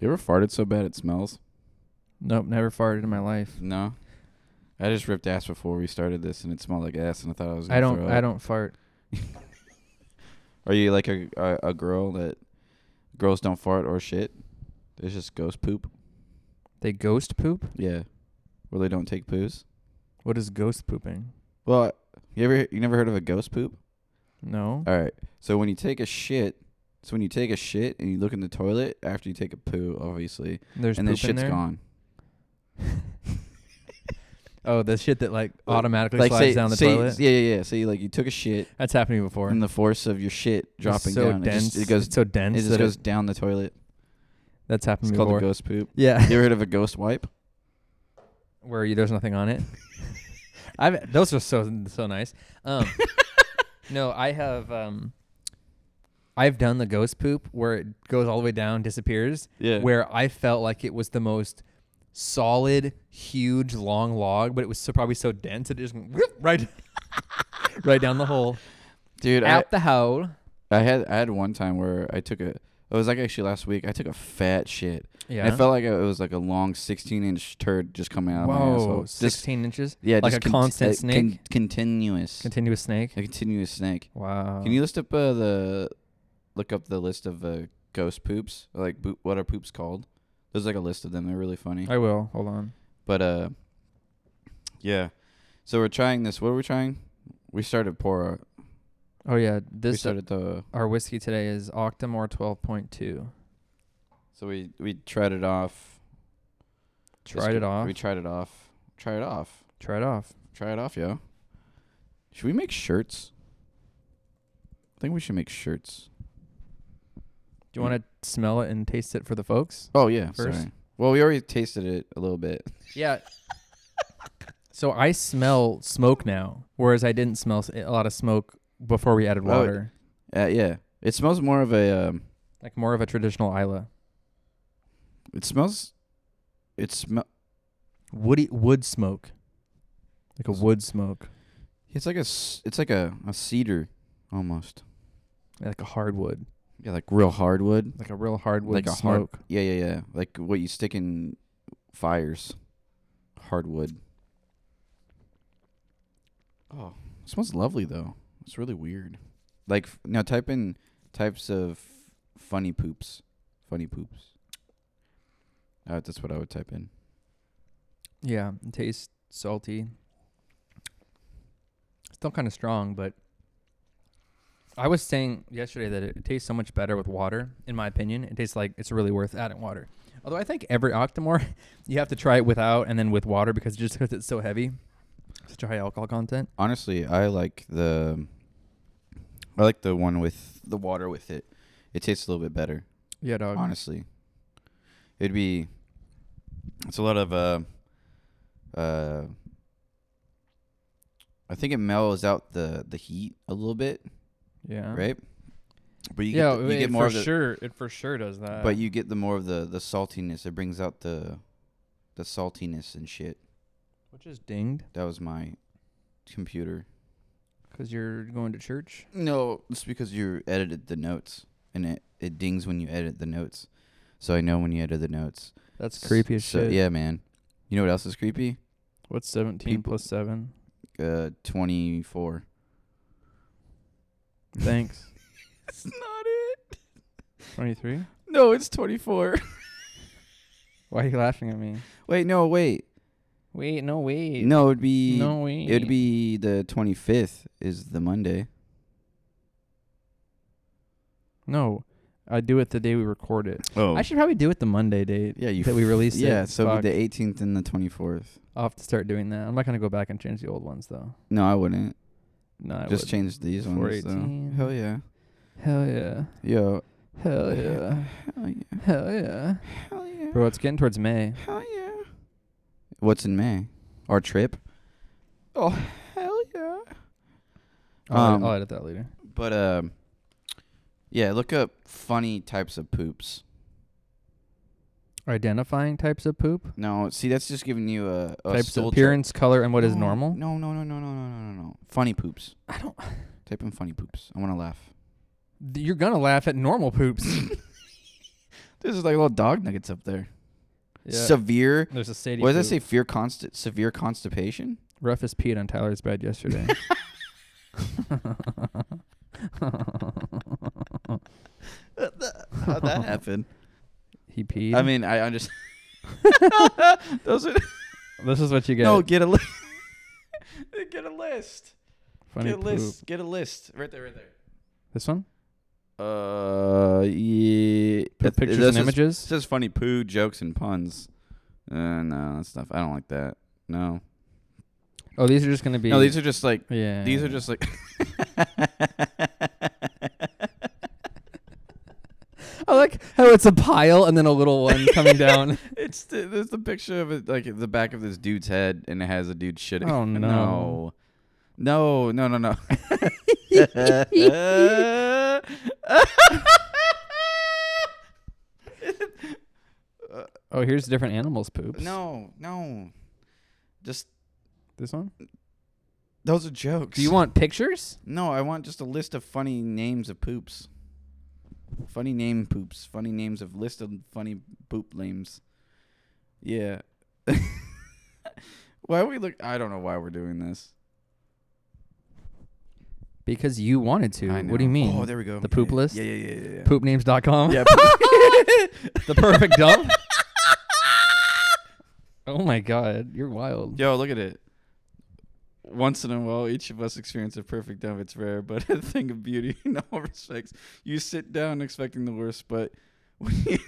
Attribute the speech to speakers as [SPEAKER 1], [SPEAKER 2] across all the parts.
[SPEAKER 1] You ever farted so bad it smells?
[SPEAKER 2] Nope, never farted in my life.
[SPEAKER 1] No. I just ripped ass before we started this, and it smelled like ass, and I thought I was. Gonna
[SPEAKER 2] I don't.
[SPEAKER 1] Throw
[SPEAKER 2] I
[SPEAKER 1] up.
[SPEAKER 2] don't fart.
[SPEAKER 1] Are you like a, a a girl that girls don't fart or shit? It's just ghost poop.
[SPEAKER 2] They ghost poop.
[SPEAKER 1] Yeah. Well, they don't take poos.
[SPEAKER 2] What is ghost pooping?
[SPEAKER 1] Well, you ever you never heard of a ghost poop?
[SPEAKER 2] No.
[SPEAKER 1] All right. So when you take a shit, so when you take a shit and you look in the toilet after you take a poo, obviously,
[SPEAKER 2] There's
[SPEAKER 1] and
[SPEAKER 2] poop
[SPEAKER 1] then shit's
[SPEAKER 2] in there.
[SPEAKER 1] gone.
[SPEAKER 2] Oh, the shit that like
[SPEAKER 1] Like-
[SPEAKER 2] automatically
[SPEAKER 1] Like
[SPEAKER 2] slides
[SPEAKER 1] say,
[SPEAKER 2] down the
[SPEAKER 1] say-
[SPEAKER 2] toilet.
[SPEAKER 1] Yeah, yeah, yeah. Say like you took a shit
[SPEAKER 2] That's happened to me before.
[SPEAKER 1] and the force of your shit dropping
[SPEAKER 2] it's so
[SPEAKER 1] down,
[SPEAKER 2] dense.
[SPEAKER 1] it just it goes
[SPEAKER 2] it's so dense.
[SPEAKER 1] it just
[SPEAKER 2] that
[SPEAKER 1] goes down the toilet.
[SPEAKER 2] that's
[SPEAKER 1] It's
[SPEAKER 2] happened to me
[SPEAKER 1] called
[SPEAKER 2] before.
[SPEAKER 1] a ghost poop.
[SPEAKER 2] Yeah,
[SPEAKER 1] You ever heard of a ghost wipe?
[SPEAKER 2] where you, there's nothing on it. I've those are so so nice. Um, no, I have. Um, I've done the ghost poop where it goes all the way down, disappears.
[SPEAKER 1] Yeah.
[SPEAKER 2] Where I felt like it was the most solid, huge, long log, but it was so probably so dense that it just went whoop right, right down the hole,
[SPEAKER 1] Dude, I,
[SPEAKER 2] out the hole.
[SPEAKER 1] I had I had one time where I took a it was like actually last week I took a fat shit.
[SPEAKER 2] Yeah.
[SPEAKER 1] And it felt like it was like a long 16 inch turd just coming out of my
[SPEAKER 2] Whoa,
[SPEAKER 1] asshole. Just-
[SPEAKER 2] 16 inches?
[SPEAKER 1] yeah,
[SPEAKER 2] like
[SPEAKER 1] just
[SPEAKER 2] a constant
[SPEAKER 1] uh,
[SPEAKER 2] snake?
[SPEAKER 1] continuous,
[SPEAKER 2] Continuous snake?
[SPEAKER 1] a continuous snake.
[SPEAKER 2] Wow.
[SPEAKER 1] Can you list up uh, the look up the list of uh, ghost poops? Or, Like boop, what are poops called? There's like a list of them. They're really funny.
[SPEAKER 2] I will. Hold on.
[SPEAKER 1] But uh, yeah. So we're trying this. What are we trying? We started pour. uh,
[SPEAKER 2] Oh, yeah.
[SPEAKER 1] We
[SPEAKER 2] This,
[SPEAKER 1] started the.
[SPEAKER 2] our whiskey today is Octomore 12.2.
[SPEAKER 1] So we we tried it off. This
[SPEAKER 2] Tried
[SPEAKER 1] g-
[SPEAKER 2] it off.
[SPEAKER 1] We tried it off. Try it off.
[SPEAKER 2] Try it off.
[SPEAKER 1] Try it off, yo. Should we make shirts? I think we should make shirts.
[SPEAKER 2] Do you
[SPEAKER 1] Mm.
[SPEAKER 2] want to smell it and taste it for the folks?
[SPEAKER 1] Oh yeah,
[SPEAKER 2] First?
[SPEAKER 1] sorry. Well, we already tasted it a little bit.
[SPEAKER 2] Yeah. so I smell smoke now, whereas I didn't smell s- a lot of smoke before we added
[SPEAKER 1] Oh, it-
[SPEAKER 2] water.
[SPEAKER 1] Uh, yeah, it smells more of a. Um,
[SPEAKER 2] like more of a traditional Isla.
[SPEAKER 1] it smells. It smell.
[SPEAKER 2] Woody, wood smoke. Like a wood smoke.
[SPEAKER 1] It's like a. s- It's like a, a cedar, almost.
[SPEAKER 2] Like a hardwood.
[SPEAKER 1] Yeah, like real hardwood.
[SPEAKER 2] Like a real hardwood
[SPEAKER 1] Like a hard-
[SPEAKER 2] smoke.
[SPEAKER 1] Yeah, yeah, yeah. Like what you stick in fires, hardwood. Oh, it smells lovely though. It's really weird. Like f- now, type in types of funny poops. Funny poops. Uh, that's what I would type in.
[SPEAKER 2] Yeah, it tastes salty. Still kind of strong, but I was saying yesterday that it, tastes so much better with water. In my opinion, it tastes like it's really worth adding water. Although I think every Octomore, you have to try it without and then with water because just because it's so heavy, such a high alcohol content.
[SPEAKER 1] Honestly, I like the. I like the one with the water with it. It tastes a little bit better.
[SPEAKER 2] Yeah, dog.
[SPEAKER 1] honestly. It'd be it's a lot of uh uh I think it mellows out the the heat a little bit,
[SPEAKER 2] Yeah.
[SPEAKER 1] right? But you
[SPEAKER 2] yeah,
[SPEAKER 1] get the, you get more
[SPEAKER 2] for
[SPEAKER 1] of the
[SPEAKER 2] sure. It for sure does that.
[SPEAKER 1] but you get the more of the the saltiness. It brings out the the saltiness and shit.
[SPEAKER 2] which is dinged
[SPEAKER 1] That was my computer.
[SPEAKER 2] because you're going to church.
[SPEAKER 1] No, it's because you edited the notes and it it dings when you edit the notes. So I know when you edit the notes.
[SPEAKER 2] That's
[SPEAKER 1] S-
[SPEAKER 2] creepy as
[SPEAKER 1] so,
[SPEAKER 2] shit.
[SPEAKER 1] Yeah, man. You know what else is creepy?
[SPEAKER 2] What's seventeen
[SPEAKER 1] People-
[SPEAKER 2] plus seven?
[SPEAKER 1] uh, 24.
[SPEAKER 2] Thanks.
[SPEAKER 1] It's not it.
[SPEAKER 2] Twenty three.
[SPEAKER 1] No, it's 24.
[SPEAKER 2] Why are you laughing at me?
[SPEAKER 1] Wait, no, wait.
[SPEAKER 2] Wait, no, wait.
[SPEAKER 1] No, it'd be
[SPEAKER 2] no, wait.
[SPEAKER 1] it'd be the 25th is the Monday.
[SPEAKER 2] No, I do it the day we record it.
[SPEAKER 1] Oh.
[SPEAKER 2] I should probably do it the Monday date
[SPEAKER 1] yeah, you
[SPEAKER 2] that we
[SPEAKER 1] f-
[SPEAKER 2] released it.
[SPEAKER 1] Yeah, so it'd be
[SPEAKER 2] Fuck.
[SPEAKER 1] the 18th and the 24th.
[SPEAKER 2] I'll have to start doing that. I'm not gonna go back and change the old ones though.
[SPEAKER 1] No, I wouldn't.
[SPEAKER 2] No, I
[SPEAKER 1] Just
[SPEAKER 2] would.
[SPEAKER 1] change these ones. Though.
[SPEAKER 2] 418.
[SPEAKER 1] Hell yeah.
[SPEAKER 2] Hell yeah.
[SPEAKER 1] Yo.
[SPEAKER 2] Hell yeah.
[SPEAKER 1] Hell yeah.
[SPEAKER 2] Hell yeah.
[SPEAKER 1] Hell yeah.
[SPEAKER 2] Bro, it's getting towards May.
[SPEAKER 1] Hell yeah. What's in May? Our trip? Oh, hell yeah.
[SPEAKER 2] I'll,
[SPEAKER 1] Um,
[SPEAKER 2] I'll edit that later.
[SPEAKER 1] But um, yeah, look up funny types of poops.
[SPEAKER 2] Identifying types of poop,
[SPEAKER 1] No, see, that's just giving you a, a
[SPEAKER 2] types of
[SPEAKER 1] soul
[SPEAKER 2] appearance, color, and
[SPEAKER 1] chart.
[SPEAKER 2] what is
[SPEAKER 1] No,
[SPEAKER 2] normal.
[SPEAKER 1] No, no, no, no, no, no, no, no, no. Funny poops.
[SPEAKER 2] I don't.
[SPEAKER 1] Type in funny poops. I want to laugh.
[SPEAKER 2] You're gonna laugh at normal poops.
[SPEAKER 1] There's like little dog nuggets up there.
[SPEAKER 2] Yeah.
[SPEAKER 1] Severe.
[SPEAKER 2] There's a stadium.
[SPEAKER 1] What does that say? Fear constant. Severe constipation.
[SPEAKER 2] Roughest peed on Tyler's bed yesterday.
[SPEAKER 1] How'd that happen?
[SPEAKER 2] he peed.
[SPEAKER 1] I mean, I understand. Those are
[SPEAKER 2] this is what you get.
[SPEAKER 1] no. Get a list. get a list.
[SPEAKER 2] Funny
[SPEAKER 1] get a
[SPEAKER 2] poop.
[SPEAKER 1] list. Get a list. Right there. Right there.
[SPEAKER 2] This one.
[SPEAKER 1] Uh, yeah.
[SPEAKER 2] Put
[SPEAKER 1] That-
[SPEAKER 2] pictures
[SPEAKER 1] this is-
[SPEAKER 2] and images.
[SPEAKER 1] It says funny poo jokes and puns. Uh, no, that stuff. I don't like that. No.
[SPEAKER 2] oh, these are just gonna be.
[SPEAKER 1] No, these are just like
[SPEAKER 2] Yeah.
[SPEAKER 1] these are just like
[SPEAKER 2] I like how it's a pile and then a little one coming down.
[SPEAKER 1] it's the, there's the picture of it like the back of this dude's head and it has a dude shitting.
[SPEAKER 2] Oh, no.
[SPEAKER 1] No, no, no, no. no.
[SPEAKER 2] Oh, here's different animals' poops.
[SPEAKER 1] no, no. Just
[SPEAKER 2] This one.
[SPEAKER 1] those are jokes.
[SPEAKER 2] Do you want pictures?
[SPEAKER 1] No, I want just a list of funny names of poops. Funny name poops. Funny names of list of funny poop names. Yeah. why we look? I don't know why we're doing this.
[SPEAKER 2] Because you wanted to.
[SPEAKER 1] I
[SPEAKER 2] What do you
[SPEAKER 1] know.
[SPEAKER 2] mean?
[SPEAKER 1] Oh, there we go.
[SPEAKER 2] The poop
[SPEAKER 1] Yeah,
[SPEAKER 2] list?
[SPEAKER 1] Yeah, yeah, yeah, yeah. yeah.
[SPEAKER 2] Poopnames.com.
[SPEAKER 1] Yeah. poop-
[SPEAKER 2] The perfect dump. oh my god, you're wild.
[SPEAKER 1] Yo, look at it. Once in a while, each of us experience a perfect dump. It's rare, but a thing of beauty in all respects. You sit down expecting the worst, but when you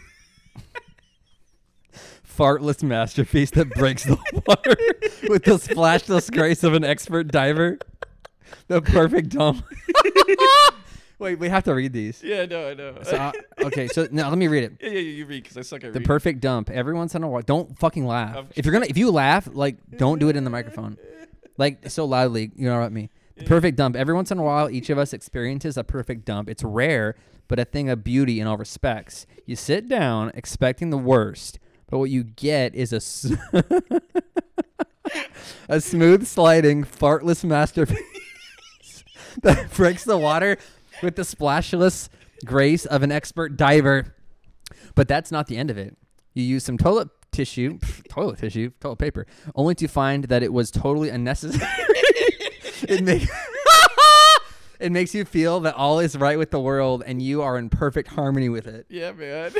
[SPEAKER 2] Fartless masterpiece that breaks the water with the splashless grace of an expert diver. The perfect dump. Wait, we have to read these.
[SPEAKER 1] yeah, no, I know.
[SPEAKER 2] So, uh, okay, so now let me read it.
[SPEAKER 1] yeah, yeah, you read because I suck at
[SPEAKER 2] The
[SPEAKER 1] reading.
[SPEAKER 2] perfect dump. Every once in a while, don't fucking laugh.
[SPEAKER 1] I'm-
[SPEAKER 2] if you're gonna, if you laugh, like don't do it in the microphone, like so loudly. You know what I mean? The perfect dump. Every once in a while, each of us experiences a perfect dump. It's rare, but a thing of beauty in all respects. You sit down expecting the worst, but what you get is a s- a smooth sliding fartless masterpiece that breaks the water with the splashless grace of an expert diver. But that's not the end of it. You use some toilet tissue, pff, toilet tissue, toilet paper, only to find that it was totally unnecessary. it makes it makes you feel that all is right with the world and you are in perfect harmony with it.
[SPEAKER 1] Yeah, man.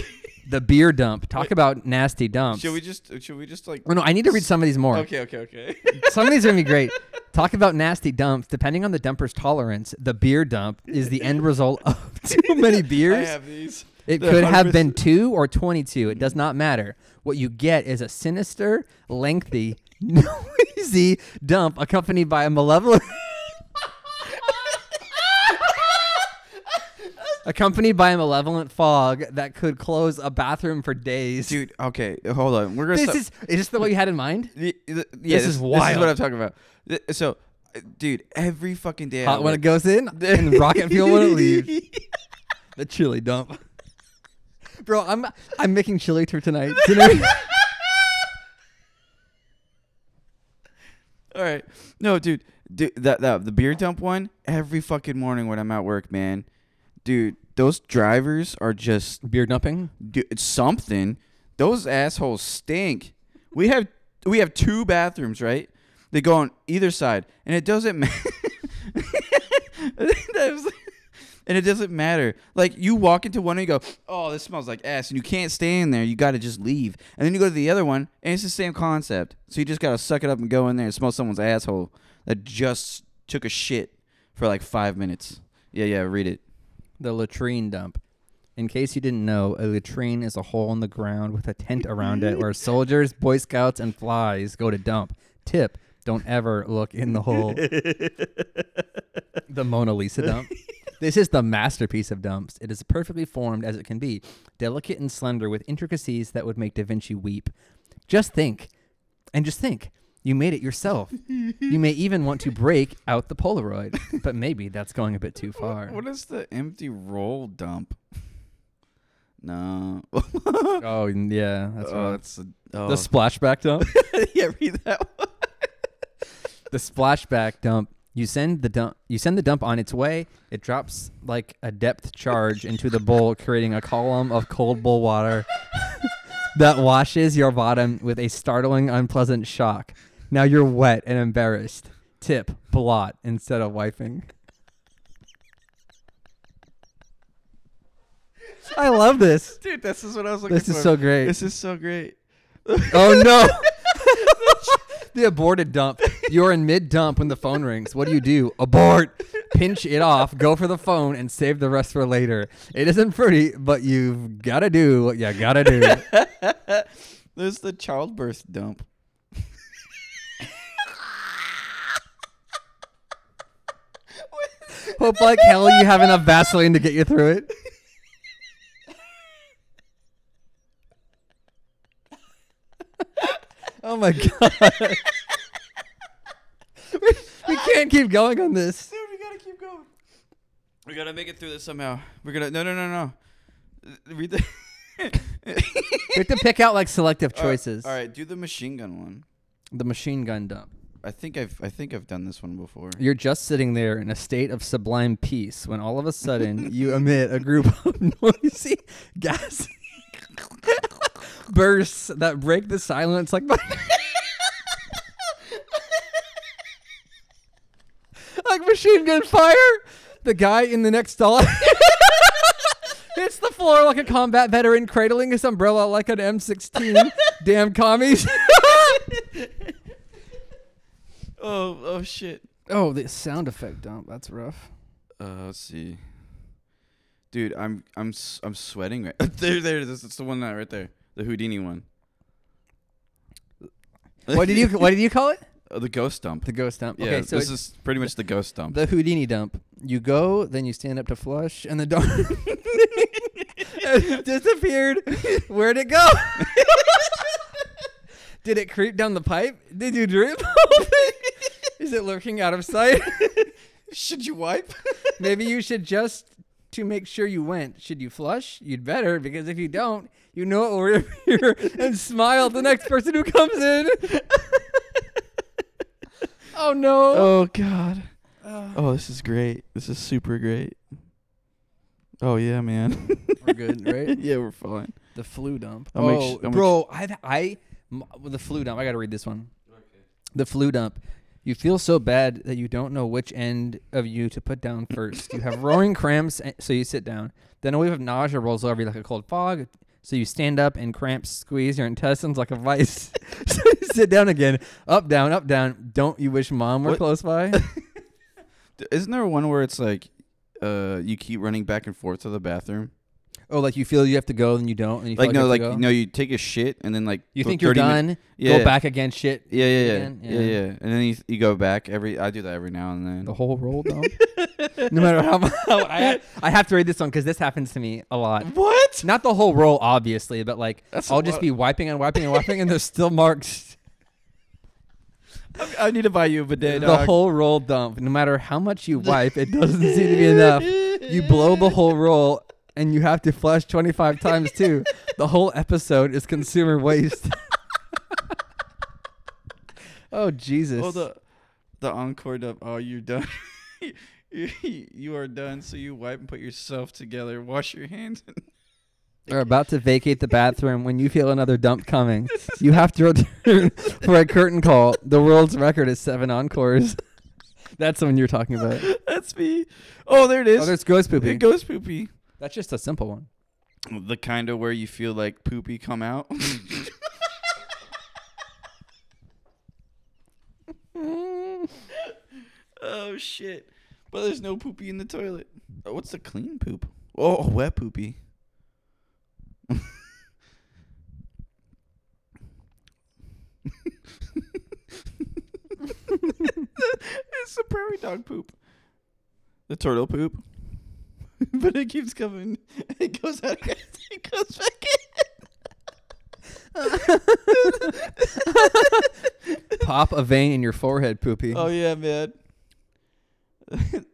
[SPEAKER 2] The beer dump. Talk about nasty dumps.
[SPEAKER 1] should we just? Should we just like?
[SPEAKER 2] Oh, no, I need to read some of these more.
[SPEAKER 1] Okay, okay, okay.
[SPEAKER 2] Some of these are gonna be great. Talk about nasty dumps. Depending on the dumper's tolerance, the beer dump is the end result of too many
[SPEAKER 1] I
[SPEAKER 2] beers.
[SPEAKER 1] have these.
[SPEAKER 2] It
[SPEAKER 1] They're
[SPEAKER 2] could have
[SPEAKER 1] 100%
[SPEAKER 2] been two or 22. It does not matter. What you get is a sinister, lengthy, noisy dump accompanied by a malevolent. accompanied by a malevolent fog that could close a bathroom for days.
[SPEAKER 1] Dude, okay, hold on. We're gonna.
[SPEAKER 2] this
[SPEAKER 1] stop-
[SPEAKER 2] is is this the what you had in mind?
[SPEAKER 1] The- the- yeah, this, This
[SPEAKER 2] is
[SPEAKER 1] is
[SPEAKER 2] wild.
[SPEAKER 1] what I'm talking about. Th- So, uh, dude, every fucking day.
[SPEAKER 2] Hot
[SPEAKER 1] I
[SPEAKER 2] Uh, when it
[SPEAKER 1] work-
[SPEAKER 2] goes in and rocket fuel when it leaves. The chili dump. Bro, I'm I'm making chili for tonight. Dinner.
[SPEAKER 1] All right. No, dude, dude, that, that the beer dump one. Every fucking morning when I'm at work, man, dude, those drivers are just
[SPEAKER 2] Beer dumping.
[SPEAKER 1] dude, it's something. Those assholes stink. We have we have two bathrooms, right? They go on either side, and it doesn't matter. and it doesn't matter. Like you walk into one and you go, "Oh, this smells like ass," and you can't stay in there. You got to just leave. And then you go to the other one, and it's the same concept. So you just got to suck it up and go in there and smell someone's asshole that just took a shit for like five minutes. Yeah, yeah, read it.
[SPEAKER 2] The latrine dump. In case you didn't know, a latrine is a hole in the ground with a tent around it where soldiers, Boy Scouts, and flies go to dump. Tip don't ever look in the hole. the Mona Lisa dump. This is the masterpiece of dumps. It is perfectly formed as it can be, delicate and slender with intricacies that would make Da Vinci weep. Just think, and just think, you made it yourself. you may even want to break out the Polaroid, but maybe that's going a bit too far.
[SPEAKER 1] What is the empty roll dump? No.
[SPEAKER 2] Oh n- yeah, that's
[SPEAKER 1] oh,
[SPEAKER 2] right.
[SPEAKER 1] it's a, oh.
[SPEAKER 2] The splashback dump.
[SPEAKER 1] yeah, read that. One.
[SPEAKER 2] the splashback dump. You send the dump. You send the dump on its way. It drops like a depth charge into the bowl, creating a column of cold bowl water that washes your bottom with a startling, unpleasant shock. Now you're wet and embarrassed. Tip blot instead of wiping. I love this.
[SPEAKER 1] Dude, this is what I was looking
[SPEAKER 2] This is so great.
[SPEAKER 1] is so great.
[SPEAKER 2] Oh no! the aborted dump. You're in mid dump when the phone rings. What do you do? Abort. Pinch it off. Go for the phone and save the rest for later. It isn't pretty, but you've gotta do what you gotta do.
[SPEAKER 1] There's the childbirth dump.
[SPEAKER 2] Hope like hell you have enough Vaseline to get you through it. oh my god. we, we can't keep going on this.
[SPEAKER 1] Dude, we gotta keep going. We gotta make it through this somehow. We're gonna no no no no. Read the
[SPEAKER 2] We have to pick out like selective choices.
[SPEAKER 1] All right, do the machine gun one.
[SPEAKER 2] The machine gun dump.
[SPEAKER 1] I think I've I think I've done this one before.
[SPEAKER 2] You're just sitting there in a state of sublime peace when all of a sudden you emit a group of noisy, gassy bursts that break the silence like by- like machine gun fire. The guy in the next stall hits the floor like a combat veteran, cradling his umbrella like an M16. Damn commies.
[SPEAKER 1] Oh oh shit.
[SPEAKER 2] oh, the sound effect dump. That's rough.
[SPEAKER 1] Uh, let's see. Dude, I'm I'm s- I'm sweating right. there there it is. It's the one that right there. The Houdini one.
[SPEAKER 2] What did you What did you call it?
[SPEAKER 1] Oh, the ghost dump.
[SPEAKER 2] The ghost dump.
[SPEAKER 1] yeah,
[SPEAKER 2] okay, so
[SPEAKER 1] this
[SPEAKER 2] it-
[SPEAKER 1] is pretty much the ghost dump.
[SPEAKER 2] the Houdini dump. You go, then you stand up to flush, and the dump It disappeared. Where'd it go? Did it creep down the pipe? Did you drip? Is it lurking out of sight?
[SPEAKER 1] Should you wipe?
[SPEAKER 2] Maybe you should just to make sure you went. Should you flush? You'd better because if you don't, you know it will reappear and smile at the next person who comes in. oh Uh. no!
[SPEAKER 1] oh god. Oh, this is great. This is super great. Oh yeah, man.
[SPEAKER 2] We're good, right?
[SPEAKER 1] yeah, we're fine.
[SPEAKER 2] The flu dump.
[SPEAKER 1] I'll
[SPEAKER 2] oh,
[SPEAKER 1] make sh- I'll make
[SPEAKER 2] bro, I've, I, m- well, the flu dump. I got to read this one. The flu dump. You feel so bad that you don't know which end of you to put down first. you have roaring cramps, a- so you sit down. Then a wave of nausea rolls over you like a cold fog, so you stand up and cramps squeeze your intestines like a vice. so you sit down again. Up, down, up, down. Don't you wish mom were
[SPEAKER 1] What?
[SPEAKER 2] close by?
[SPEAKER 1] D- Isn't there one where it's like uh you keep running back and forth to the bathroom?
[SPEAKER 2] oh, like you feel you have to go and you don't. And you feel
[SPEAKER 1] Like, no,
[SPEAKER 2] you have
[SPEAKER 1] like
[SPEAKER 2] to go?
[SPEAKER 1] no, you take a shit and then like
[SPEAKER 2] You
[SPEAKER 1] th-
[SPEAKER 2] think you're
[SPEAKER 1] 30 min-
[SPEAKER 2] done?
[SPEAKER 1] yeah.
[SPEAKER 2] Go back again, shit.
[SPEAKER 1] Yeah, yeah, yeah,
[SPEAKER 2] again?
[SPEAKER 1] yeah, yeah, And then you, you go back every. I do that every now and then.
[SPEAKER 2] The whole roll dump. no matter how, how I, I have to read this one because this happens to me a lot.
[SPEAKER 1] what?
[SPEAKER 2] Not the whole roll, obviously, but like
[SPEAKER 1] That's a
[SPEAKER 2] I'll just
[SPEAKER 1] lot.
[SPEAKER 2] be wiping and wiping and wiping, and there's still marks.
[SPEAKER 1] I need to buy you a bidet.
[SPEAKER 2] The whole roll dump. No matter how much you wipe, it doesn't seem to be enough. You blow the whole roll, and you have to flush 25 times too. The whole episode is consumer waste. oh Jesus!
[SPEAKER 1] Oh, the the encore of oh, you're done. you you are done. So you wipe and put yourself together. Wash your hands.
[SPEAKER 2] are about to vacate the bathroom when you feel another dump coming. You have to return for a curtain call. The world's record is seven encores. That's the one you're talking about.
[SPEAKER 1] That's me. Oh, there it is.
[SPEAKER 2] Oh, there's ghost
[SPEAKER 1] it
[SPEAKER 2] pooping.
[SPEAKER 1] goes poopy.
[SPEAKER 2] That's just a simple one.
[SPEAKER 1] The kind of where you feel like poopy come out. oh shit! But there's no poopy in the toilet. Oh, what's the clean poop? Oh, wet poopy. it's a prairie dog poop. The turtle poop. but it keeps coming. It goes out. again. It goes back
[SPEAKER 2] Pop a vein in your forehead, poopy.
[SPEAKER 1] in. Oh yeah, man.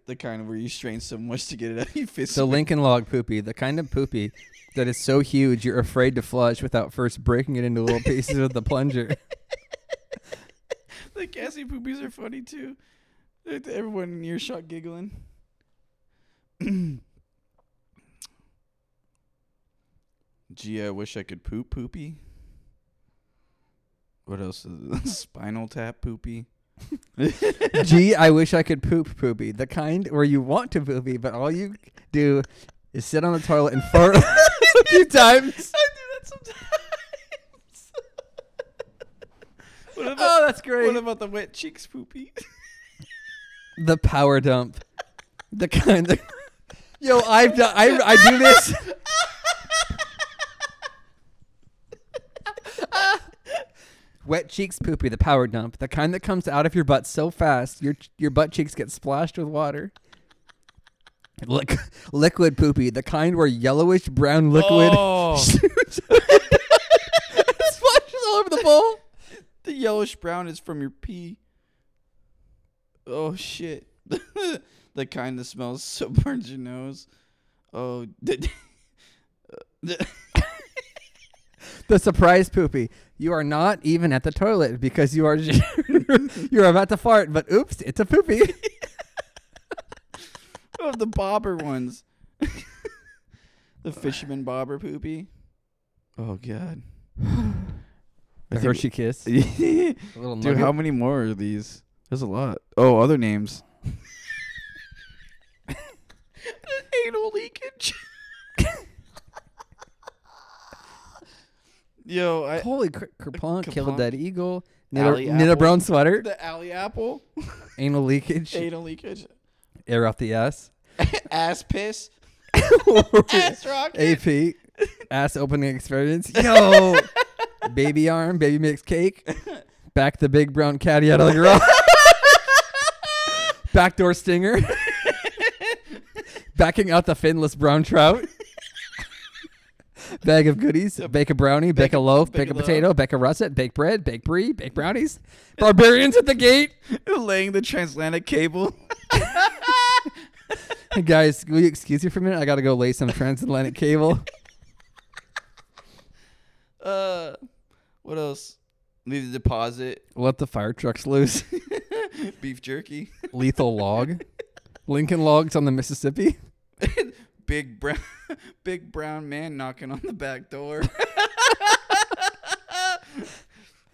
[SPEAKER 1] the kind of where you strain so much to get it out, you fist.
[SPEAKER 2] The Lincoln log poopy, the kind of poopy that is so huge you're afraid to flush without first breaking it into little pieces with the plunger.
[SPEAKER 1] The Cassie poopies are funny too. Everyone in earshot giggling. Gee, I wish I could poop poopy. What else? Is Spinal tap poopy.
[SPEAKER 2] Gee, I wish I could poop poopy. The kind where you want to poopy, but all you do is sit on the toilet and fart a few times.
[SPEAKER 3] I do that sometimes.
[SPEAKER 1] What about,
[SPEAKER 3] oh, that's great.
[SPEAKER 1] what about the wet cheeks poopy?
[SPEAKER 2] The power dump. The kind that. Yo, I've done, I, I do this. Wet cheeks poopy, the power dump. The kind that comes out of your butt so fast, your your butt cheeks get splashed with water. Liq- liquid poopy, the kind where yellowish brown liquid
[SPEAKER 3] Oh.
[SPEAKER 2] shoots splashes all over the bowl.
[SPEAKER 1] the yellowish brown is from your pee. Oh shit. the kind that smells so burns your nose. Oh, d-
[SPEAKER 2] The surprise poopy. You are not even at the toilet because you are you're about to fart, but oops, it's a poopy.
[SPEAKER 1] oh the bobber ones. the fisherman bobber poopy. Oh god.
[SPEAKER 2] The
[SPEAKER 1] think-
[SPEAKER 2] Hershey kiss.
[SPEAKER 1] Dude,
[SPEAKER 2] A little
[SPEAKER 1] how many more are these? There's a lot. Oh, other names. Anal leakage. Yo, I,
[SPEAKER 2] Holy cr- Kerplunk,
[SPEAKER 1] Kerplunk.
[SPEAKER 2] killed that eagle. Knit
[SPEAKER 1] Alley
[SPEAKER 2] a, knit a
[SPEAKER 1] apple.
[SPEAKER 2] brown sweater.
[SPEAKER 1] the alley apple.
[SPEAKER 2] Anal leakage.
[SPEAKER 1] Anal leakage.
[SPEAKER 2] Air off the ass.
[SPEAKER 1] Ass piss. Ass
[SPEAKER 2] AP.
[SPEAKER 1] rocket.
[SPEAKER 2] Ass opening experience. Yo. baby arm. Baby mix cake. Back the big brown caddy out of the garage. Backdoor stinger. Backing out the finless brown trout. Bag of goodies. Bake a brownie. Bake, a loaf. Bake,
[SPEAKER 1] bake
[SPEAKER 2] a
[SPEAKER 1] a loaf.
[SPEAKER 2] potato. Bake a russet. Bake bread. Bake brie. Bake brownies. Barbarians at the gate.
[SPEAKER 1] Laying the transatlantic cable.
[SPEAKER 2] Hey, Guys, will you excuse me for a minute? I gotta go lay some transatlantic cable.
[SPEAKER 1] Uh, what else? Leave the deposit.
[SPEAKER 2] Let the fire trucks loose.
[SPEAKER 1] Beef jerky.
[SPEAKER 2] Lethal log. Lincoln logs on the Mississippi.
[SPEAKER 1] big brown, big brown man knocking on the back door.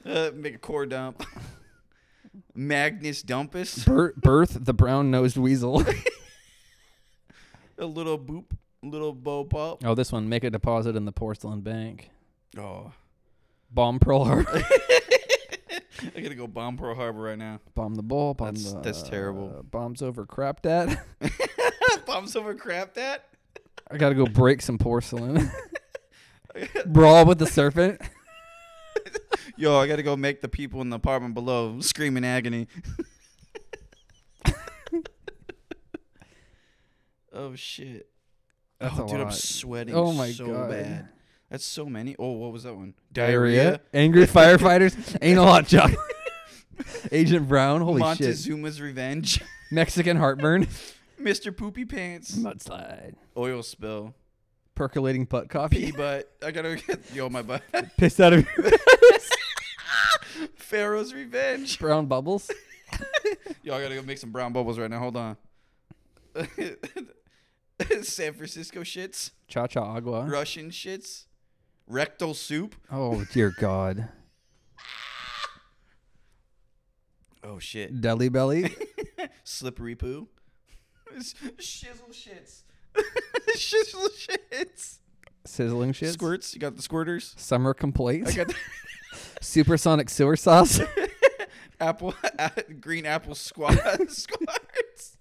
[SPEAKER 1] uh, make a core dump. Magnus Dumpus.
[SPEAKER 2] Bir- birth the brown nosed weasel.
[SPEAKER 1] A little boop. Little bo pop.
[SPEAKER 2] Oh, this one. Make a deposit in the porcelain bank.
[SPEAKER 1] Oh,
[SPEAKER 2] Bomb Pearl Harbor.
[SPEAKER 1] I gotta go bomb Pearl Harbor right now.
[SPEAKER 2] bomb the bull. Bomb
[SPEAKER 1] That's-
[SPEAKER 2] the,
[SPEAKER 1] that's terrible.
[SPEAKER 2] uh, bombs over crap dad.
[SPEAKER 1] Bombs over crap that.
[SPEAKER 2] I gotta go break some porcelain. Brawl with the serpent.
[SPEAKER 1] Yo, I gotta go make the people in the apartment below scream in agony. oh shit.
[SPEAKER 2] That's
[SPEAKER 1] oh,
[SPEAKER 2] a
[SPEAKER 1] dude, I'm
[SPEAKER 2] lot.
[SPEAKER 1] sweating
[SPEAKER 2] Oh my
[SPEAKER 1] so
[SPEAKER 2] God.
[SPEAKER 1] bad. That's so many. Oh, what was that one?
[SPEAKER 2] Angry firefighters. Anal hot chocolate. Agent Brown. Holy shit.
[SPEAKER 1] Montezuma's revenge.
[SPEAKER 2] Mexican heartburn.
[SPEAKER 1] Mr. Poopy Pants.
[SPEAKER 2] Mudslide.
[SPEAKER 1] Oil spill.
[SPEAKER 2] Percolating butt
[SPEAKER 1] Pee
[SPEAKER 2] coffee.
[SPEAKER 1] butt. I gotta get yo my butt.
[SPEAKER 2] Pissed out of
[SPEAKER 1] Pharaoh's revenge.
[SPEAKER 2] brown bubbles.
[SPEAKER 1] Yo, I gotta go make some brown bubbles right now. Hold on. San Francisco shits.
[SPEAKER 2] Cha cha agua.
[SPEAKER 1] Russian shits, rectal soup.
[SPEAKER 2] Oh dear God.
[SPEAKER 1] Oh shit,
[SPEAKER 2] Deli belly.
[SPEAKER 1] slippery poo. Shizzle shits, shizzle shits.
[SPEAKER 2] Sizzling shit.
[SPEAKER 1] Squirts, you got the squirters.
[SPEAKER 2] Summer
[SPEAKER 1] I
[SPEAKER 2] complaints.
[SPEAKER 1] got the
[SPEAKER 2] Supersonic sewer sauce.
[SPEAKER 1] apple, green apple squad squirts.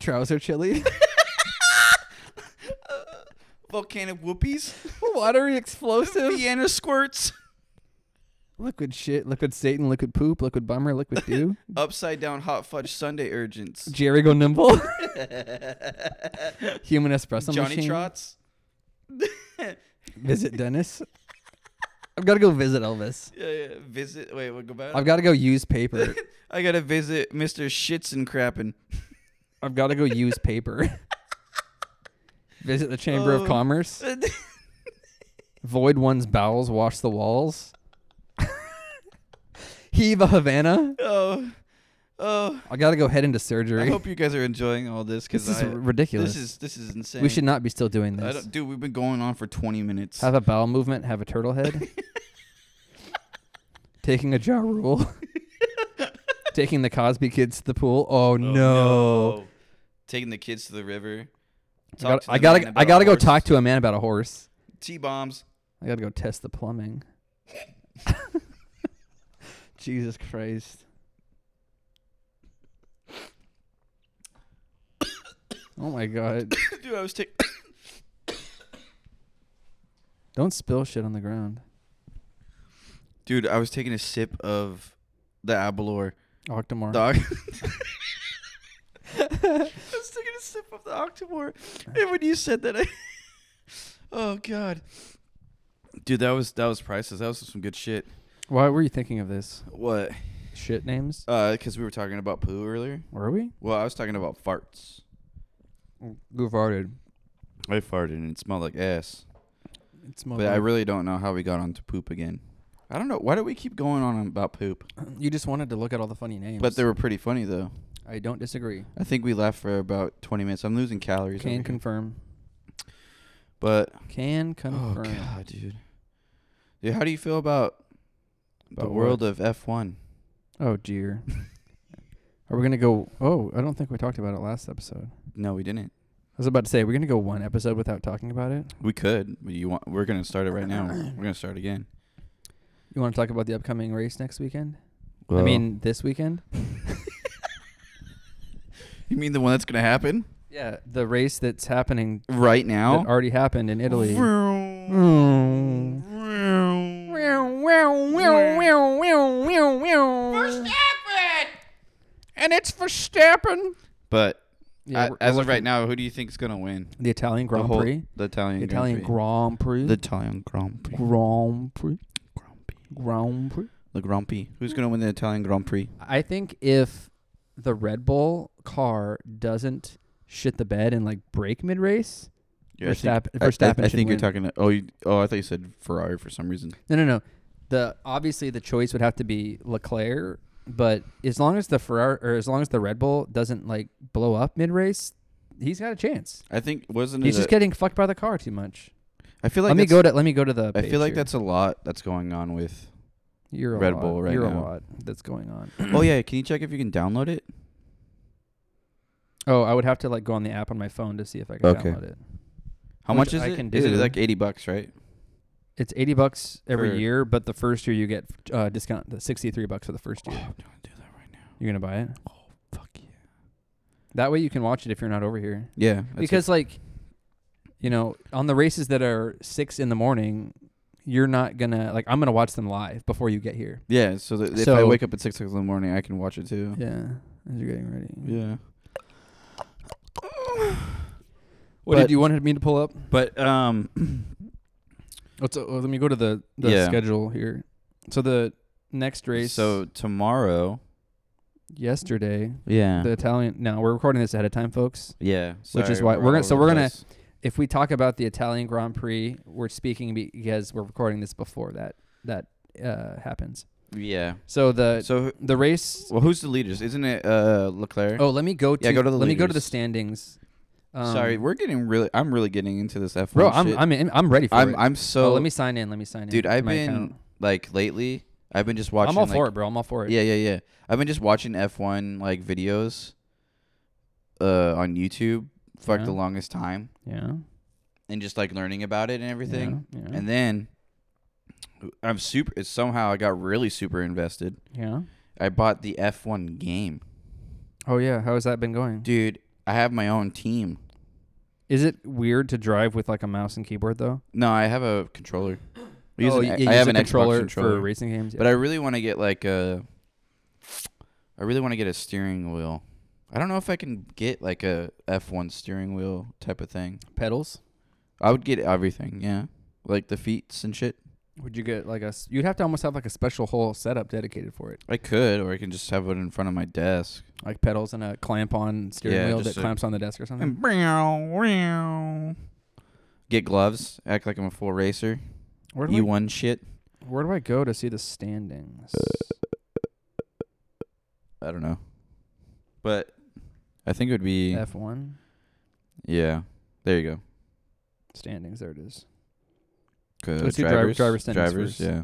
[SPEAKER 2] Trouser chili.
[SPEAKER 1] Volcanic whoopies,
[SPEAKER 2] Watery explosive.
[SPEAKER 1] Vienna squirts,
[SPEAKER 2] Liquid shit. Liquid Satan. Liquid poop. Liquid bummer. Liquid dew.
[SPEAKER 1] upside down hot fudge Sunday urgents,
[SPEAKER 2] Jerry go nimble. Human espresso
[SPEAKER 1] Johnny
[SPEAKER 2] machine.
[SPEAKER 1] Trots.
[SPEAKER 2] Visit Dennis. I've got to go visit Elvis.
[SPEAKER 1] Yeah, yeah. Visit. Wait, we'll go back.
[SPEAKER 2] I've got to go use paper.
[SPEAKER 1] I gotta visit Mr. Shits and Crappin.
[SPEAKER 2] I've got to go use paper. Visit the Chamber of
[SPEAKER 1] Oh.
[SPEAKER 2] Commerce. Void one's bowels. Wash the walls. Heave a Havana.
[SPEAKER 1] Oh, Oh,
[SPEAKER 2] I gotta go head into
[SPEAKER 1] I
[SPEAKER 2] surgery.
[SPEAKER 1] hope you guys are enjoying all this because
[SPEAKER 2] this is
[SPEAKER 1] Oh, this,
[SPEAKER 2] ridiculous.
[SPEAKER 1] this is this is insane.
[SPEAKER 2] we should not be still doing
[SPEAKER 1] I
[SPEAKER 2] this.
[SPEAKER 1] don't, dude, we've been going on for 20 minutes.
[SPEAKER 2] Have a bowel movement. Have a turtle head. Taking a jaw rule. Taking the Cosby kids to the pool. Oh,
[SPEAKER 1] Oh,
[SPEAKER 2] no.
[SPEAKER 1] no. Taking the kids to the river.
[SPEAKER 2] I gotta, I gotta, I gotta go talk to a man about a horse.
[SPEAKER 1] T bombs.
[SPEAKER 2] I gotta go test the plumbing. Jesus Christ. Oh my god.
[SPEAKER 1] Dude, I was taking.
[SPEAKER 2] Don't spill shit on the ground.
[SPEAKER 1] Dude, I was taking a sip of the abalor.
[SPEAKER 2] Octomore.
[SPEAKER 1] Dog. I was taking a sip of the Octomore, and when you said that, I. Oh God. Dude, that was that was priceless. That was some good shit.
[SPEAKER 2] Why were you thinking of this?
[SPEAKER 1] What?
[SPEAKER 2] Shit names?
[SPEAKER 1] Uh, because we were talking about poo earlier.
[SPEAKER 2] Were we?
[SPEAKER 1] Well, I was talking about farts.
[SPEAKER 2] You farted.
[SPEAKER 1] I farted and it smelled like ass.
[SPEAKER 2] It's
[SPEAKER 1] But I really don't know how we got onto poop again. I don't know. Why do we keep going on about poop?
[SPEAKER 2] you just wanted to look at all the funny names.
[SPEAKER 1] But they were pretty funny though.
[SPEAKER 2] I don't disagree.
[SPEAKER 1] I think we laughed for about twenty minutes. I'm losing calories. over
[SPEAKER 2] Can
[SPEAKER 1] here.
[SPEAKER 2] confirm.
[SPEAKER 1] but
[SPEAKER 2] Can confirm.
[SPEAKER 1] Oh god, dude. Dude, how do you feel about the
[SPEAKER 2] About what?
[SPEAKER 1] world of F one?
[SPEAKER 2] Oh dear. Are we gonna go? Oh, I don't think we talked about it last episode. I
[SPEAKER 1] No, we didn't.
[SPEAKER 2] was about to say we're gonna go one episode without talking about it.
[SPEAKER 1] We could. But you want? We're gonna start it right now. We're gonna start again.
[SPEAKER 2] You want to talk about the upcoming race next weekend? I mean, this weekend.
[SPEAKER 1] you mean the one that's gonna happen
[SPEAKER 2] Yeah, the race that's happening
[SPEAKER 1] right now?
[SPEAKER 2] that already happened in Italy.
[SPEAKER 1] Vroom,
[SPEAKER 2] Mm.
[SPEAKER 1] vroom.
[SPEAKER 2] And it's Verstappen.
[SPEAKER 1] But
[SPEAKER 2] Yeah,
[SPEAKER 1] I-
[SPEAKER 2] we're-
[SPEAKER 1] uh, as
[SPEAKER 2] we're
[SPEAKER 1] of right now, who do you think's gonna win?
[SPEAKER 2] the Italian Grand
[SPEAKER 1] the whole-
[SPEAKER 2] Prix,
[SPEAKER 1] the Italian,
[SPEAKER 2] the Italian
[SPEAKER 1] Grand
[SPEAKER 2] Grand Prix,
[SPEAKER 1] Prix. the Italian Grand Prix.
[SPEAKER 2] Grand Prix,
[SPEAKER 1] Grand Prix.
[SPEAKER 2] Grand Prix.
[SPEAKER 1] The Grand Prix. Who's gonna win the Italian Grand Prix?
[SPEAKER 2] I think if the Red Bull car doesn't shit the bed and like break mid race,
[SPEAKER 1] Yeah, I think,
[SPEAKER 2] Verstappen,
[SPEAKER 1] I- I-
[SPEAKER 2] Verstappen
[SPEAKER 1] I
[SPEAKER 2] should
[SPEAKER 1] think
[SPEAKER 2] win.
[SPEAKER 1] you're talking. To, oh, you, oh, I thought you said Ferrari for some reason.
[SPEAKER 2] No, no, no. The obviously the choice would have to be Leclerc, but as long as the Ferrari or as long as the Red Bull doesn't like blow up mid race, he's got a chance.
[SPEAKER 1] I think wasn't
[SPEAKER 2] He's
[SPEAKER 1] it?
[SPEAKER 2] just
[SPEAKER 1] a-
[SPEAKER 2] getting fucked by the car too much.
[SPEAKER 1] I feel like
[SPEAKER 2] let me
[SPEAKER 1] that's-
[SPEAKER 2] go to let me go to the.
[SPEAKER 1] I
[SPEAKER 2] page
[SPEAKER 1] feel like
[SPEAKER 2] here.
[SPEAKER 1] that's a lot that's going on with.
[SPEAKER 2] You're a
[SPEAKER 1] Red
[SPEAKER 2] lot.
[SPEAKER 1] Bull right
[SPEAKER 2] You're
[SPEAKER 1] now.
[SPEAKER 2] a lot that's going on.
[SPEAKER 1] oh yeah, can you check if you can download it?
[SPEAKER 2] Oh, I would have to like go on the app on my phone to see if I can
[SPEAKER 1] Okay.
[SPEAKER 2] download it.
[SPEAKER 1] How
[SPEAKER 2] Which
[SPEAKER 1] much is
[SPEAKER 2] I
[SPEAKER 1] it?
[SPEAKER 2] can
[SPEAKER 1] Is it
[SPEAKER 2] do.
[SPEAKER 1] like eighty bucks, right?
[SPEAKER 2] It's eighty bucks every
[SPEAKER 1] For-
[SPEAKER 2] year, but the first year you get uh, discount the sixty three bucks for the first year.
[SPEAKER 1] I'm gonna do that right now.
[SPEAKER 2] You're gonna buy it.
[SPEAKER 1] Fuck yeah.
[SPEAKER 2] That way you can watch it if you're not over here.
[SPEAKER 1] Yeah, that's
[SPEAKER 2] because like, you know, on the races that are six in the morning, you're not gonna like. I'm gonna watch them live before you get here.
[SPEAKER 1] it. yeah. So that if I
[SPEAKER 2] So-
[SPEAKER 1] wake up at six o'clock in the morning, I can watch it too.
[SPEAKER 2] Yeah, as you're getting ready.
[SPEAKER 1] Yeah. But-
[SPEAKER 2] What did you want me to pull up?
[SPEAKER 1] But um,
[SPEAKER 2] Let's, uh, let me go to the the
[SPEAKER 1] Yeah.
[SPEAKER 2] schedule here. So the next race.
[SPEAKER 1] So tomorrow.
[SPEAKER 2] yesterday,
[SPEAKER 1] Yeah.
[SPEAKER 2] the Italian. No, we're recording this ahead of time, folks.
[SPEAKER 1] yeah.
[SPEAKER 2] Which is
[SPEAKER 1] sorry,
[SPEAKER 2] why- we're
[SPEAKER 1] all
[SPEAKER 2] gonna- so
[SPEAKER 1] over
[SPEAKER 2] we're
[SPEAKER 1] the
[SPEAKER 2] gonna-
[SPEAKER 1] place.
[SPEAKER 2] if we talk about the Italian Grand Prix, we're speaking be- because we're recording this before that that uh, happens.
[SPEAKER 1] Yeah.
[SPEAKER 2] So the
[SPEAKER 1] So
[SPEAKER 2] the race.
[SPEAKER 1] well, who's the leaders? Isn't it uh Leclerc?
[SPEAKER 2] Oh, let me go to
[SPEAKER 1] Yeah, go to the
[SPEAKER 2] let me go to the
[SPEAKER 1] leaders.
[SPEAKER 2] standings. Um,
[SPEAKER 1] sorry, we're getting really. I'm really getting into this F1
[SPEAKER 2] bro, I'm
[SPEAKER 1] shit.
[SPEAKER 2] I'm in, I'm ready for
[SPEAKER 1] I'm
[SPEAKER 2] it.
[SPEAKER 1] I'm so
[SPEAKER 2] oh, let me sign in. Let me sign in,
[SPEAKER 1] dude.
[SPEAKER 2] to
[SPEAKER 1] I've
[SPEAKER 2] my
[SPEAKER 1] been
[SPEAKER 2] account.
[SPEAKER 1] like lately. I've been just watching.
[SPEAKER 2] I'm all
[SPEAKER 1] like,
[SPEAKER 2] for it, bro. I'm all for it.
[SPEAKER 1] Yeah, yeah, yeah. I've been just watching F1 like videos, uh, on YouTube for like the
[SPEAKER 2] Yeah.
[SPEAKER 1] longest time,
[SPEAKER 2] yeah,
[SPEAKER 1] and just like learning about it and everything.
[SPEAKER 2] Yeah, yeah.
[SPEAKER 1] And then I'm super. Somehow I got really super invested.
[SPEAKER 2] yeah.
[SPEAKER 1] I bought the F1 game,
[SPEAKER 2] Oh yeah, how has that been going?
[SPEAKER 1] dude. I have my own team.
[SPEAKER 2] Is it weird to drive with like a mouse and keyboard though?
[SPEAKER 1] No, I have a controller. I
[SPEAKER 2] oh,
[SPEAKER 1] an-
[SPEAKER 2] you-
[SPEAKER 1] I
[SPEAKER 2] you
[SPEAKER 1] have
[SPEAKER 2] use a
[SPEAKER 1] an Xbox
[SPEAKER 2] controller,
[SPEAKER 1] controller.
[SPEAKER 2] for racing games.
[SPEAKER 1] But I really want to get like a. I really want to get a steering wheel. I don't know if I can get like a F1 steering wheel type of thing.
[SPEAKER 2] pedals?
[SPEAKER 1] I would get everything, yeah, like the feet and shit.
[SPEAKER 2] Would you get like a? s- You'd have to almost have like a special whole setup dedicated for it.
[SPEAKER 1] I could, or I can just have it in front of my desk.
[SPEAKER 2] like pedals and a clamp on steering
[SPEAKER 1] Yeah,
[SPEAKER 2] wheel
[SPEAKER 1] just
[SPEAKER 2] that
[SPEAKER 1] a-
[SPEAKER 2] clamps on the desk or something.
[SPEAKER 1] And meow, meow. Get gloves. Act like I'm a full racer.
[SPEAKER 2] Where do,
[SPEAKER 1] You
[SPEAKER 2] I,
[SPEAKER 1] won shit. Uh,
[SPEAKER 2] where do I go to see the standings?
[SPEAKER 1] I don't know. But I think it would be
[SPEAKER 2] F one
[SPEAKER 1] yeah. There you go.
[SPEAKER 2] standings. There it is.
[SPEAKER 1] 'Cause
[SPEAKER 2] Let's do driver-
[SPEAKER 1] drivers,
[SPEAKER 2] driver standings
[SPEAKER 1] drivers,
[SPEAKER 2] first.
[SPEAKER 1] yeah.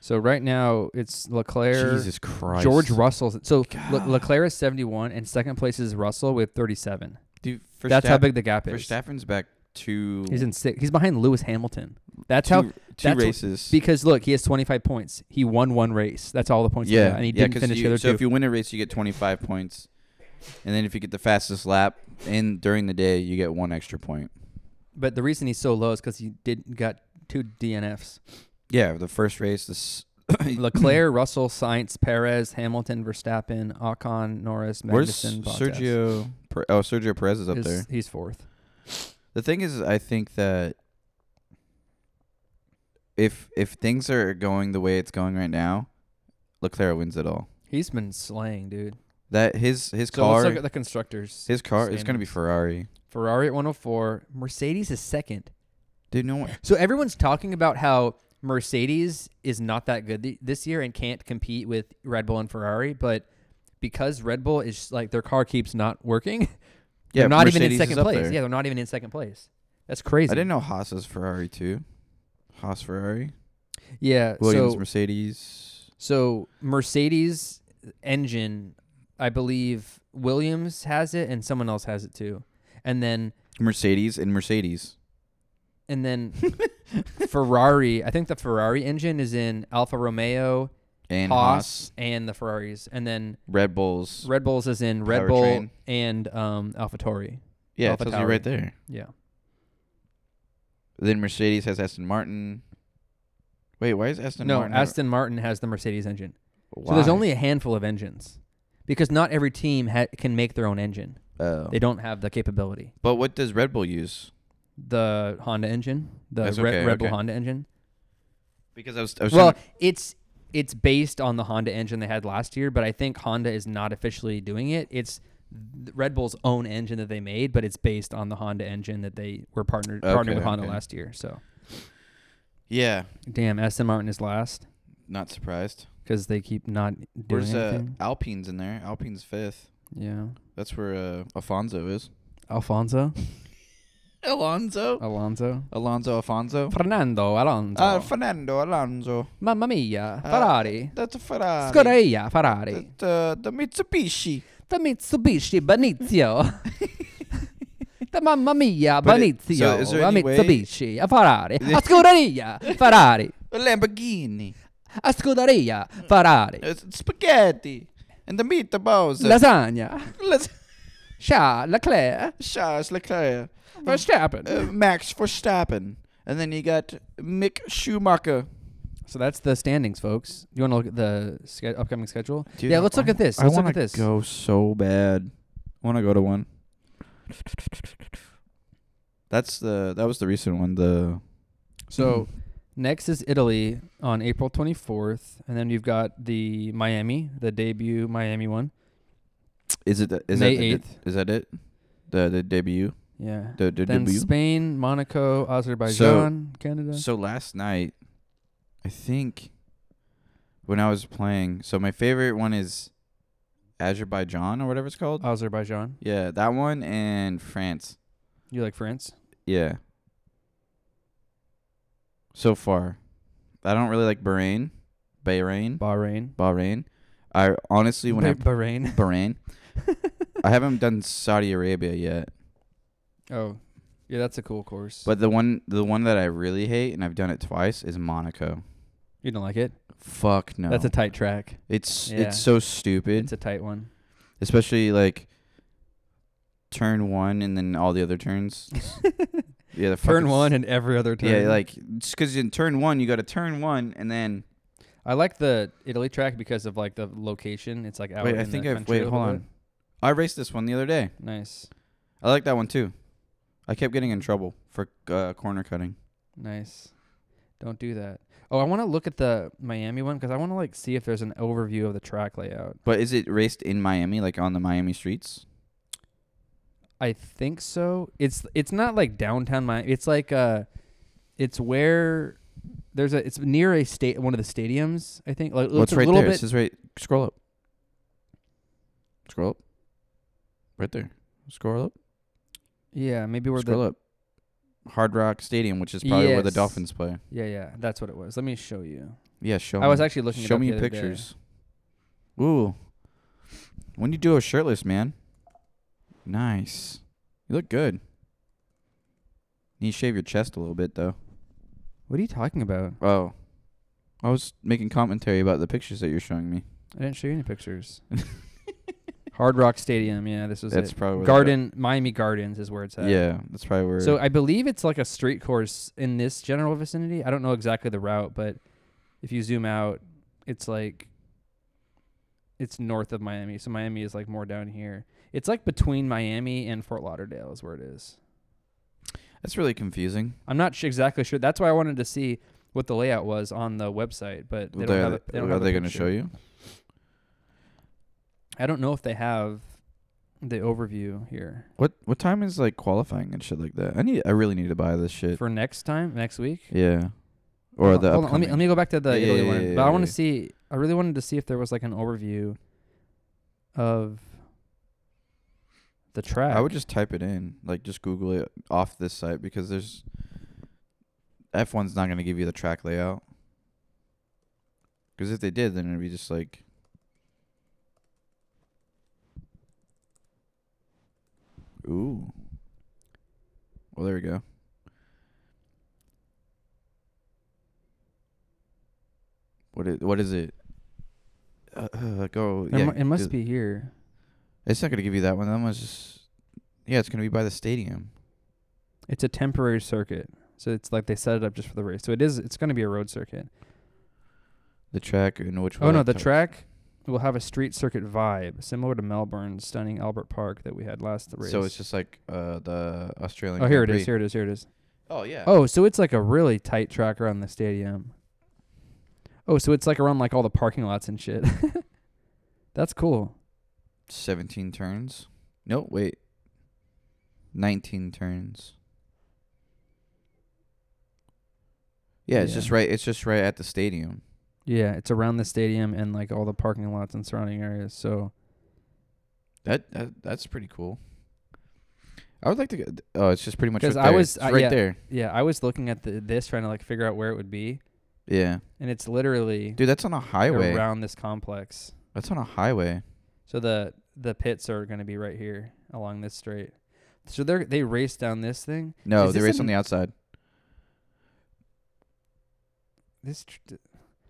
[SPEAKER 2] So right now it's Leclerc,
[SPEAKER 1] Jesus Christ,
[SPEAKER 2] George Russell. So Le-
[SPEAKER 1] God.
[SPEAKER 2] Leclerc is seventy one, and second place is Russell with thirty seven.
[SPEAKER 1] Dude,
[SPEAKER 2] That's how
[SPEAKER 1] Verstappen-
[SPEAKER 2] big the gap is.
[SPEAKER 1] Verstappen's back two.
[SPEAKER 2] He's in six. He's behind Lewis Hamilton. That's
[SPEAKER 1] two,
[SPEAKER 2] how
[SPEAKER 1] two
[SPEAKER 2] that's what-
[SPEAKER 1] races.
[SPEAKER 2] because look, he has 25 points. He won one race. That's all the points. he got,
[SPEAKER 1] yeah,
[SPEAKER 2] and he
[SPEAKER 1] yeah,
[SPEAKER 2] didn't
[SPEAKER 1] 'cause
[SPEAKER 2] finish
[SPEAKER 1] you-
[SPEAKER 2] the other
[SPEAKER 1] so
[SPEAKER 2] two.
[SPEAKER 1] if you win a race, you get twenty five points, and then if you get the fastest lap in during the day, you get one extra point.
[SPEAKER 2] but the reason he's so low is because he did got two DNFs.
[SPEAKER 1] Yeah, the first race, this
[SPEAKER 2] Leclerc, Russell, Sainz, Perez, Hamilton, Verstappen, Ocon, Norris,
[SPEAKER 1] where's
[SPEAKER 2] Magnussen, Bottas.
[SPEAKER 1] Sergio? Per, oh, Sergio Perez is up
[SPEAKER 2] Is-
[SPEAKER 1] there.
[SPEAKER 2] He's fourth.
[SPEAKER 1] The thing is, I think that if if things are going the way it's going right now, Leclerc wins it all.
[SPEAKER 2] He's been slaying, dude.
[SPEAKER 1] That his his
[SPEAKER 2] So
[SPEAKER 1] car
[SPEAKER 2] let's look at the constructors.
[SPEAKER 1] his car is going to be
[SPEAKER 2] standings.
[SPEAKER 1] Ferrari.
[SPEAKER 2] Ferrari at 104. Mercedes is second.
[SPEAKER 1] Dude, no one.
[SPEAKER 2] So everyone's talking about how Mercedes is not that good th- this year and can't compete with Red Bull and Ferrari, but because Red Bull is like their car keeps not working,
[SPEAKER 1] Yeah,
[SPEAKER 2] they're not even in
[SPEAKER 1] Mercedes is
[SPEAKER 2] second
[SPEAKER 1] up
[SPEAKER 2] place.
[SPEAKER 1] there.
[SPEAKER 2] Yeah, they're not even in second place. That's crazy.
[SPEAKER 1] I didn't know Haas is Ferrari too. Haas Ferrari.
[SPEAKER 2] Yeah.
[SPEAKER 1] Williams
[SPEAKER 2] so
[SPEAKER 1] Mercedes.
[SPEAKER 2] so Mercedes engine, I believe Williams has it and someone else has it too, and then
[SPEAKER 1] Mercedes and Mercedes.
[SPEAKER 2] and then Ferrari. I think the Ferrari engine is in Alfa Romeo,
[SPEAKER 1] And Haas.
[SPEAKER 2] Haas, and the Ferraris, and then
[SPEAKER 1] Red Bulls.
[SPEAKER 2] Red Bulls is in Red Bull
[SPEAKER 1] Powertrain.
[SPEAKER 2] and um, AlphaTauri.
[SPEAKER 1] yeah, it
[SPEAKER 2] Alpha
[SPEAKER 1] tells you right
[SPEAKER 2] Tauri.
[SPEAKER 1] there.
[SPEAKER 2] Yeah,
[SPEAKER 1] Then Mercedes has Aston Martin. Wait, why is Aston
[SPEAKER 2] no,
[SPEAKER 1] Martin?
[SPEAKER 2] Aston Martin has the Mercedes engine.
[SPEAKER 1] why?
[SPEAKER 2] So there's only a handful of engines because not every team ha- can make their own engine.
[SPEAKER 1] Oh.
[SPEAKER 2] They don't have the capability.
[SPEAKER 1] But what does Red Bull use?
[SPEAKER 2] The Honda engine, the
[SPEAKER 1] That's
[SPEAKER 2] Re-
[SPEAKER 1] okay,
[SPEAKER 2] Red Bull
[SPEAKER 1] okay.
[SPEAKER 2] Honda engine.
[SPEAKER 1] Because I was, I was
[SPEAKER 2] Well,
[SPEAKER 1] trying
[SPEAKER 2] it's it's based on the Honda engine they had last year, but I think Honda is not officially doing it. It's th- Red Bull's own engine that they made, but it's based on the Honda engine that they were partnered partnered
[SPEAKER 1] Okay,
[SPEAKER 2] with Honda
[SPEAKER 1] okay.
[SPEAKER 2] last year. So,
[SPEAKER 1] to- yeah,
[SPEAKER 2] damn, Aston Martin is last.
[SPEAKER 1] not surprised.
[SPEAKER 2] because they keep not doing
[SPEAKER 1] Where's uh,
[SPEAKER 2] anything.
[SPEAKER 1] Alpine's in there? Alpine's fifth.
[SPEAKER 2] yeah,
[SPEAKER 1] That's where uh, Alfonso is.
[SPEAKER 2] Alfonso,
[SPEAKER 1] Alonso.
[SPEAKER 2] Alonso,
[SPEAKER 1] Alonso Alfonso.
[SPEAKER 2] Fernando Alonso,
[SPEAKER 1] Uh, Fernando Alonso.
[SPEAKER 2] Mamma Mia,
[SPEAKER 1] uh,
[SPEAKER 2] Ferrari,
[SPEAKER 1] That's a Ferrari.
[SPEAKER 2] Scuderia Ferrari,
[SPEAKER 1] The, the, the Mitsubishi.
[SPEAKER 2] the Mitsubishi Benizio, the Mamma Mia
[SPEAKER 1] But it-
[SPEAKER 2] Benizio,
[SPEAKER 1] so is there
[SPEAKER 2] a
[SPEAKER 1] any way-
[SPEAKER 2] Mitsubishi, a Ferrari, a Scuderia Ferrari,
[SPEAKER 1] A Lamborghini.
[SPEAKER 2] a Scuderia Ferrari,
[SPEAKER 1] It's spaghetti. And the meatballs.
[SPEAKER 2] lasagna,
[SPEAKER 1] Let's
[SPEAKER 2] Charles Leclerc,
[SPEAKER 1] Uh, Charles Leclerc. Uh,
[SPEAKER 2] Verstappen.
[SPEAKER 1] Max Verstappen. And then you got Mick Schumacher.
[SPEAKER 2] So that's the standings, folks. You want to look at the ske- upcoming schedule? yeah, let's look at this.
[SPEAKER 1] I
[SPEAKER 2] Let's look
[SPEAKER 1] want
[SPEAKER 2] at
[SPEAKER 1] to
[SPEAKER 2] this.
[SPEAKER 1] go so bad. I want to go to one. That's the that was the recent one. The Hmm.
[SPEAKER 2] So next is Italy on April 24th, and then you've got the Miami, the debut Miami one.
[SPEAKER 1] is it the- is
[SPEAKER 2] May
[SPEAKER 1] that the-
[SPEAKER 2] 8th.
[SPEAKER 1] is that it? The the debut
[SPEAKER 2] Yeah.
[SPEAKER 1] the, the
[SPEAKER 2] then
[SPEAKER 1] debut.
[SPEAKER 2] Spain, Monaco, Azerbaijan, Canada.
[SPEAKER 1] So last night, I think when I was playing, so my favorite one is Azerbaijan or whatever it's
[SPEAKER 2] Uh,
[SPEAKER 1] called.
[SPEAKER 2] Azerbaijan.
[SPEAKER 1] yeah, that one and France.
[SPEAKER 2] You like France?
[SPEAKER 1] Yeah. So far, I don't really like Bahrain, Bahrain,
[SPEAKER 2] Bahrain.
[SPEAKER 1] Bahrain. I honestly when I
[SPEAKER 2] Bah- Bahrain.
[SPEAKER 1] Bahrain, I haven't done Saudi Arabia yet.
[SPEAKER 2] Oh. Yeah, that's a cool course.
[SPEAKER 1] But the one the one that I really hate and I've done it twice is Monaco.
[SPEAKER 2] you don't like it?
[SPEAKER 1] Fuck no.
[SPEAKER 2] That's a tight track.
[SPEAKER 1] It's
[SPEAKER 2] Yeah.
[SPEAKER 1] it's so stupid,
[SPEAKER 2] It's a tight one.
[SPEAKER 1] especially like turn one and then all the other turns. yeah, the
[SPEAKER 2] Turn
[SPEAKER 1] fucking
[SPEAKER 2] one
[SPEAKER 1] s-
[SPEAKER 2] and every other turn.
[SPEAKER 1] Yeah, like because in turn one you got to turn one and then
[SPEAKER 2] I like the Italy track because of like the location. It's like out
[SPEAKER 1] wait.
[SPEAKER 2] in
[SPEAKER 1] I
[SPEAKER 2] the
[SPEAKER 1] think I've
[SPEAKER 2] country a
[SPEAKER 1] wait.
[SPEAKER 2] little
[SPEAKER 1] Hold on.
[SPEAKER 2] bit.
[SPEAKER 1] I raced this one the other day.
[SPEAKER 2] Nice,
[SPEAKER 1] I like that one too. I kept getting in trouble for uh, corner cutting.
[SPEAKER 2] nice. Don't do that. Oh, I want to look at the Miami one because I want to like see if there's an overview of the track layout.
[SPEAKER 1] But is it raced in Miami, like on the Miami streets?
[SPEAKER 2] I think so. It's it's not like downtown Miami. It's like uh, it's where there's a it's near a state one of the stadiums. I think like
[SPEAKER 1] What's
[SPEAKER 2] it's a
[SPEAKER 1] right
[SPEAKER 2] little
[SPEAKER 1] there? It
[SPEAKER 2] bit.
[SPEAKER 1] says right. Scroll up. Scroll up. Right there. Scroll up.
[SPEAKER 2] Yeah, maybe where
[SPEAKER 1] Scroll
[SPEAKER 2] the
[SPEAKER 1] up. Hard Rock Stadium, which is probably where the
[SPEAKER 2] Yes.
[SPEAKER 1] Dolphins play.
[SPEAKER 2] yeah yeah that's what it was. Let me show you.
[SPEAKER 1] Yeah, show.
[SPEAKER 2] I was
[SPEAKER 1] me.
[SPEAKER 2] actually looking. it
[SPEAKER 1] Show
[SPEAKER 2] up
[SPEAKER 1] me
[SPEAKER 2] the other day.
[SPEAKER 1] pictures. Ooh. When you do a shirtless, man. Nice. You look good. Need to shave your chest a little bit though.
[SPEAKER 2] What are you talking about?
[SPEAKER 1] Oh. I was making commentary about the pictures that you're showing me.
[SPEAKER 2] I didn't show you any pictures. Hard Rock Stadium. Yeah, this was
[SPEAKER 1] that's
[SPEAKER 2] it.
[SPEAKER 1] probably where the Dol-
[SPEAKER 2] Garden Miami Gardens is where it's at.
[SPEAKER 1] Yeah, that's probably where.
[SPEAKER 2] So I believe it's like a street course in this general vicinity. I don't know exactly the route, but if you zoom out, it's like it's north of Miami. So Miami is like more down here. It's like between Miami and Fort Lauderdale is where it is.
[SPEAKER 1] that's really confusing.
[SPEAKER 2] I'm not sh- exactly sure. That's why I wanted to see what the layout was on the website, but they
[SPEAKER 1] Well,
[SPEAKER 2] don't
[SPEAKER 1] they're-
[SPEAKER 2] have. A, they don't
[SPEAKER 1] are
[SPEAKER 2] have a
[SPEAKER 1] they going to
[SPEAKER 2] picture.
[SPEAKER 1] show you?
[SPEAKER 2] I don't know if they have the overview here
[SPEAKER 1] What what time is like qualifying and shit like that? I need. I really need to buy this shit.
[SPEAKER 2] for next time next week.
[SPEAKER 1] yeah. Or
[SPEAKER 2] Oh, Hold
[SPEAKER 1] the
[SPEAKER 2] on- hold on, let me
[SPEAKER 1] upcoming-
[SPEAKER 2] let me go back to the
[SPEAKER 1] Yeah, yeah,
[SPEAKER 2] Italy
[SPEAKER 1] yeah,
[SPEAKER 2] one.
[SPEAKER 1] yeah,
[SPEAKER 2] but I
[SPEAKER 1] yeah,
[SPEAKER 2] want
[SPEAKER 1] yeah.
[SPEAKER 2] to see. I really wanted to see if there was like an overview of the track.
[SPEAKER 1] I would just type it in, like just Google it off this site because there's F1's not going to give you the track layout. Because if they did, then it'd be just like ooh. Well, there we go. What is, what is it? Uh, uh, go.
[SPEAKER 2] There
[SPEAKER 1] yeah,
[SPEAKER 2] mu- it must
[SPEAKER 1] just-
[SPEAKER 2] be here.
[SPEAKER 1] it's not gonna give you that one. That one's just yeah. It's gonna be by the stadium.
[SPEAKER 2] It's a temporary circuit, so it's like they set it up just for the race. So it is. It's going to be a road circuit.
[SPEAKER 1] The track and which
[SPEAKER 2] Oh
[SPEAKER 1] one
[SPEAKER 2] no,
[SPEAKER 1] it
[SPEAKER 2] the
[SPEAKER 1] touch.
[SPEAKER 2] track will have a street circuit vibe similar to Melbourne's stunning Albert Park that we had last race.
[SPEAKER 1] So it's just like uh the Australian.
[SPEAKER 2] oh here it
[SPEAKER 1] Grand
[SPEAKER 2] is.
[SPEAKER 1] Prix.
[SPEAKER 2] Here it is. Here it is.
[SPEAKER 1] Oh yeah.
[SPEAKER 2] Oh, so it's like a really tight track around the stadium. Oh, so it's like around like all the parking lots and shit. That's cool.
[SPEAKER 1] Seventeen turns. No wait. Nineteen turns. Yeah, it's
[SPEAKER 2] Yeah.
[SPEAKER 1] just right. It's just right at the stadium.
[SPEAKER 2] Yeah, it's around the stadium and like all the parking lots and surrounding areas. So
[SPEAKER 1] That, that that's pretty cool. I would like to. Get, oh, it's just pretty much.
[SPEAKER 2] 'Cause
[SPEAKER 1] Right
[SPEAKER 2] I
[SPEAKER 1] there.
[SPEAKER 2] was-
[SPEAKER 1] It's
[SPEAKER 2] uh,
[SPEAKER 1] right
[SPEAKER 2] yeah.
[SPEAKER 1] there.
[SPEAKER 2] yeah, I was looking at the, this trying to like figure out where it would be,
[SPEAKER 1] Yeah,
[SPEAKER 2] and it's literally
[SPEAKER 1] dude, that's on a highway.
[SPEAKER 2] around this complex.
[SPEAKER 1] That's on a highway.
[SPEAKER 2] So the the pits are going to be right here along this straight. So they are they race down this thing.
[SPEAKER 1] No,
[SPEAKER 2] Is
[SPEAKER 1] they
[SPEAKER 2] this
[SPEAKER 1] race
[SPEAKER 2] an-
[SPEAKER 1] on the outside.
[SPEAKER 2] This tr- it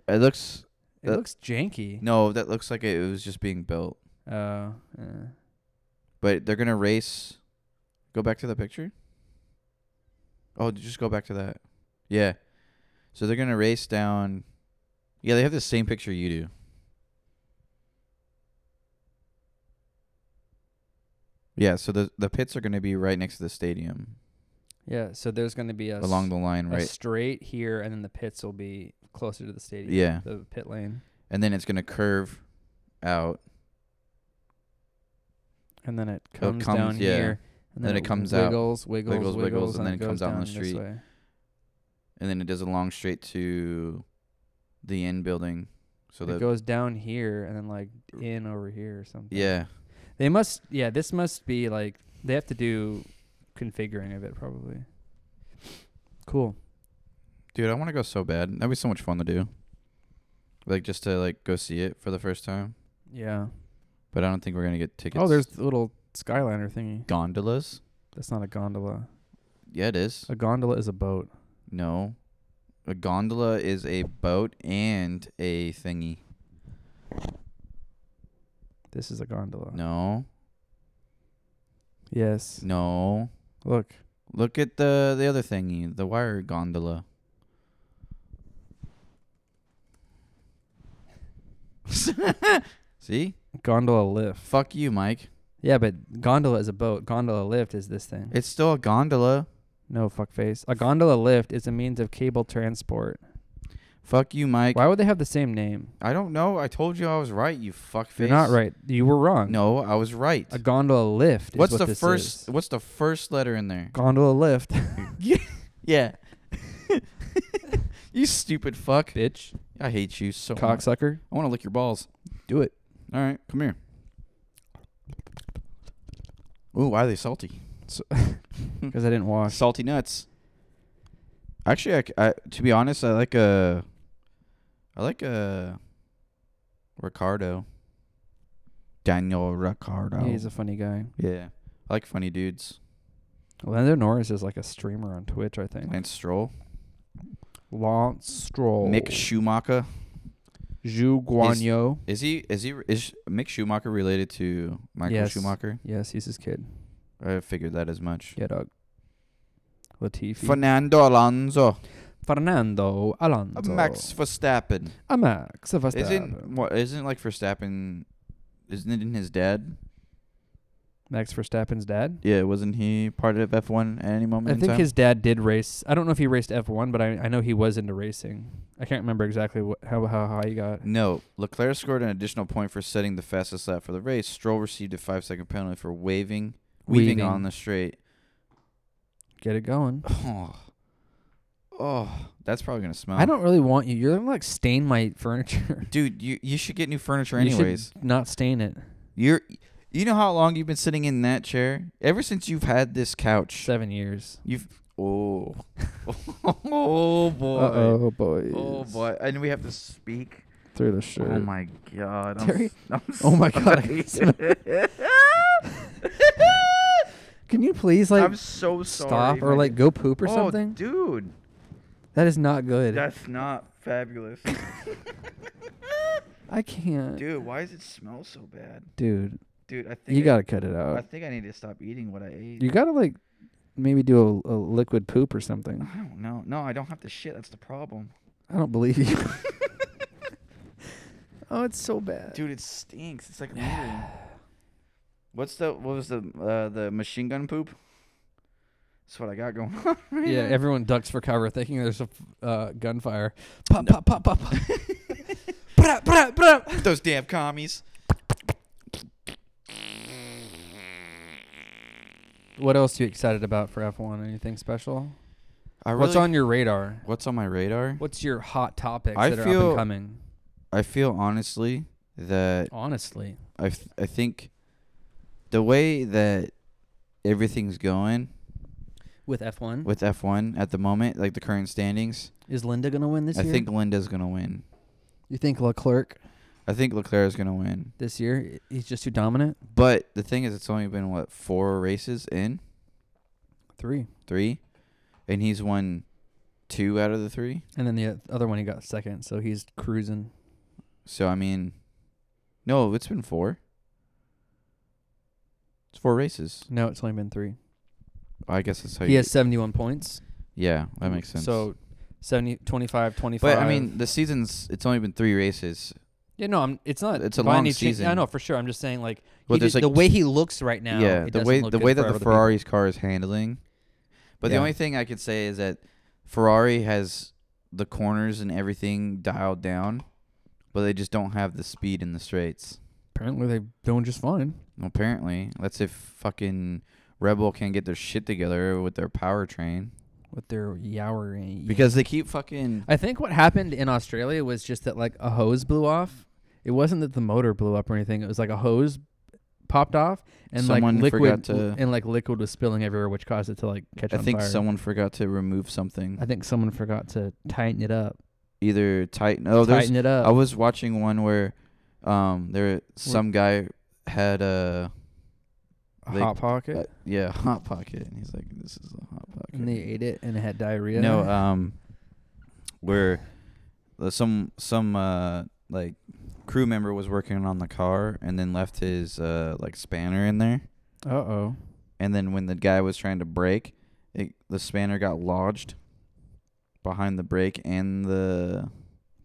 [SPEAKER 1] It looks Uh,
[SPEAKER 2] looks janky.
[SPEAKER 1] no, that looks like it, it was just being built.
[SPEAKER 2] Uh, uh,
[SPEAKER 1] But they're gonna race. Go back to the picture. Oh, just go back to that. Yeah. So they're gonna race down. Yeah, they have the same picture you do. Yeah, so the the pits are gonna be right next to the stadium,
[SPEAKER 2] yeah. So there's going to be a s-
[SPEAKER 1] along the line,
[SPEAKER 2] a
[SPEAKER 1] right?
[SPEAKER 2] straight here, and then the pits will be closer to the stadium.
[SPEAKER 1] Yeah.
[SPEAKER 2] the pit lane,
[SPEAKER 1] And then it's gonna curve out.
[SPEAKER 2] and then it comes,
[SPEAKER 1] comes-
[SPEAKER 2] down
[SPEAKER 1] yeah.
[SPEAKER 2] here, and
[SPEAKER 1] Then it comes out.
[SPEAKER 2] wiggles, wiggles,
[SPEAKER 1] Wiggles,
[SPEAKER 2] wiggles,
[SPEAKER 1] wiggles, and then
[SPEAKER 2] it
[SPEAKER 1] it comes
[SPEAKER 2] goes
[SPEAKER 1] out on the
[SPEAKER 2] down this
[SPEAKER 1] street.
[SPEAKER 2] way.
[SPEAKER 1] and then it does a long straight to the end building. So
[SPEAKER 2] it
[SPEAKER 1] that
[SPEAKER 2] goes down here, and then like in over here or something.
[SPEAKER 1] yeah,
[SPEAKER 2] they must. Yeah, this must be like they have to do configuring of it probably. Cool.
[SPEAKER 1] dude, I want to go so bad. That'd be so much fun to do. Like just to like go see it for the first time,
[SPEAKER 2] Yeah.
[SPEAKER 1] but I don't think we're gonna get tickets.
[SPEAKER 2] oh, there's the little skyliner thingy.
[SPEAKER 1] gondolas.
[SPEAKER 2] That's not a gondola.
[SPEAKER 1] Yeah, it is.
[SPEAKER 2] A gondola is a boat.
[SPEAKER 1] No, a gondola is a boat and a thingy.
[SPEAKER 2] This is a gondola.
[SPEAKER 1] No,
[SPEAKER 2] Yes.
[SPEAKER 1] no.
[SPEAKER 2] Look.
[SPEAKER 1] Look at the the other thingy, the wire gondola. see,
[SPEAKER 2] Gondola lift.
[SPEAKER 1] fuck you, Mike.
[SPEAKER 2] Yeah, but gondola is a boat. Gondola lift is this thing.
[SPEAKER 1] It's still a gondola.
[SPEAKER 2] no fuckface. A gondola lift is a means of cable transport.
[SPEAKER 1] Fuck you, Mike.
[SPEAKER 2] Why would they have the same name?
[SPEAKER 1] I don't know. I told you I was right. You fuckface.
[SPEAKER 2] You're not right. You were wrong.
[SPEAKER 1] No, I was right.
[SPEAKER 2] A gondola lift.
[SPEAKER 1] What's
[SPEAKER 2] is what
[SPEAKER 1] the
[SPEAKER 2] this
[SPEAKER 1] first?
[SPEAKER 2] is.
[SPEAKER 1] What's the first letter in there?
[SPEAKER 2] gondola lift?
[SPEAKER 1] Yeah. you stupid fuck.
[SPEAKER 2] Bitch,
[SPEAKER 1] I hate you so much.
[SPEAKER 2] cocksucker.
[SPEAKER 1] I want to lick your balls.
[SPEAKER 2] Do it.
[SPEAKER 1] All right, come here. Ooh, why are they salty?
[SPEAKER 4] because I didn't wash.
[SPEAKER 1] Salty nuts. Actually, I c I to be honest, I like a, I like a, Ricardo. Daniel Ricardo.
[SPEAKER 4] Yeah, he's a funny guy.
[SPEAKER 1] yeah, I like funny dudes.
[SPEAKER 4] Lando Norris is like a streamer on Twitch, I think.
[SPEAKER 1] Lance Stroll,
[SPEAKER 4] Lance
[SPEAKER 2] Oh.
[SPEAKER 4] Stroll,
[SPEAKER 1] Mick Schumacher.
[SPEAKER 4] Zhu Guanyo.
[SPEAKER 1] Is he? Is he? Is Mick Schumacher related to Michael
[SPEAKER 4] Yes.
[SPEAKER 1] Schumacher?
[SPEAKER 4] Yes, he's his kid.
[SPEAKER 1] I figured that as much.
[SPEAKER 4] Yeah, dog. Latifi.
[SPEAKER 1] Fernando Alonso,
[SPEAKER 4] Fernando Alonso.
[SPEAKER 1] Max Verstappen.
[SPEAKER 4] A Max Verstappen.
[SPEAKER 1] Isn't what? Isn't like Verstappen? Isn't it in his dad?
[SPEAKER 4] Max Verstappen's dad?
[SPEAKER 1] Yeah, wasn't he part of F one at any moment?
[SPEAKER 2] I
[SPEAKER 1] in
[SPEAKER 2] think
[SPEAKER 1] time?
[SPEAKER 2] his dad did race. I don't know if he raced F1, but I, I know he was into racing. I can't remember exactly what, how, how high he got.
[SPEAKER 1] No, Leclerc scored an additional point for setting the fastest lap for the race. Stroll received a five second penalty for waving, weaving,
[SPEAKER 4] Weaving.
[SPEAKER 1] on the straight.
[SPEAKER 4] Get it going.
[SPEAKER 1] Oh, oh, that's probably gonna smell.
[SPEAKER 2] I don't really want you. You're gonna like stain my furniture.
[SPEAKER 1] dude. You you should get new furniture
[SPEAKER 2] You should
[SPEAKER 1] anyways.
[SPEAKER 2] not stain it.
[SPEAKER 1] You're you know how long you've been sitting in that chair? Ever since you've had this couch.
[SPEAKER 2] Seven years.
[SPEAKER 1] You've oh. oh boy.
[SPEAKER 4] oh, boy.
[SPEAKER 1] Oh boy. And we have to speak.
[SPEAKER 4] Through the shirt.
[SPEAKER 1] Oh my god. I'm
[SPEAKER 4] Terry-
[SPEAKER 1] s- I'm
[SPEAKER 4] Oh my God, I
[SPEAKER 1] sorry.
[SPEAKER 4] can Can you please, like,
[SPEAKER 1] I'm so sorry.
[SPEAKER 4] stop or,
[SPEAKER 1] my
[SPEAKER 4] like,
[SPEAKER 1] g-
[SPEAKER 4] go poop or
[SPEAKER 1] oh,
[SPEAKER 4] something?
[SPEAKER 1] Dude,
[SPEAKER 4] That is not good.
[SPEAKER 1] that's not fabulous.
[SPEAKER 4] I can't. Dude,
[SPEAKER 1] dude, why does it smell so bad? Dude, I think
[SPEAKER 4] you
[SPEAKER 1] I-
[SPEAKER 4] got to cut it
[SPEAKER 1] I
[SPEAKER 4] out.
[SPEAKER 1] think I need to stop eating what I ate.
[SPEAKER 4] You got to, like, maybe do a, a liquid poop or something.
[SPEAKER 1] I don't know. No, I don't have to shit. That's the problem.
[SPEAKER 4] I don't believe you. oh, it's so bad.
[SPEAKER 1] Dude, it stinks. It's like a What's the what was the uh, the machine gun poop? That's what I got going on. Right
[SPEAKER 2] Yeah,
[SPEAKER 1] now.
[SPEAKER 2] everyone ducks for cover, thinking there's a f- uh, gunfire. Pop, pop, pop, pop, pop. Brap, brap, brap.
[SPEAKER 1] those damn commies.
[SPEAKER 2] What else are you excited about for F1? Anything special?
[SPEAKER 1] I
[SPEAKER 2] What's on your radar?
[SPEAKER 1] what's on my radar?
[SPEAKER 2] What's your hot topics
[SPEAKER 1] I
[SPEAKER 2] that are up
[SPEAKER 1] feel-
[SPEAKER 2] and coming?
[SPEAKER 1] I feel honestly that
[SPEAKER 2] Honestly,
[SPEAKER 1] I f- I think the way that everything's going
[SPEAKER 2] with F1,
[SPEAKER 1] with F1 at the moment, like the current standings,
[SPEAKER 2] is Linda gonna win this
[SPEAKER 1] I
[SPEAKER 2] year?
[SPEAKER 1] think Linda's gonna win.
[SPEAKER 2] you think Leclerc
[SPEAKER 1] I think Leclerc is gonna win.
[SPEAKER 2] this year i- he's just too dominant.
[SPEAKER 1] But the thing is, it's only been what four races in.
[SPEAKER 2] Three,
[SPEAKER 1] three, and he's won two out of the three.
[SPEAKER 2] and then the oth- other one he got second, so he's cruising.
[SPEAKER 1] So I mean, no, it's been four. It's four races.
[SPEAKER 2] No, it's only been three.
[SPEAKER 1] I guess that's how
[SPEAKER 2] He
[SPEAKER 1] you.
[SPEAKER 2] has 71 points.
[SPEAKER 1] yeah, that makes sense.
[SPEAKER 2] So 70, 25, 25.
[SPEAKER 1] but I mean, the season's it's only been three races.
[SPEAKER 2] Yeah, no, I'm. It's not.
[SPEAKER 1] It's a
[SPEAKER 2] by
[SPEAKER 1] long
[SPEAKER 2] any chan-
[SPEAKER 1] season.
[SPEAKER 2] I know for sure. I'm just saying, like,
[SPEAKER 1] Well,
[SPEAKER 2] he
[SPEAKER 1] there's,
[SPEAKER 2] did- the
[SPEAKER 1] like,
[SPEAKER 2] way he looks right now.
[SPEAKER 1] yeah,
[SPEAKER 2] it
[SPEAKER 1] the
[SPEAKER 2] doesn't
[SPEAKER 1] way
[SPEAKER 2] look
[SPEAKER 1] the
[SPEAKER 2] good
[SPEAKER 1] way
[SPEAKER 2] for
[SPEAKER 1] that the
[SPEAKER 2] other people.
[SPEAKER 1] Ferrari's car is handling. But the
[SPEAKER 2] Yeah.
[SPEAKER 1] only thing I could say is that Ferrari has the corners and everything dialed down, but they just don't have the speed in the straights.
[SPEAKER 2] Apparently, they're doing just fine.
[SPEAKER 1] Apparently, that's if fucking Rebel can get their shit together with their powertrain
[SPEAKER 2] With their yowering.
[SPEAKER 1] because they keep fucking.
[SPEAKER 2] I think what happened in Australia was just that like a hose blew off. It wasn't that the motor blew up or anything. It was like a hose popped off and
[SPEAKER 1] Someone
[SPEAKER 2] like
[SPEAKER 1] forgot
[SPEAKER 2] liquid
[SPEAKER 1] to-
[SPEAKER 2] and like liquid was spilling everywhere, which caused it to like catch
[SPEAKER 1] I
[SPEAKER 2] on
[SPEAKER 1] think
[SPEAKER 2] fire.
[SPEAKER 1] someone forgot to remove something.
[SPEAKER 2] I think someone forgot to tighten it up.
[SPEAKER 1] Either tighten. Oh, there's.
[SPEAKER 2] tighten it up.
[SPEAKER 1] I was watching one where, um, there some guy had a
[SPEAKER 2] A
[SPEAKER 1] they-
[SPEAKER 2] hot pocket.
[SPEAKER 1] uh, yeah hot pocket, and he's like, "This is a hot pocket."
[SPEAKER 2] and they ate it and it had diarrhea.
[SPEAKER 1] No, um, where the- some some uh like crew member was working on the car and then left his uh like spanner in there.
[SPEAKER 2] Uh oh.
[SPEAKER 1] and then when the guy was trying to brake, it, the spanner got lodged behind the brake and the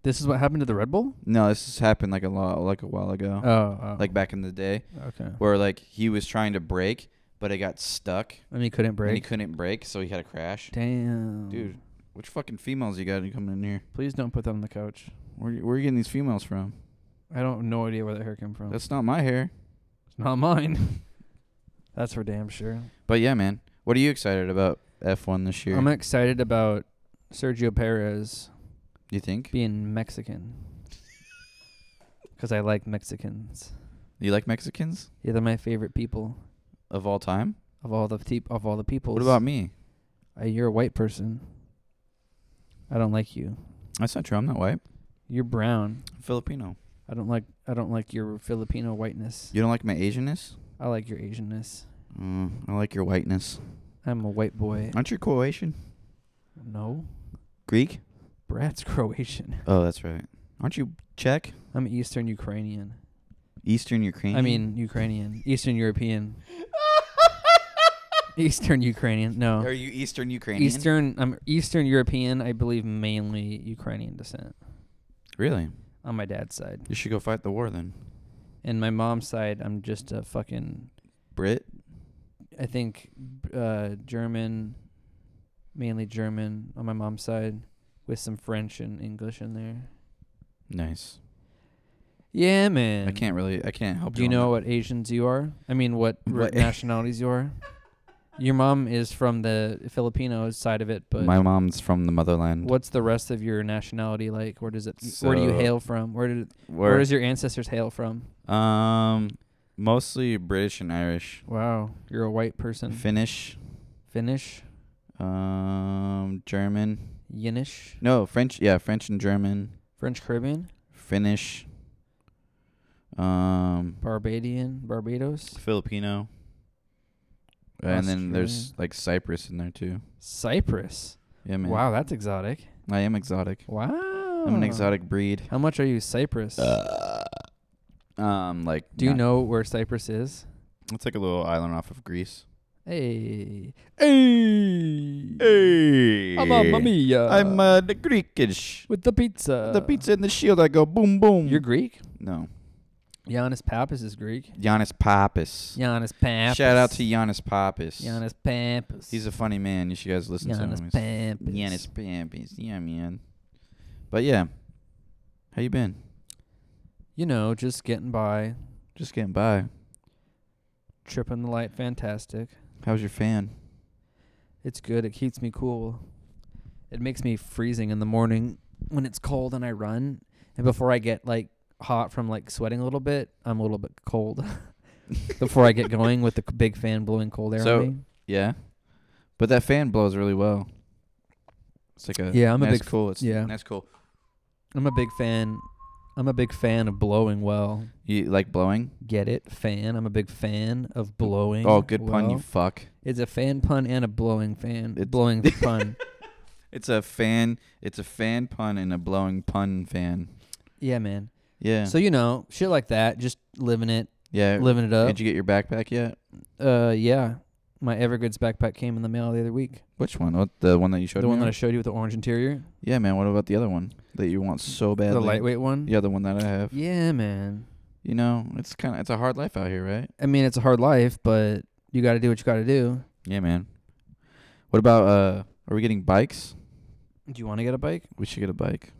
[SPEAKER 2] This is what happened to the Red Bull?
[SPEAKER 1] no. This has happened like a lot, like a while ago,
[SPEAKER 2] Oh, oh.
[SPEAKER 1] like back in the day,
[SPEAKER 2] okay.
[SPEAKER 1] where like he was trying to brake, but it got stuck
[SPEAKER 2] And he couldn't
[SPEAKER 1] and he
[SPEAKER 2] break.
[SPEAKER 1] couldn't brake, so he had a crash.
[SPEAKER 2] Damn.
[SPEAKER 1] Dude, which fucking females you got coming in here?
[SPEAKER 2] Please don't put that on the couch.
[SPEAKER 1] Where you- where are you getting these females from?
[SPEAKER 2] I don't no idea where that hair came from.
[SPEAKER 1] That's not my hair.
[SPEAKER 2] It's not mine. That's for damn sure.
[SPEAKER 1] But yeah, man, what are you excited about F1 this year?
[SPEAKER 2] I'm excited about Sergio Perez
[SPEAKER 1] you think
[SPEAKER 2] being Mexican. Because I like Mexicans.
[SPEAKER 1] you like Mexicans?
[SPEAKER 2] Yeah, they're my favorite people.
[SPEAKER 1] of all time?
[SPEAKER 2] of all the te- of all the people.
[SPEAKER 1] What about me?
[SPEAKER 2] Uh, you're a white person. I don't like you.
[SPEAKER 1] That's not true. I'm not white.
[SPEAKER 2] You're brown.
[SPEAKER 1] I'm Filipino.
[SPEAKER 2] I don't like I don't like your Filipino whiteness.
[SPEAKER 1] You don't like my Asianness?
[SPEAKER 2] I like your Asianness.
[SPEAKER 1] Mm, I like your whiteness.
[SPEAKER 2] I'm a white boy.
[SPEAKER 1] Aren't you Croatian?
[SPEAKER 2] No,
[SPEAKER 1] Greek?
[SPEAKER 2] Brat's Croatian.
[SPEAKER 1] Oh, that's right. Aren't you Czech?
[SPEAKER 2] I'm Eastern Ukrainian.
[SPEAKER 1] Eastern Ukrainian?
[SPEAKER 2] I mean Ukrainian, Eastern European, Eastern Ukrainian. No,
[SPEAKER 1] Are you Eastern Ukrainian?
[SPEAKER 2] Eastern. I'm Eastern European. I believe mainly Ukrainian descent
[SPEAKER 1] Really?
[SPEAKER 2] on my dad's side,
[SPEAKER 1] You should go fight the war then.
[SPEAKER 2] and my mom's side. I'm just a fucking.
[SPEAKER 1] Brit?
[SPEAKER 2] I think uh, German, mainly German on my mom's side, with some French and English in there.
[SPEAKER 1] Nice.
[SPEAKER 2] Yeah, man.
[SPEAKER 1] I can't really. I can't help
[SPEAKER 2] Do
[SPEAKER 1] you.
[SPEAKER 2] you
[SPEAKER 1] on
[SPEAKER 2] know
[SPEAKER 1] that.
[SPEAKER 2] what Asians you are? I mean, what, r-
[SPEAKER 1] What-
[SPEAKER 2] nationalities you are? Your mom is from the Filipino side of it, but
[SPEAKER 1] My mom's from the motherland.
[SPEAKER 2] what's the rest of your nationality like? Where does it? where do you
[SPEAKER 1] So-
[SPEAKER 2] hail from? Where did?
[SPEAKER 1] Where,
[SPEAKER 2] Where, does your ancestors hail from?
[SPEAKER 1] um, mostly British and Irish,
[SPEAKER 2] Wow, you're a white person.
[SPEAKER 1] Finnish,
[SPEAKER 2] Finnish,
[SPEAKER 1] um, German.
[SPEAKER 2] Yiddish,
[SPEAKER 1] No, French. Yeah, French and German,
[SPEAKER 2] French Caribbean,
[SPEAKER 1] Finnish. Um,
[SPEAKER 2] Barbadian, Barbados,
[SPEAKER 1] Filipino. And then there's like Cyprus in there too.
[SPEAKER 2] Cyprus.
[SPEAKER 1] Yeah, man.
[SPEAKER 2] Wow, Oh. that's exotic.
[SPEAKER 1] I am exotic.
[SPEAKER 2] Wow.
[SPEAKER 1] I'm an exotic breed.
[SPEAKER 2] How much are you Cyprus?
[SPEAKER 1] Um, like.
[SPEAKER 2] do you
[SPEAKER 1] not-
[SPEAKER 2] know where Cyprus is?
[SPEAKER 1] It's like a little island off of Greece.
[SPEAKER 2] Hey. Hey.
[SPEAKER 1] Hey.
[SPEAKER 2] I'm a mia.
[SPEAKER 1] I'm uh, the Greekish.
[SPEAKER 2] with the pizza.
[SPEAKER 1] the pizza and the shield. I go boom boom.
[SPEAKER 2] You're Greek?
[SPEAKER 1] no
[SPEAKER 2] Giannis Pappas is Greek.
[SPEAKER 1] Giannis Pappas.
[SPEAKER 2] Giannis Pappas.
[SPEAKER 1] Shout out to Giannis Pappas.
[SPEAKER 2] Giannis Pappas.
[SPEAKER 1] He's a funny man. You should guys listen to him.
[SPEAKER 2] Giannis
[SPEAKER 1] He's-
[SPEAKER 2] Pappas.
[SPEAKER 1] Giannis Pappas. Yeah, man. But yeah, how you been?
[SPEAKER 2] You know, just getting by,
[SPEAKER 1] Just getting by.
[SPEAKER 2] tripping the light, fantastic.
[SPEAKER 1] How's your fan?
[SPEAKER 2] It's good. It keeps me cool. It makes me freezing in the morning when it's cold and I run. And before I get like hot from like sweating a little bit, I'm a little bit cold before I get going with the c- big fan blowing cold air
[SPEAKER 1] So,
[SPEAKER 2] on me.
[SPEAKER 1] Yeah, but that fan blows really well. It's like a
[SPEAKER 2] Yeah, I'm a
[SPEAKER 1] uh, nice
[SPEAKER 2] big f-
[SPEAKER 1] cool. It's
[SPEAKER 2] yeah.
[SPEAKER 1] nice cool.
[SPEAKER 2] I'm a big fan. I'm a big fan of blowing well.
[SPEAKER 1] You like blowing?
[SPEAKER 2] Get it? Fan. I'm a big fan of blowing.
[SPEAKER 1] Oh, good pun, you
[SPEAKER 2] well.
[SPEAKER 1] fuck.
[SPEAKER 2] it's a fan pun and a blowing fan.
[SPEAKER 1] It's-
[SPEAKER 2] blowing pun.
[SPEAKER 1] It's a fan. It's a fan pun and a blowing pun fan.
[SPEAKER 2] Yeah, man.
[SPEAKER 1] Yeah.
[SPEAKER 2] So you know, shit like that, just living it,
[SPEAKER 1] yeah.
[SPEAKER 2] living it up.
[SPEAKER 1] Did you get your backpack yet?
[SPEAKER 2] Uh, yeah. My Evergoods backpack came in the mail the other week.
[SPEAKER 1] Which one? What, the one that you showed
[SPEAKER 2] the
[SPEAKER 1] me?
[SPEAKER 2] one that I
[SPEAKER 1] on?
[SPEAKER 2] showed you with the orange interior,
[SPEAKER 1] yeah, man. What about the other one that you want so badly?
[SPEAKER 2] the lightweight one.
[SPEAKER 1] Yeah, the one that I have.
[SPEAKER 2] Yeah, man.
[SPEAKER 1] You know, it's kind of it's a hard life out here, right?
[SPEAKER 2] I mean, it's a hard life, but you got to do what you got to do.
[SPEAKER 1] Yeah, man. What about uh? Are we getting bikes?
[SPEAKER 2] Do you want to get a bike?
[SPEAKER 1] We should get a bike.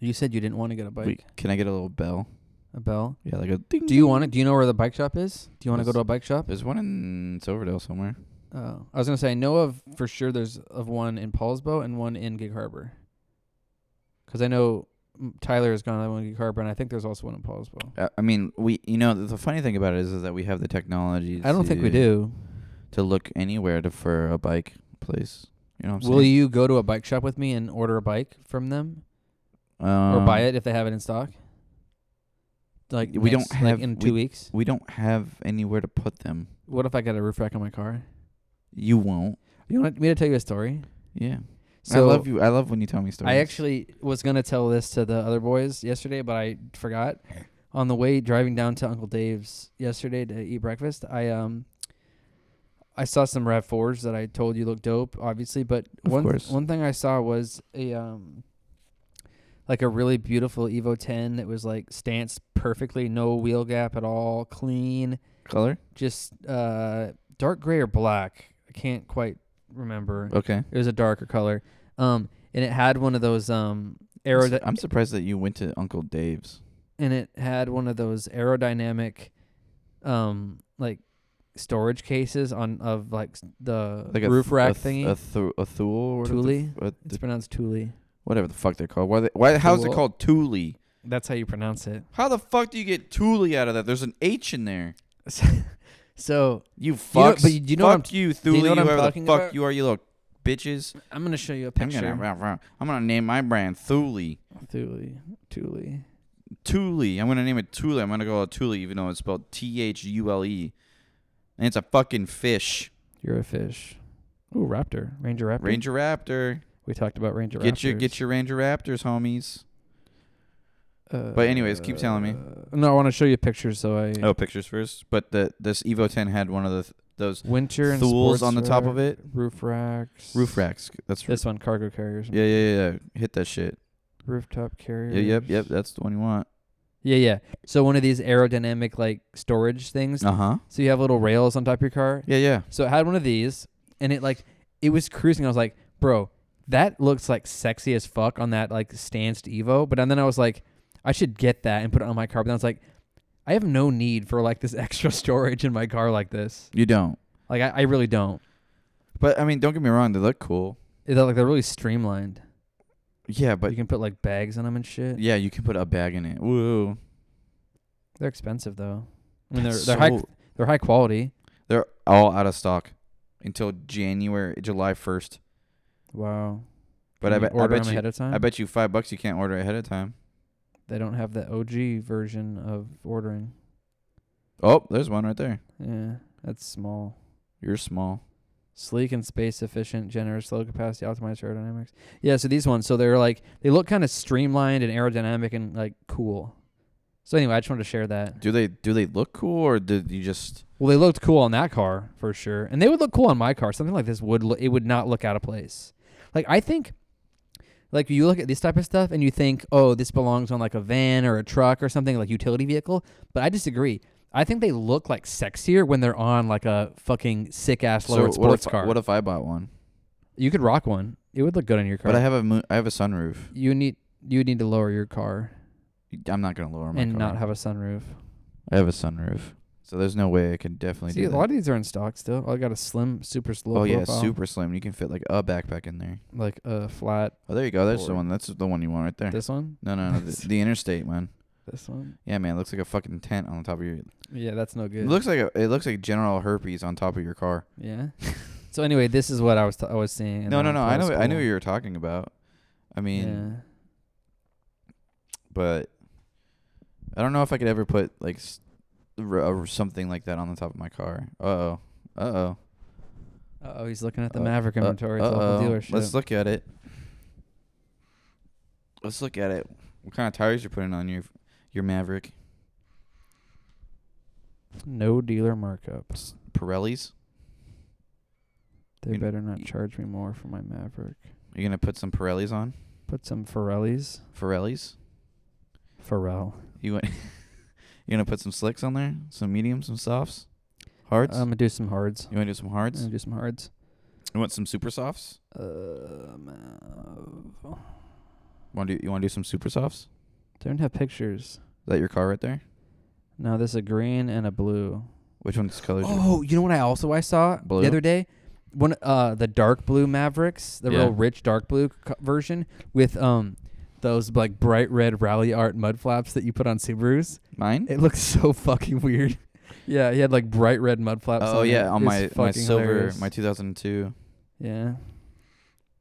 [SPEAKER 2] You said you didn't want to get a bike.
[SPEAKER 1] We- can I get a little bell?
[SPEAKER 2] A bell.
[SPEAKER 1] Yeah, like a ding.
[SPEAKER 2] Do you want to? Do you know where the bike shop is? Do you want to go
[SPEAKER 1] Yes.
[SPEAKER 2] to a bike shop?
[SPEAKER 1] There's one in Silverdale somewhere.
[SPEAKER 2] Oh, I was gonna say I know of for sure. There's of one in Paulsbo and one in Gig Harbor. Because I know mm, Tyler has gone to the one in Gig Harbor, and I think there's also one in Paulsbo.
[SPEAKER 1] Uh, I mean, we you know the funny thing about it is, is that we have the technology.
[SPEAKER 2] I don't think we
[SPEAKER 1] to-
[SPEAKER 2] do.
[SPEAKER 1] to look anywhere to, for a bike place. You know what I'm
[SPEAKER 2] Will
[SPEAKER 1] saying?
[SPEAKER 2] you go to a bike shop with me and order a bike from them,
[SPEAKER 1] um,
[SPEAKER 2] or buy it if they have it in stock? Like
[SPEAKER 1] we don't
[SPEAKER 2] next-
[SPEAKER 1] have-
[SPEAKER 2] like in
[SPEAKER 1] we-
[SPEAKER 2] two weeks.
[SPEAKER 1] We don't have anywhere to put them.
[SPEAKER 2] What if I got a roof rack on my car?
[SPEAKER 1] You won't.
[SPEAKER 2] You want me to tell you a story?
[SPEAKER 1] Yeah.
[SPEAKER 2] So
[SPEAKER 1] I love you. I love when you tell me stories.
[SPEAKER 2] I actually was gonna tell this to the other boys yesterday, but I forgot. On the way driving down to Uncle Dave's yesterday to eat breakfast, I um I saw some Rav Fours that I told you looked dope, obviously. But
[SPEAKER 1] Of
[SPEAKER 2] one
[SPEAKER 1] course.
[SPEAKER 2] one thing I saw was a um like a really beautiful Evo ten that was like stanced perfectly, no wheel gap at all, clean,
[SPEAKER 1] color.
[SPEAKER 2] just uh dark gray or black. I can't quite remember.
[SPEAKER 1] Okay.
[SPEAKER 2] It was a darker color. Um, and it had one of those um
[SPEAKER 1] I'm
[SPEAKER 2] aerod-
[SPEAKER 1] su- I'm surprised that you went to Uncle Dave's.
[SPEAKER 2] and it had one of those aerodynamic, um, like storage cases on of like s- the
[SPEAKER 1] Like a
[SPEAKER 2] roof
[SPEAKER 1] th-
[SPEAKER 2] rack
[SPEAKER 1] a th-
[SPEAKER 2] thingy.
[SPEAKER 1] a, thu- a thule, or whatever the
[SPEAKER 2] Thule?
[SPEAKER 1] f- a
[SPEAKER 2] it's
[SPEAKER 1] th-
[SPEAKER 2] pronounced Thule.
[SPEAKER 1] whatever the fuck they're called. Why? They, why? How's it
[SPEAKER 2] Thule.
[SPEAKER 1] called Thule?
[SPEAKER 2] That's how you pronounce it.
[SPEAKER 1] How the fuck do you get Thule out of that? There's an H in there.
[SPEAKER 4] So You
[SPEAKER 1] You
[SPEAKER 4] know-
[SPEAKER 1] fucks.
[SPEAKER 4] but you- do you know what
[SPEAKER 1] fuck
[SPEAKER 4] I'm-
[SPEAKER 1] you,
[SPEAKER 4] you
[SPEAKER 1] Thule.
[SPEAKER 4] know what I'm
[SPEAKER 1] whoever the
[SPEAKER 4] talking
[SPEAKER 1] fuck
[SPEAKER 4] about?
[SPEAKER 1] you are, you little bitches.
[SPEAKER 4] I'm gonna show you a
[SPEAKER 1] I'm
[SPEAKER 4] picture.
[SPEAKER 1] gonna, I'm gonna name my brand Thule.
[SPEAKER 4] Thule, Thule.
[SPEAKER 1] Thule. I'm gonna name it Thule. I'm gonna go with Thule, even though it's spelled T H U L E, and it's a fucking fish.
[SPEAKER 4] You're a fish. Ooh, raptor, ranger raptor.
[SPEAKER 1] Ranger Raptor.
[SPEAKER 4] We talked about ranger.
[SPEAKER 1] Get your get your Ranger Raptors, homies.
[SPEAKER 4] Uh,
[SPEAKER 1] but anyways, keep telling me.
[SPEAKER 4] No, I want to show you pictures. So I
[SPEAKER 1] Oh, pictures first. But the this Evo 10 had one of the th- those
[SPEAKER 4] winter and
[SPEAKER 1] thules
[SPEAKER 4] sports
[SPEAKER 1] on the top
[SPEAKER 4] rack,
[SPEAKER 1] of it.
[SPEAKER 4] Roof racks.
[SPEAKER 1] Roof racks. That's
[SPEAKER 4] This one cargo carriers.
[SPEAKER 1] yeah, yeah, yeah. yeah. Hit that shit.
[SPEAKER 4] Rooftop carriers.
[SPEAKER 1] Yeah, yep, yep. That's the one you want.
[SPEAKER 2] Yeah, yeah. So one of these aerodynamic like storage things.
[SPEAKER 1] Uh huh.
[SPEAKER 2] So you have little rails on top of your car.
[SPEAKER 1] Yeah, yeah.
[SPEAKER 2] So I had one of these, and it like it was cruising. I was like, bro, that looks like sexy as fuck on that like stanced Evo. But and then I was like, I should get that and put it on my car. But then I was like, I have no need for like this extra storage in my car like this.
[SPEAKER 1] You don't.
[SPEAKER 2] Like I, I really don't.
[SPEAKER 1] But I mean, don't get me wrong. They look cool.
[SPEAKER 2] It, like they're really streamlined.
[SPEAKER 1] Yeah,
[SPEAKER 2] But
[SPEAKER 1] but
[SPEAKER 2] you can put like bags in them and shit.
[SPEAKER 1] yeah, you can put a bag in it. Woo.
[SPEAKER 2] They're expensive though. I mean, they're
[SPEAKER 1] That's
[SPEAKER 2] they're high
[SPEAKER 1] so-
[SPEAKER 2] they're high quality.
[SPEAKER 1] They're all out of stock until January, July first.
[SPEAKER 2] Wow.
[SPEAKER 1] But
[SPEAKER 2] Can
[SPEAKER 1] I
[SPEAKER 2] you
[SPEAKER 1] bet I
[SPEAKER 2] order
[SPEAKER 1] bet
[SPEAKER 2] them
[SPEAKER 1] you
[SPEAKER 2] ahead of time.
[SPEAKER 1] I bet you five bucks you can't order ahead of time.
[SPEAKER 2] they don't have the OG version of ordering.
[SPEAKER 1] Oh, there's one right there.
[SPEAKER 2] Yeah, that's small.
[SPEAKER 1] You're small.
[SPEAKER 2] Sleek and space efficient, generous, low capacity, optimized aerodynamics. Yeah, so these ones, so they're like they look kind of streamlined and aerodynamic and like cool. So anyway, I just wanted to share that.
[SPEAKER 1] Do they do they look cool or did you just?
[SPEAKER 2] Well, they looked cool on that car for sure, and they would look cool on my car. Something like this would lo- it would not look out of place. Like I think, like you look at this type of stuff and you think, oh, this belongs on like a van or a truck or something like utility vehicle. But I disagree. I think they look like sexier when they're on like a fucking sick ass lowered
[SPEAKER 1] what
[SPEAKER 2] sports
[SPEAKER 1] if
[SPEAKER 2] car.
[SPEAKER 1] what if I bought one?
[SPEAKER 2] you could rock one. It would look good on your car.
[SPEAKER 1] But I have a mo- I have a sunroof.
[SPEAKER 2] you need you need to lower your car
[SPEAKER 1] I'm not gonna lower my
[SPEAKER 2] and
[SPEAKER 1] car.
[SPEAKER 2] not have a sunroof.
[SPEAKER 1] I have a sunroof, so there's no way I can definitely
[SPEAKER 2] See,
[SPEAKER 1] do
[SPEAKER 2] a
[SPEAKER 1] that.
[SPEAKER 2] lot of these are in stock still. I got a slim, super slow.
[SPEAKER 1] oh yeah,
[SPEAKER 2] profile,
[SPEAKER 1] super slim. You can fit like a backpack in there.
[SPEAKER 2] like a flat.
[SPEAKER 1] Oh, there you go. There's the
[SPEAKER 2] Forward.
[SPEAKER 1] one. That's the one you want right there.
[SPEAKER 2] This one.
[SPEAKER 1] no, no, no. The, the interstate, man.
[SPEAKER 2] This one.
[SPEAKER 1] Yeah, man. It looks like a fucking tent on the top of your.
[SPEAKER 2] Yeah, that's no
[SPEAKER 1] It
[SPEAKER 2] good.
[SPEAKER 1] looks like a, it looks like general herpes on top of your car.
[SPEAKER 2] yeah. so anyway, this is what I was t- I was seeing. and
[SPEAKER 1] no, no,
[SPEAKER 2] thought
[SPEAKER 1] no.
[SPEAKER 2] it
[SPEAKER 1] I know.
[SPEAKER 2] was
[SPEAKER 1] I knew what
[SPEAKER 2] cool.
[SPEAKER 1] you were talking about. I mean,
[SPEAKER 2] Yeah.
[SPEAKER 1] but I don't know if I could ever put like s- r- uh, something like that on the top of my car. Uh oh. Uh oh.
[SPEAKER 2] Oh, he's looking at the
[SPEAKER 1] Uh,
[SPEAKER 2] Maverick
[SPEAKER 1] uh,
[SPEAKER 2] inventory at the local
[SPEAKER 1] uh-oh.
[SPEAKER 2] dealership.
[SPEAKER 1] Let's look at it. Let's look at it. What kind of tires you're putting on your your Maverick?
[SPEAKER 2] no dealer markup.
[SPEAKER 1] S- Pirellis?
[SPEAKER 2] They
[SPEAKER 1] You-
[SPEAKER 2] better not
[SPEAKER 1] you-
[SPEAKER 2] charge me more for my Maverick.
[SPEAKER 1] You're gonna put some Pirellis on?
[SPEAKER 2] Put some Pirellis.
[SPEAKER 1] Pirellis?
[SPEAKER 2] Pharrell.
[SPEAKER 1] You want you gonna put some slicks on there? Some mediums, some softs, hards.
[SPEAKER 2] I'm gonna do some hards.
[SPEAKER 1] you want to do some
[SPEAKER 2] I'm
[SPEAKER 1] hards?
[SPEAKER 2] gonna do some hards. Uh,
[SPEAKER 1] You want some super softs?
[SPEAKER 2] Um, uh,
[SPEAKER 1] Want to you want to do some super softs? Is
[SPEAKER 2] they don't have pictures.
[SPEAKER 1] that your car right there?
[SPEAKER 2] No, this is a green and a blue.
[SPEAKER 1] Which one's colored?
[SPEAKER 2] Oh, you know what I also I saw
[SPEAKER 1] Blue?
[SPEAKER 2] the other day, one uh the dark blue Mavericks, the
[SPEAKER 1] Yeah.
[SPEAKER 2] real rich dark blue c- version with um those like bright red rally art mud flaps that you put on Subarus.
[SPEAKER 1] Mine?
[SPEAKER 2] It looks so fucking weird. yeah, he had like bright red mud flaps.
[SPEAKER 1] Oh
[SPEAKER 2] on it.
[SPEAKER 1] yeah, on
[SPEAKER 2] It's
[SPEAKER 1] my my
[SPEAKER 2] fucking
[SPEAKER 1] silver
[SPEAKER 2] hilarious.
[SPEAKER 1] my 2002.
[SPEAKER 2] yeah,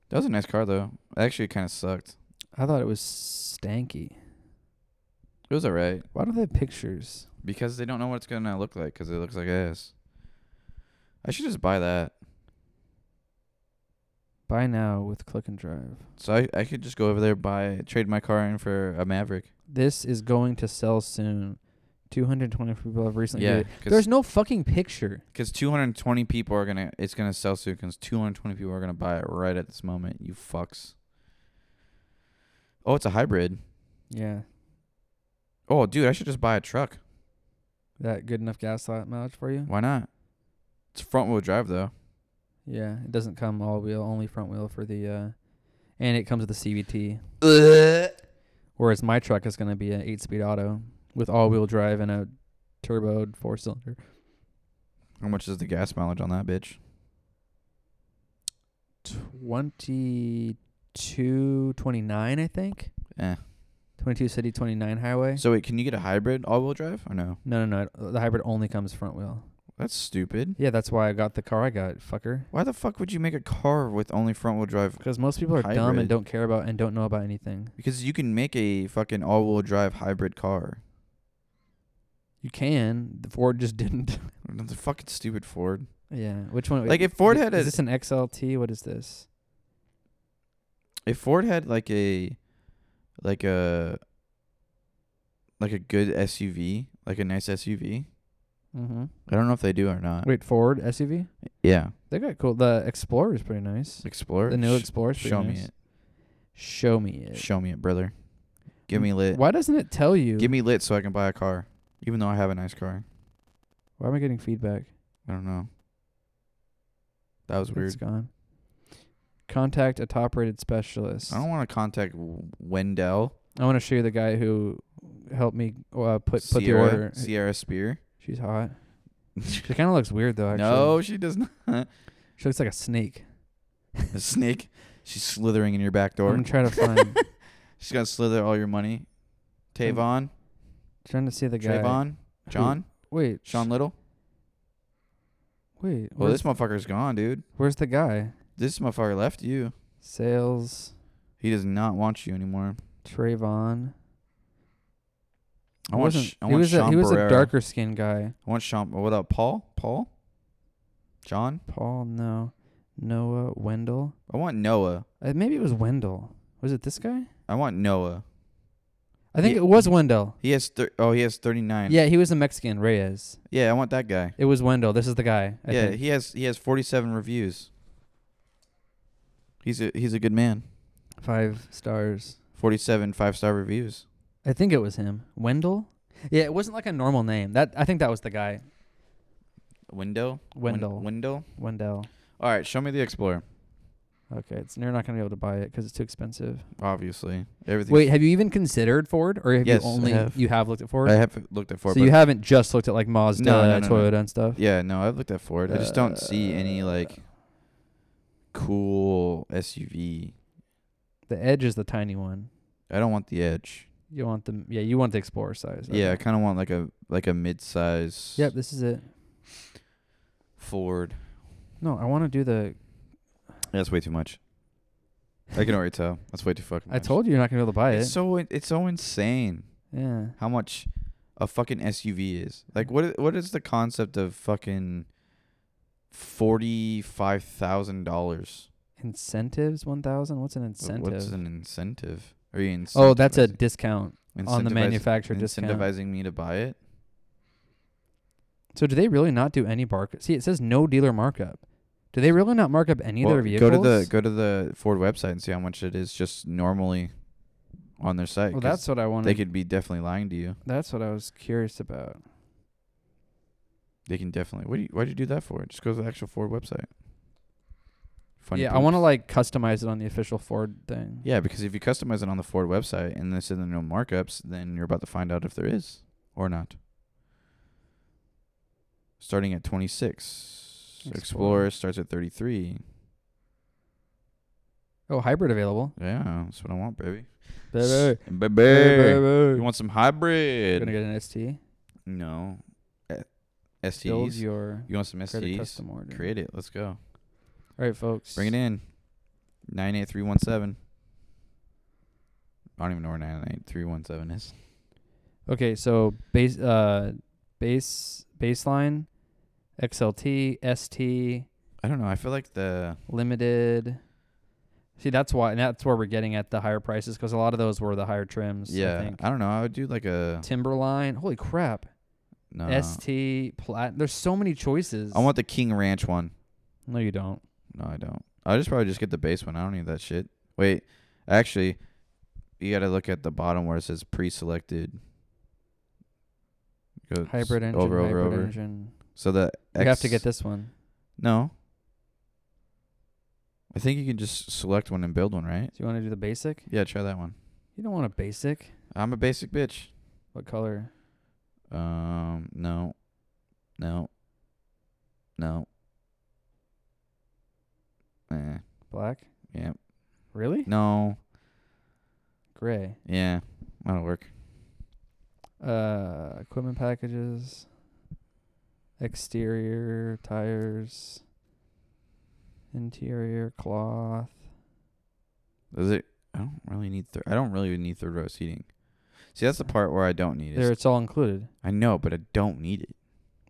[SPEAKER 1] That was a nice car though. Actually, kind of sucked.
[SPEAKER 2] I thought it was stanky.
[SPEAKER 1] It was alright.
[SPEAKER 2] Why do they have pictures?
[SPEAKER 1] Because they don't know what it's gonna look like. Because it looks like ass. I should just buy that.
[SPEAKER 2] Buy now with click and drive.
[SPEAKER 1] So I, I could just go over there buy trade my car in for a Maverick.
[SPEAKER 2] This is going to sell soon. 220 people have recently.
[SPEAKER 1] yeah,
[SPEAKER 2] viewed it. There's no fucking picture.
[SPEAKER 1] because 220 people are gonna it's gonna sell soon. Because 220 people are gonna buy it right at this moment. You fucks. Oh, it's a hybrid.
[SPEAKER 2] Yeah.
[SPEAKER 1] Oh, dude, I should just buy a truck.
[SPEAKER 2] That good enough gas li- mileage for you?
[SPEAKER 1] Why not? It's front wheel drive though.
[SPEAKER 2] Yeah, it doesn't come all wheel, only front wheel for the, uh, and it comes with a CVT. Whereas my truck is going to be an eight speed auto with all wheel drive and a turboed four cylinder.
[SPEAKER 1] How much is the gas mileage on that bitch?
[SPEAKER 2] 2229, I think.
[SPEAKER 1] Eh.
[SPEAKER 2] 22 city, 29 highway.
[SPEAKER 1] So wait, can you get a hybrid all wheel drive or no?
[SPEAKER 2] No, no, no. it- The hybrid only comes front wheel.
[SPEAKER 1] That's stupid.
[SPEAKER 2] Yeah, that's why I got the car I got, fucker.
[SPEAKER 1] Why the fuck would you make a car with only front wheel drive?
[SPEAKER 2] Because most people are dumb
[SPEAKER 1] Hybrid.
[SPEAKER 2] and don't care about and don't know about anything.
[SPEAKER 1] Because you can make a fucking all wheel drive hybrid car.
[SPEAKER 2] You can. The Ford just didn't.
[SPEAKER 1] The fucking stupid Ford.
[SPEAKER 2] yeah. Which one?
[SPEAKER 1] Like if Ford
[SPEAKER 2] Th-
[SPEAKER 1] had
[SPEAKER 2] is
[SPEAKER 1] a
[SPEAKER 2] this an XLT? What is this?
[SPEAKER 1] if Ford had like a like a like a good SUV, like a nice SUV.
[SPEAKER 2] Mm-hmm.
[SPEAKER 1] I don't know if they do or not.
[SPEAKER 2] Wait, Ford SUV?
[SPEAKER 1] Yeah,
[SPEAKER 2] They got cool. The Explorer is pretty nice.
[SPEAKER 1] Explorer.
[SPEAKER 2] The new
[SPEAKER 1] Sh-
[SPEAKER 2] Explorer.
[SPEAKER 1] show me it.
[SPEAKER 2] Show me it.
[SPEAKER 1] Show me it, brother. Give me lit.
[SPEAKER 2] Why doesn't it tell you?
[SPEAKER 1] Give me lit so I can buy a car, even though I have a nice car.
[SPEAKER 2] Why am I getting feedback?
[SPEAKER 1] I don't know. That was weird.
[SPEAKER 2] It's gone. Contact a top-rated specialist.
[SPEAKER 1] I don't want to contact W- Wendell.
[SPEAKER 2] I want to show you the guy who helped me uh, put put
[SPEAKER 1] Sierra,
[SPEAKER 2] the order.
[SPEAKER 1] Sierra Spear.
[SPEAKER 2] She's hot. She kind of looks weird though. Actually,
[SPEAKER 1] no, she does not.
[SPEAKER 2] she looks like a snake.
[SPEAKER 1] A snake. She's slithering in your back door.
[SPEAKER 2] I'm trying to find,
[SPEAKER 1] She's gonna slither all your money. Tavon,
[SPEAKER 2] trying to see the guy.
[SPEAKER 1] Trayvon,
[SPEAKER 2] who-
[SPEAKER 1] John,
[SPEAKER 2] Wait,
[SPEAKER 1] Sean Little.
[SPEAKER 2] Wait,
[SPEAKER 1] Well, this
[SPEAKER 2] where's,
[SPEAKER 1] motherfucker's gone, dude.
[SPEAKER 2] where's the guy?
[SPEAKER 1] This motherfucker left you.
[SPEAKER 2] Sales
[SPEAKER 1] He does not want you anymore.
[SPEAKER 2] Trayvon.
[SPEAKER 1] I
[SPEAKER 2] He
[SPEAKER 1] want.
[SPEAKER 2] wasn't-
[SPEAKER 1] Sh- I
[SPEAKER 2] he
[SPEAKER 1] want
[SPEAKER 2] was a,
[SPEAKER 1] Sean
[SPEAKER 2] he was a
[SPEAKER 1] Barrera.
[SPEAKER 2] darker skinned guy.
[SPEAKER 1] I want Sean. What up, Paul? Paul, John.
[SPEAKER 2] Paul, no, Noah, Wendell.
[SPEAKER 1] I want Noah.
[SPEAKER 2] Uh, maybe it was Wendell. Was it this guy?
[SPEAKER 1] I want Noah.
[SPEAKER 2] I think
[SPEAKER 1] Yeah.
[SPEAKER 2] it was Wendell.
[SPEAKER 1] He has. Thir- oh, he has thirty nine.
[SPEAKER 2] Yeah, he was a Mexican Reyes.
[SPEAKER 1] Yeah, I want that guy.
[SPEAKER 2] It was Wendell. This is the guy. I
[SPEAKER 1] yeah,
[SPEAKER 2] think.
[SPEAKER 1] he has. He has forty seven reviews. He's a he's a good man.
[SPEAKER 2] five stars.
[SPEAKER 1] 47 five star reviews.
[SPEAKER 2] I think it was him. Wendell. Yeah, it wasn't like a normal name. That I think that was the guy.
[SPEAKER 1] Window. Win-
[SPEAKER 2] Wendell.
[SPEAKER 1] Window.
[SPEAKER 2] Wendell.
[SPEAKER 1] All right, show me the Explorer.
[SPEAKER 2] Okay, it's you're not gonna be able to buy it because it's too expensive.
[SPEAKER 1] Obviously, everything.
[SPEAKER 2] Wait, have you even considered Ford, or have
[SPEAKER 1] Yes, I
[SPEAKER 2] you only
[SPEAKER 1] have.
[SPEAKER 2] you have looked at Ford?
[SPEAKER 1] I have looked at Ford.
[SPEAKER 2] so you
[SPEAKER 1] but-
[SPEAKER 2] haven't just looked at like Mazda,
[SPEAKER 1] No, no, no, no.
[SPEAKER 2] Toyota, and stuff.
[SPEAKER 1] yeah, no, I've looked at Ford. I just don't see any
[SPEAKER 2] Uh,
[SPEAKER 1] like cool SUV.
[SPEAKER 2] The Edge is the tiny one.
[SPEAKER 1] I don't want the Edge.
[SPEAKER 2] You want the yeah, you want the Explorer size.
[SPEAKER 1] Yeah, I
[SPEAKER 2] okay.
[SPEAKER 1] kind of want like a like a mid-size
[SPEAKER 2] Yep, this is it.
[SPEAKER 1] Ford.
[SPEAKER 2] No, I want to do the.
[SPEAKER 1] That's way too much. I can already tell. That's way too fucking.
[SPEAKER 2] I
[SPEAKER 1] much.
[SPEAKER 2] told you you're not gonna be able to buy it.
[SPEAKER 1] It's so in- it's so insane
[SPEAKER 2] yeah.
[SPEAKER 1] how much a fucking SUV is. Like what i- what is the concept of fucking forty five thousand dollars?
[SPEAKER 2] Incentives one thousand. What's an incentive?
[SPEAKER 1] What's an incentive? Are you incentivizing?
[SPEAKER 2] oh, that's a discount on the
[SPEAKER 1] incentivizing-
[SPEAKER 2] manufacturer discount.
[SPEAKER 1] incentivizing me to buy it?
[SPEAKER 2] So do they really not do any markup? See, it says no dealer markup. Do they really not mark up any of
[SPEAKER 1] Well,
[SPEAKER 2] their vehicles?
[SPEAKER 1] Go to the go to the Ford website and see how much it is just normally on their site.
[SPEAKER 2] well,
[SPEAKER 1] 'cause
[SPEAKER 2] that's what I
[SPEAKER 1] they
[SPEAKER 2] wanted.
[SPEAKER 1] could be definitely lying to you.
[SPEAKER 2] that's what I was curious about.
[SPEAKER 1] They can definitely. What do you, why'd you do that for? Just go to the actual Ford website. Funny
[SPEAKER 2] yeah, I want to
[SPEAKER 1] poops.
[SPEAKER 2] like customize it on the official Ford thing.
[SPEAKER 1] Yeah, because if you customize it on the Ford website and this in the no markups, then you're about to find out if there is or not. Starting at 26. Explorer,
[SPEAKER 2] Explorer.
[SPEAKER 1] starts at 33.
[SPEAKER 2] Oh, hybrid available.
[SPEAKER 1] Yeah, that's what I want, baby.
[SPEAKER 2] Baby,
[SPEAKER 1] Baby. You want some
[SPEAKER 2] Gonna
[SPEAKER 1] hybrid?
[SPEAKER 2] get an ST.
[SPEAKER 1] No. Eh,
[SPEAKER 2] Build
[SPEAKER 1] STs.
[SPEAKER 2] your
[SPEAKER 1] You want some
[SPEAKER 2] credit
[SPEAKER 1] STs?
[SPEAKER 2] custom order.
[SPEAKER 1] Create it. Let's go.
[SPEAKER 2] All right, folks.
[SPEAKER 1] Bring it in. 98317. I don't even know where 98317 is.
[SPEAKER 2] Okay, so base, uh, base, baseline, XLT, ST,
[SPEAKER 1] I don't know. I feel like the
[SPEAKER 2] limited. See, that's why, and that's where we're getting at the higher prices because a lot of those were the higher trims. I
[SPEAKER 1] Yeah,
[SPEAKER 2] think.
[SPEAKER 1] I, don't know. I would do like a
[SPEAKER 2] Timberline. Holy crap.
[SPEAKER 1] no.
[SPEAKER 2] ST, Plat. There's so many choices.
[SPEAKER 1] Uh. I want the King Ranch one.
[SPEAKER 2] No, you don't.
[SPEAKER 1] No, I don't. I just probably just get the base one. I don't need that shit. Wait, actually, you got to look at the bottom where it says pre-selected. Go s-
[SPEAKER 2] Hybrid engine.
[SPEAKER 1] Over, over,
[SPEAKER 2] hybrid
[SPEAKER 1] over.
[SPEAKER 2] engine.
[SPEAKER 1] So the
[SPEAKER 2] You have to
[SPEAKER 1] X-
[SPEAKER 2] get this one.
[SPEAKER 1] No. I think you can just select one and build one, right?
[SPEAKER 2] Do you want to do the basic?
[SPEAKER 1] Yeah, try that one.
[SPEAKER 2] You don't want a basic.
[SPEAKER 1] I'm a basic bitch.
[SPEAKER 2] What color?
[SPEAKER 1] Um, no, no, no. Eh,
[SPEAKER 2] Black?
[SPEAKER 1] yeah.
[SPEAKER 2] Really?
[SPEAKER 1] No.
[SPEAKER 2] Gray.
[SPEAKER 1] Yeah. That'll work.
[SPEAKER 2] Uh, equipment packages. exterior tires, interior cloth.
[SPEAKER 1] Does it? I don't really need third. I don't really need third row seating. See, that's the part where I don't need it.
[SPEAKER 2] There, it's all included.
[SPEAKER 1] I know, but I don't need it.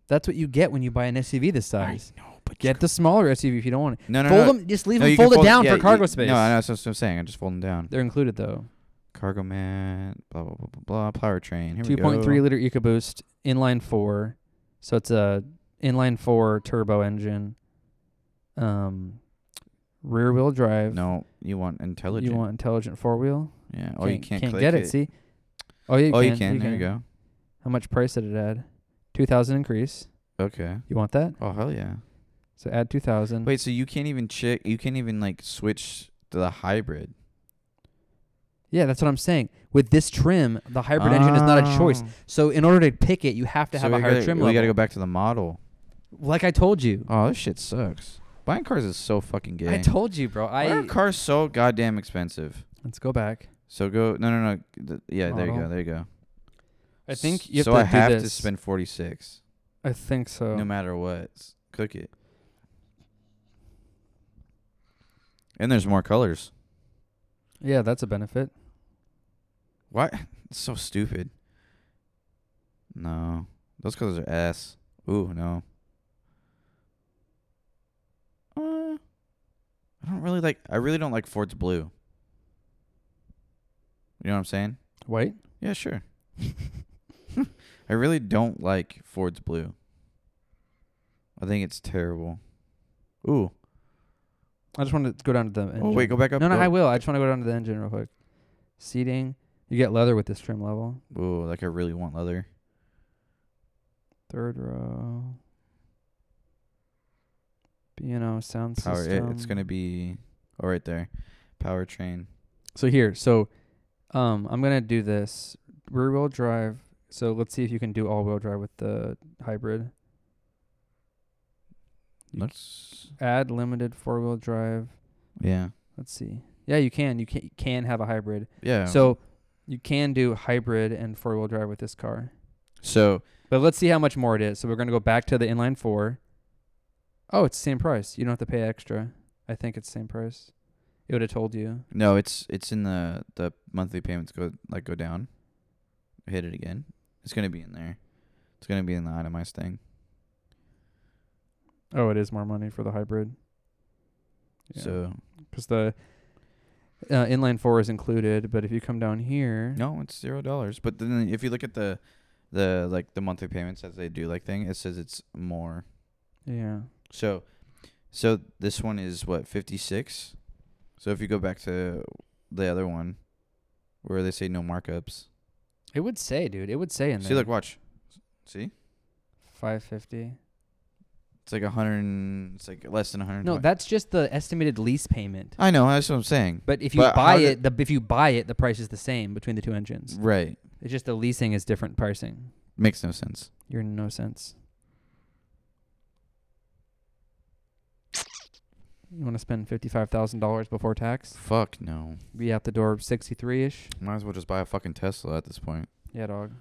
[SPEAKER 2] That's what you get when you buy an SUV this size.
[SPEAKER 1] I know, but
[SPEAKER 2] Oh, Get the smaller SUV if you don't want it.
[SPEAKER 1] no, no,
[SPEAKER 2] fold
[SPEAKER 1] no.
[SPEAKER 2] them, just leave
[SPEAKER 1] No,
[SPEAKER 2] them
[SPEAKER 1] you can
[SPEAKER 2] folded
[SPEAKER 1] fold-
[SPEAKER 2] down
[SPEAKER 1] yeah,
[SPEAKER 2] for cargo
[SPEAKER 1] you-
[SPEAKER 2] space.
[SPEAKER 1] No, I know, that's what I'm saying. I just fold them down.
[SPEAKER 2] They're included though.
[SPEAKER 1] Cargo man, blah blah blah blah blah. Power train. Here we
[SPEAKER 2] Two point three
[SPEAKER 1] go.
[SPEAKER 2] liter EcoBoost inline four, so it's a inline four turbo engine. Um, rear wheel drive.
[SPEAKER 1] No, you want intelligent.
[SPEAKER 2] You want intelligent four wheel?
[SPEAKER 1] Yeah. Oh, you can't, click
[SPEAKER 2] get it.
[SPEAKER 1] it.
[SPEAKER 2] See? Oh yeah, you
[SPEAKER 1] oh,
[SPEAKER 2] can.
[SPEAKER 1] you can. there you go.
[SPEAKER 2] How much price did it add? Two thousand increase.
[SPEAKER 1] Okay.
[SPEAKER 2] You want that?
[SPEAKER 1] Oh hell yeah.
[SPEAKER 2] So add two thousand.
[SPEAKER 1] Wait, so you can't even check. You can't even like switch to the hybrid.
[SPEAKER 2] Yeah, that's what I'm saying. With this trim, the hybrid engine is not a choice.
[SPEAKER 1] Oh.
[SPEAKER 2] So in order to pick it, you have to
[SPEAKER 1] So
[SPEAKER 2] have a
[SPEAKER 1] we
[SPEAKER 2] higher
[SPEAKER 1] gotta-
[SPEAKER 2] trim
[SPEAKER 1] We got to
[SPEAKER 2] level.
[SPEAKER 1] go back to the model.
[SPEAKER 2] Like I told you.
[SPEAKER 1] Oh, this shit sucks. Buying cars is so fucking gay.
[SPEAKER 2] I told you, bro.
[SPEAKER 1] Why are
[SPEAKER 2] I
[SPEAKER 1] cars so goddamn expensive?
[SPEAKER 2] let's go back.
[SPEAKER 1] So go. No, no, no. th- Yeah, there you go.
[SPEAKER 2] Model.
[SPEAKER 1] There you go.
[SPEAKER 2] I think
[SPEAKER 1] S-
[SPEAKER 2] you have
[SPEAKER 1] so.
[SPEAKER 2] to
[SPEAKER 1] I
[SPEAKER 2] do
[SPEAKER 1] have to
[SPEAKER 2] this. Oh.
[SPEAKER 1] spend forty six,
[SPEAKER 2] I think so.
[SPEAKER 1] no matter what. S- Cook it. And there's more colors.
[SPEAKER 2] yeah, that's a benefit.
[SPEAKER 1] What? It's so stupid. No, those colors are ass. Ooh, no. Uh, I don't really like. I really don't like Ford's blue. You know what I'm saying?
[SPEAKER 2] White?
[SPEAKER 1] Yeah, sure. I really don't like Ford's blue. I think it's terrible. Ooh.
[SPEAKER 2] I just wanted to go down to the engine.
[SPEAKER 1] Oh wait, go back up.
[SPEAKER 2] No, no,
[SPEAKER 1] go-
[SPEAKER 2] I will. I just want to go down to the engine real quick. Seating. You get leather with this trim level.
[SPEAKER 1] Ooh, like I really want leather.
[SPEAKER 2] Third row. You know, sound
[SPEAKER 1] Power. it-
[SPEAKER 2] system.
[SPEAKER 1] it's gonna be. Oh, right there. Powertrain.
[SPEAKER 2] So here, so um, I'm gonna do this rear wheel drive. So let's see if you can do all wheel drive with the hybrid.
[SPEAKER 1] That's.
[SPEAKER 2] Add limited four wheel drive.
[SPEAKER 1] Yeah.
[SPEAKER 2] Let's see. Yeah, you can. You can you can have a hybrid.
[SPEAKER 1] Yeah.
[SPEAKER 2] So you can do hybrid and four wheel drive with this car.
[SPEAKER 1] So
[SPEAKER 2] But let's see how much more it is. So we're gonna go back to the inline four. Oh, it's the same price. You don't have to pay extra. I think it's the same price. It would have told you.
[SPEAKER 1] no, it's it's in the the monthly payments go like go down. Hit it again. It's gonna be in there. It's gonna be in the itemized thing.
[SPEAKER 2] Oh, it is more money for the hybrid. Yeah.
[SPEAKER 1] So
[SPEAKER 2] because the uh, inline four is included. But if you come down here,
[SPEAKER 1] No, it's zero dollars. But then if you look at the the like the monthly payments as they do like thing, it says it's more.
[SPEAKER 2] yeah,
[SPEAKER 1] So so this one is what, fifty six? So if you go back to the other one where they say no markups.
[SPEAKER 2] it would say, dude, it would say in
[SPEAKER 1] See
[SPEAKER 2] there.
[SPEAKER 1] look, watch. See?
[SPEAKER 2] five fifty.
[SPEAKER 1] It's like a hundred and it's like less than a hundred.
[SPEAKER 2] No, that's just the estimated lease payment.
[SPEAKER 1] I know, that's what I'm saying.
[SPEAKER 2] But if you
[SPEAKER 1] But how
[SPEAKER 2] buy
[SPEAKER 1] did- Mm.
[SPEAKER 2] it, the if you buy it, the price is the same between the two engines.
[SPEAKER 1] Right.
[SPEAKER 2] It's just the leasing is different pricing.
[SPEAKER 1] Makes no sense.
[SPEAKER 2] You're in no sense. You want to spend fifty five thousand dollars before tax?
[SPEAKER 1] Fuck no.
[SPEAKER 2] Be out the door sixty three ish.
[SPEAKER 1] Might as well just buy a fucking Tesla at this point.
[SPEAKER 2] Yeah, dog.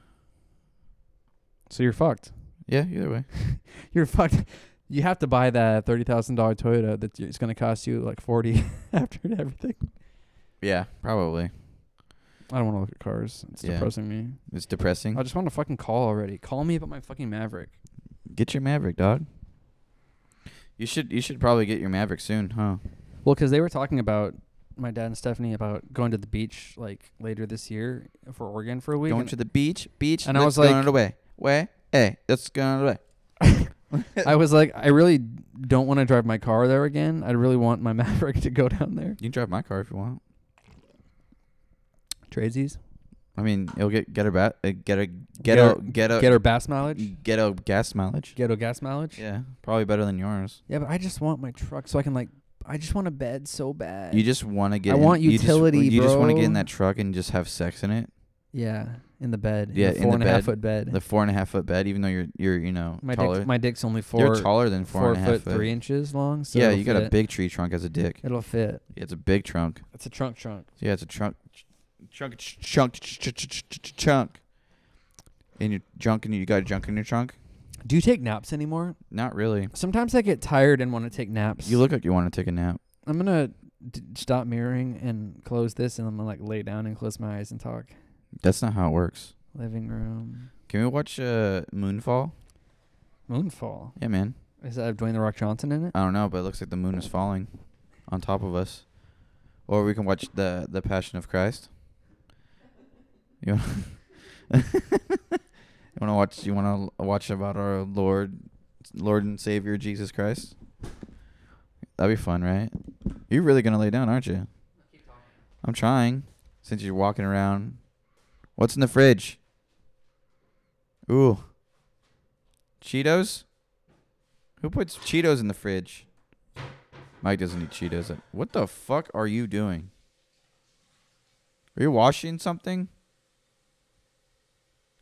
[SPEAKER 2] So you're fucked.
[SPEAKER 1] Yeah, either way.
[SPEAKER 2] you're fucked. You have to buy that thirty thousand dollar Toyota that it's going to cost you like forty after everything.
[SPEAKER 1] Yeah, probably.
[SPEAKER 2] I don't want to look at cars. It's
[SPEAKER 1] Yeah.
[SPEAKER 2] depressing me.
[SPEAKER 1] It's depressing.
[SPEAKER 2] I just want to fucking call already. Call me about my fucking Maverick.
[SPEAKER 1] Get your Maverick, dog. You should you should probably get your Maverick soon, huh?
[SPEAKER 2] Well, because they were talking about my dad and Stephanie about going to the beach like later this year for Oregon for a week.
[SPEAKER 1] Going
[SPEAKER 2] and
[SPEAKER 1] to the beach, beach.
[SPEAKER 2] And I
[SPEAKER 1] let's
[SPEAKER 2] was
[SPEAKER 1] go
[SPEAKER 2] like-
[SPEAKER 1] on the way, way. Hey, let's go on the way.
[SPEAKER 2] I was like, I really don't want to drive my car there again. I really want my Maverick to go down there.
[SPEAKER 1] You can drive my car if you want.
[SPEAKER 2] Tradesies.
[SPEAKER 1] I mean, it'll get get a ba- uh, get a
[SPEAKER 2] her-
[SPEAKER 1] ghetto ghetto
[SPEAKER 2] Get her bass mileage.
[SPEAKER 1] ghetto gas mileage.
[SPEAKER 2] Ghetto gas mileage.
[SPEAKER 1] Yeah, probably better than yours.
[SPEAKER 2] Yeah, but I just want my truck so I can like. I just want a bed so bad.
[SPEAKER 1] You just want to get.
[SPEAKER 2] I
[SPEAKER 1] in-
[SPEAKER 2] want
[SPEAKER 1] you just-
[SPEAKER 2] utility,
[SPEAKER 1] You just want to get in
[SPEAKER 2] bro.
[SPEAKER 1] that truck and just have sex in it.
[SPEAKER 2] yeah, in the bed.
[SPEAKER 1] Yeah,
[SPEAKER 2] in
[SPEAKER 1] in
[SPEAKER 2] the four
[SPEAKER 1] the
[SPEAKER 2] and a half
[SPEAKER 1] bed.
[SPEAKER 2] foot bed.
[SPEAKER 1] The four and a half foot bed, even though you're you're you know
[SPEAKER 2] my
[SPEAKER 1] taller.
[SPEAKER 2] dick's, my dick's only
[SPEAKER 1] you're
[SPEAKER 2] four
[SPEAKER 1] taller than four
[SPEAKER 2] four
[SPEAKER 1] and a half
[SPEAKER 2] foot three inches long. So
[SPEAKER 1] yeah,
[SPEAKER 2] it'll
[SPEAKER 1] you got a
[SPEAKER 2] fit.
[SPEAKER 1] big tree trunk as a dick.
[SPEAKER 2] It'll fit.
[SPEAKER 1] Yeah, it's a big trunk.
[SPEAKER 2] It's a trunk trunk.
[SPEAKER 1] Yeah, it's a trunk, chunk, ch- chunk, ch- ch- ch- ch- ch- chunk. In your junk, and you got junk in your trunk.
[SPEAKER 2] Do you take naps anymore?
[SPEAKER 1] Not really.
[SPEAKER 2] Sometimes I get tired and want to take naps.
[SPEAKER 1] You look like you want to take a nap.
[SPEAKER 2] I'm gonna d- stop mirroring and close this, and I'm gonna like lay down and close my eyes and talk.
[SPEAKER 1] That's not how it works.
[SPEAKER 2] Living room.
[SPEAKER 1] Can we watch uh, Moonfall?
[SPEAKER 2] Moonfall.
[SPEAKER 1] Yeah, man.
[SPEAKER 2] Is that Dwayne the Rock Johnson in it?
[SPEAKER 1] I don't know, but it looks like the moon is falling on top of us. Or we can watch the the Passion of Christ. You want you want to watch? You want to watch about our Lord, Lord and Savior Jesus Christ? That'd be fun, right? You're really gonna lay down, aren't you? I'm trying. Since you're walking around, what's in the fridge? Ooh, Cheetos. Who puts Cheetos in the fridge? Mike doesn't eat Cheetos. What the fuck are you doing? Are you washing something?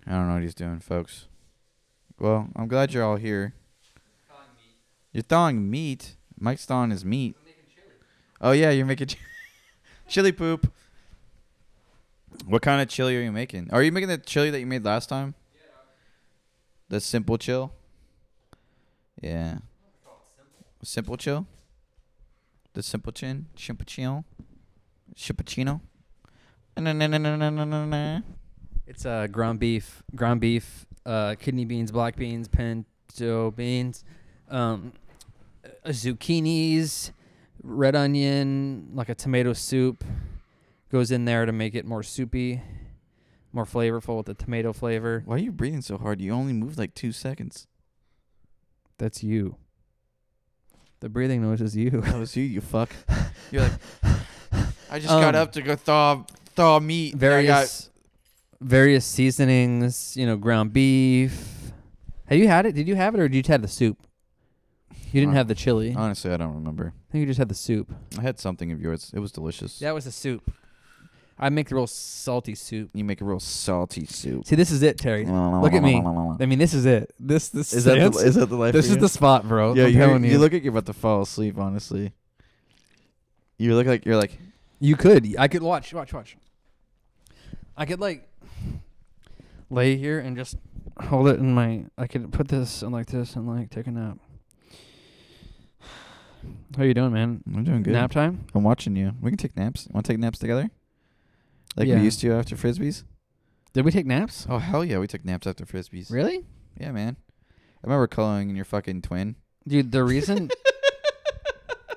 [SPEAKER 1] I don't know what he's doing, folks. Well, I'm glad you're all here. You're thawing meat. Mike's thawing his meat. Oh yeah, you're making chi- chili poop. What kind of chili are you making? Are you making the chili that you made last time? The simple chill. Yeah. Simple chill. The simple chin. Chimpachino. Chimpachino. Na na na na na na na na.
[SPEAKER 2] It's uh ground beef, ground beef, uh kidney beans, black beans, pinto beans, um, uh, zucchinis, red onion, like a tomato soup, goes in there to make it more soupy, more flavorful with the tomato flavor.
[SPEAKER 1] Why are you breathing so hard? You only moved like two seconds.
[SPEAKER 2] That's you. The breathing noise is you.
[SPEAKER 1] That was you, you fuck. You're like, I just got
[SPEAKER 2] Um,
[SPEAKER 1] up to go thaw thaw meat. and I got-
[SPEAKER 2] various various seasonings, you know, ground beef. Have you had it? Did you have it or did you just have the soup? You didn't
[SPEAKER 1] Uh,
[SPEAKER 2] have the chili. I
[SPEAKER 1] honestly, I don't remember.
[SPEAKER 2] think you just had the soup.
[SPEAKER 1] I had something of yours. It was delicious.
[SPEAKER 2] That was the soup. I make the real salty soup.
[SPEAKER 1] You make a real salty soup.
[SPEAKER 2] See, this is it, Terry. Look at me. I mean, this is it. This this
[SPEAKER 1] Is that
[SPEAKER 2] stance-
[SPEAKER 1] the, is that the life?
[SPEAKER 2] this
[SPEAKER 1] for
[SPEAKER 2] is
[SPEAKER 1] you?
[SPEAKER 2] the spot, bro.
[SPEAKER 1] Yeah,
[SPEAKER 2] I'm
[SPEAKER 1] you,
[SPEAKER 2] telling
[SPEAKER 1] you.
[SPEAKER 2] you.
[SPEAKER 1] look like you're about to fall asleep. Honestly, you look like you're like
[SPEAKER 2] You could. I could watch. Watch. Watch. I could like lay here and just hold it in my. I could put this and like this and like take a nap. How you doing, man?
[SPEAKER 1] I'm doing good.
[SPEAKER 2] Nap time?
[SPEAKER 1] I'm watching you. We can take naps. Want to take naps together? Like
[SPEAKER 2] Yeah.
[SPEAKER 1] we used to after frisbees.
[SPEAKER 2] Did we take naps?
[SPEAKER 1] Oh hell yeah, we took naps after frisbees.
[SPEAKER 2] Really,
[SPEAKER 1] Yeah, man. I remember calling your fucking twin.
[SPEAKER 2] dude? The reason,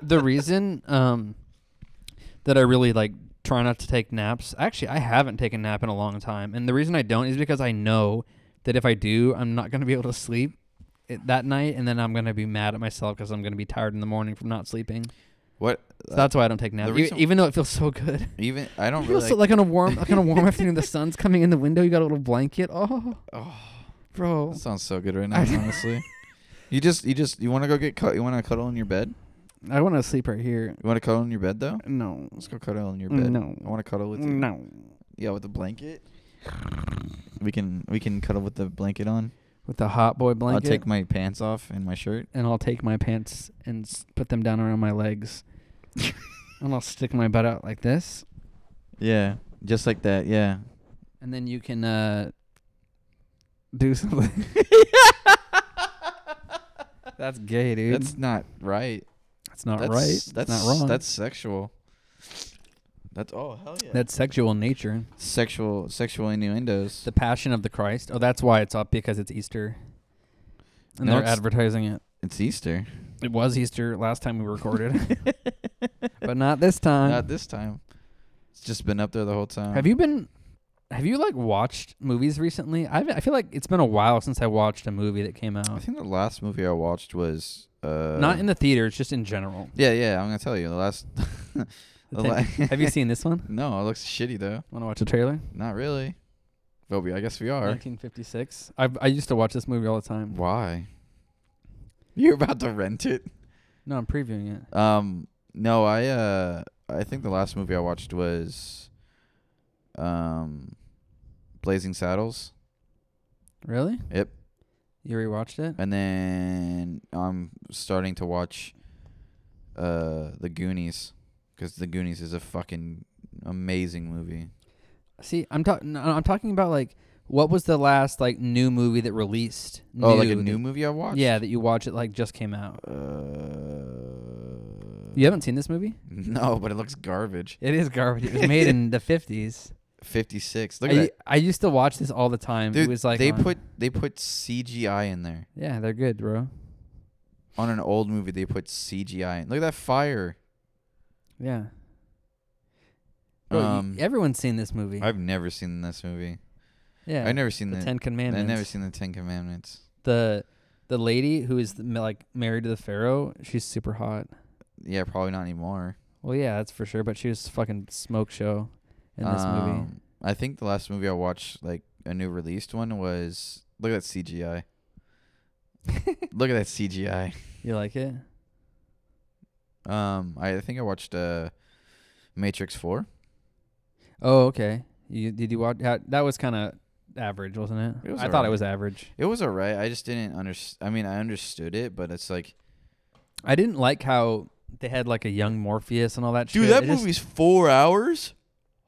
[SPEAKER 2] the reason, um, that I really like try not to take naps. Actually, I haven't taken a nap in a long time, and the reason I don't is because I know that if I do, I'm not gonna be able to sleep it, that night, and then I'm gonna be mad at myself because I'm gonna be tired in the morning from not sleeping.
[SPEAKER 1] What?
[SPEAKER 2] So that's why I don't take naps,
[SPEAKER 1] the
[SPEAKER 2] e-
[SPEAKER 1] reason-
[SPEAKER 2] even though it feels so good.
[SPEAKER 1] Even I don't
[SPEAKER 2] It
[SPEAKER 1] really.
[SPEAKER 2] feels so,
[SPEAKER 1] like-
[SPEAKER 2] like on a warm, like on a warm afternoon, the sun's coming in the window. You got a little blanket. Oh, bro.
[SPEAKER 1] that sounds so good right now. honestly, you just you just you want to go get cut. You want to cuddle in your bed.
[SPEAKER 2] I want to sleep right here.
[SPEAKER 1] You want to cuddle in your bed though.
[SPEAKER 2] No.
[SPEAKER 1] Let's go cuddle in your bed.
[SPEAKER 2] No. Mm,
[SPEAKER 1] I want to cuddle with you.
[SPEAKER 2] No.
[SPEAKER 1] Yeah, with the blanket. We can we can cuddle with the blanket on.
[SPEAKER 2] With the hot boy blanket.
[SPEAKER 1] I'll take my pants off and my shirt.
[SPEAKER 2] and I'll take my pants and s- put them down around my legs. and I'll stick my butt out like this.
[SPEAKER 1] Yeah, just like that. Yeah.
[SPEAKER 2] And then you can uh, do something. That's gay, dude.
[SPEAKER 1] That's not right.
[SPEAKER 2] That's not
[SPEAKER 1] that's,
[SPEAKER 2] right. That's,
[SPEAKER 1] That's
[SPEAKER 2] not wrong.
[SPEAKER 1] That's sexual. That's oh hell yeah.
[SPEAKER 2] That's sexual nature.
[SPEAKER 1] sexual sexual innuendos.
[SPEAKER 2] The Passion of the Christ. Oh, that's why it's up because it's Easter. And
[SPEAKER 1] No,
[SPEAKER 2] they're
[SPEAKER 1] it's-
[SPEAKER 2] advertising it.
[SPEAKER 1] It's Easter.
[SPEAKER 2] It was Easter last time we recorded,
[SPEAKER 4] But not this time.
[SPEAKER 1] not this time. It's just been up there the whole time.
[SPEAKER 2] Have you been? Have you like watched movies recently? I I feel like it's been a while since I watched a movie that came
[SPEAKER 1] I
[SPEAKER 2] out.
[SPEAKER 1] think the last movie I watched was uh
[SPEAKER 2] Not in the theater, it's just in general.
[SPEAKER 1] Yeah, yeah, I'm gonna tell you. The last the la-
[SPEAKER 2] have you seen this one?
[SPEAKER 1] No, it looks shitty though.
[SPEAKER 2] Want to watch a trailer?
[SPEAKER 1] Not really. But we I guess we are.
[SPEAKER 2] 1956. I I used to watch this movie all the time.
[SPEAKER 1] Why? You're about to rent it.
[SPEAKER 2] No, I'm previewing it.
[SPEAKER 1] Um, no, I uh, I think the last movie I watched was, um, Blazing Saddles,
[SPEAKER 2] Really?
[SPEAKER 1] Yep.
[SPEAKER 2] You rewatched it?
[SPEAKER 1] and then I'm starting to watch, uh, The Goonies, because The Goonies is a fucking amazing movie.
[SPEAKER 2] See, I'm talking. I'm talking about like What was the last like new movie that released?
[SPEAKER 1] Oh, like a
[SPEAKER 2] that-
[SPEAKER 1] new movie I watched.
[SPEAKER 2] Yeah, that you watch it like just came out.
[SPEAKER 1] Uh,
[SPEAKER 2] You haven't seen this movie?
[SPEAKER 1] No, but Uh. it looks garbage.
[SPEAKER 2] It is garbage. It was made in the fifties.
[SPEAKER 1] Fifty six. Look at
[SPEAKER 2] I,
[SPEAKER 1] that.
[SPEAKER 2] I used to watch this all the time.
[SPEAKER 1] Dude,
[SPEAKER 2] it was like
[SPEAKER 1] they
[SPEAKER 2] on-
[SPEAKER 1] put they put CGI in there
[SPEAKER 2] Yeah, they're good, bro.
[SPEAKER 1] on an old movie. They put CGI. In. Look at that fire.
[SPEAKER 2] Yeah. Bro, you-
[SPEAKER 1] Um,
[SPEAKER 2] everyone's seen this movie.
[SPEAKER 1] I've never seen this movie.
[SPEAKER 2] yeah.
[SPEAKER 1] I've never seen
[SPEAKER 2] the
[SPEAKER 1] the.
[SPEAKER 2] Ten Commandments.
[SPEAKER 1] I've never seen the Ten Commandments.
[SPEAKER 2] the the lady who is the, ma- like married to the pharaoh. She's super hot.
[SPEAKER 1] Yeah, probably not anymore.
[SPEAKER 2] Well, yeah, that's for sure. But she was fucking smoke show in this movie.
[SPEAKER 1] Um, I think the last movie I watched, like a new released one, was look at that CGI. look at that CGI.
[SPEAKER 2] You like it?
[SPEAKER 1] Um, I, I think I watched uh, Matrix Four.
[SPEAKER 2] Oh, okay. You did you watch? How, that was kind of average, wasn't it?
[SPEAKER 1] It was
[SPEAKER 2] I thought
[SPEAKER 1] alright.
[SPEAKER 2] it was average.
[SPEAKER 1] It was alright. I just didn't understand. I mean, I understood it, but it's like,
[SPEAKER 2] I didn't like how they had like a young Morpheus and all that.
[SPEAKER 1] dude,
[SPEAKER 2] shit.
[SPEAKER 1] that
[SPEAKER 2] It just-
[SPEAKER 1] movie's four hours.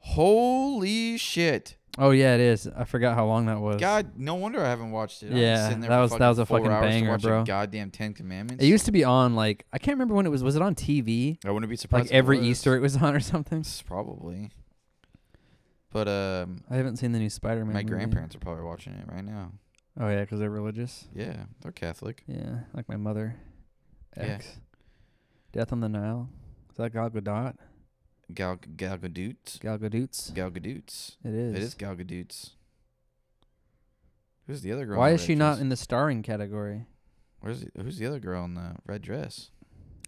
[SPEAKER 1] Holy shit!
[SPEAKER 2] oh yeah, it is. I forgot how long that was.
[SPEAKER 1] God, no wonder I haven't watched it. I've been
[SPEAKER 2] Yeah,
[SPEAKER 1] sitting there
[SPEAKER 2] that
[SPEAKER 1] for
[SPEAKER 2] was- that was a
[SPEAKER 1] four
[SPEAKER 2] fucking
[SPEAKER 1] hours to
[SPEAKER 2] banger,
[SPEAKER 1] watch the
[SPEAKER 2] bro.
[SPEAKER 1] Goddamn Ten Commandments.
[SPEAKER 2] It used to be on like I can't remember when it was. Was it on TV?
[SPEAKER 1] I wouldn't be surprised.
[SPEAKER 2] Like
[SPEAKER 1] if it
[SPEAKER 2] every
[SPEAKER 1] was.
[SPEAKER 2] Easter, it was on or something.
[SPEAKER 1] It's probably. But um,
[SPEAKER 2] I haven't seen the new Spider-Man.
[SPEAKER 1] my
[SPEAKER 2] movie.
[SPEAKER 1] grandparents are probably watching it right now.
[SPEAKER 2] Oh yeah, because they're religious.
[SPEAKER 1] Yeah, they're Catholic.
[SPEAKER 2] Yeah, like my mother.
[SPEAKER 1] Yeah.
[SPEAKER 2] X. Death on the Nile. Is that Gal Gadot?
[SPEAKER 1] Gal Gal Gadot.
[SPEAKER 2] Gal Gadot's.
[SPEAKER 1] Gal Gadot's.
[SPEAKER 2] It is.
[SPEAKER 1] It is Gal Gadot's. Who's the other girl?
[SPEAKER 2] Why
[SPEAKER 1] in the
[SPEAKER 2] is
[SPEAKER 1] red
[SPEAKER 2] she not
[SPEAKER 1] dress?
[SPEAKER 2] in the starring category?
[SPEAKER 1] Where's the, who's the other girl in the red dress?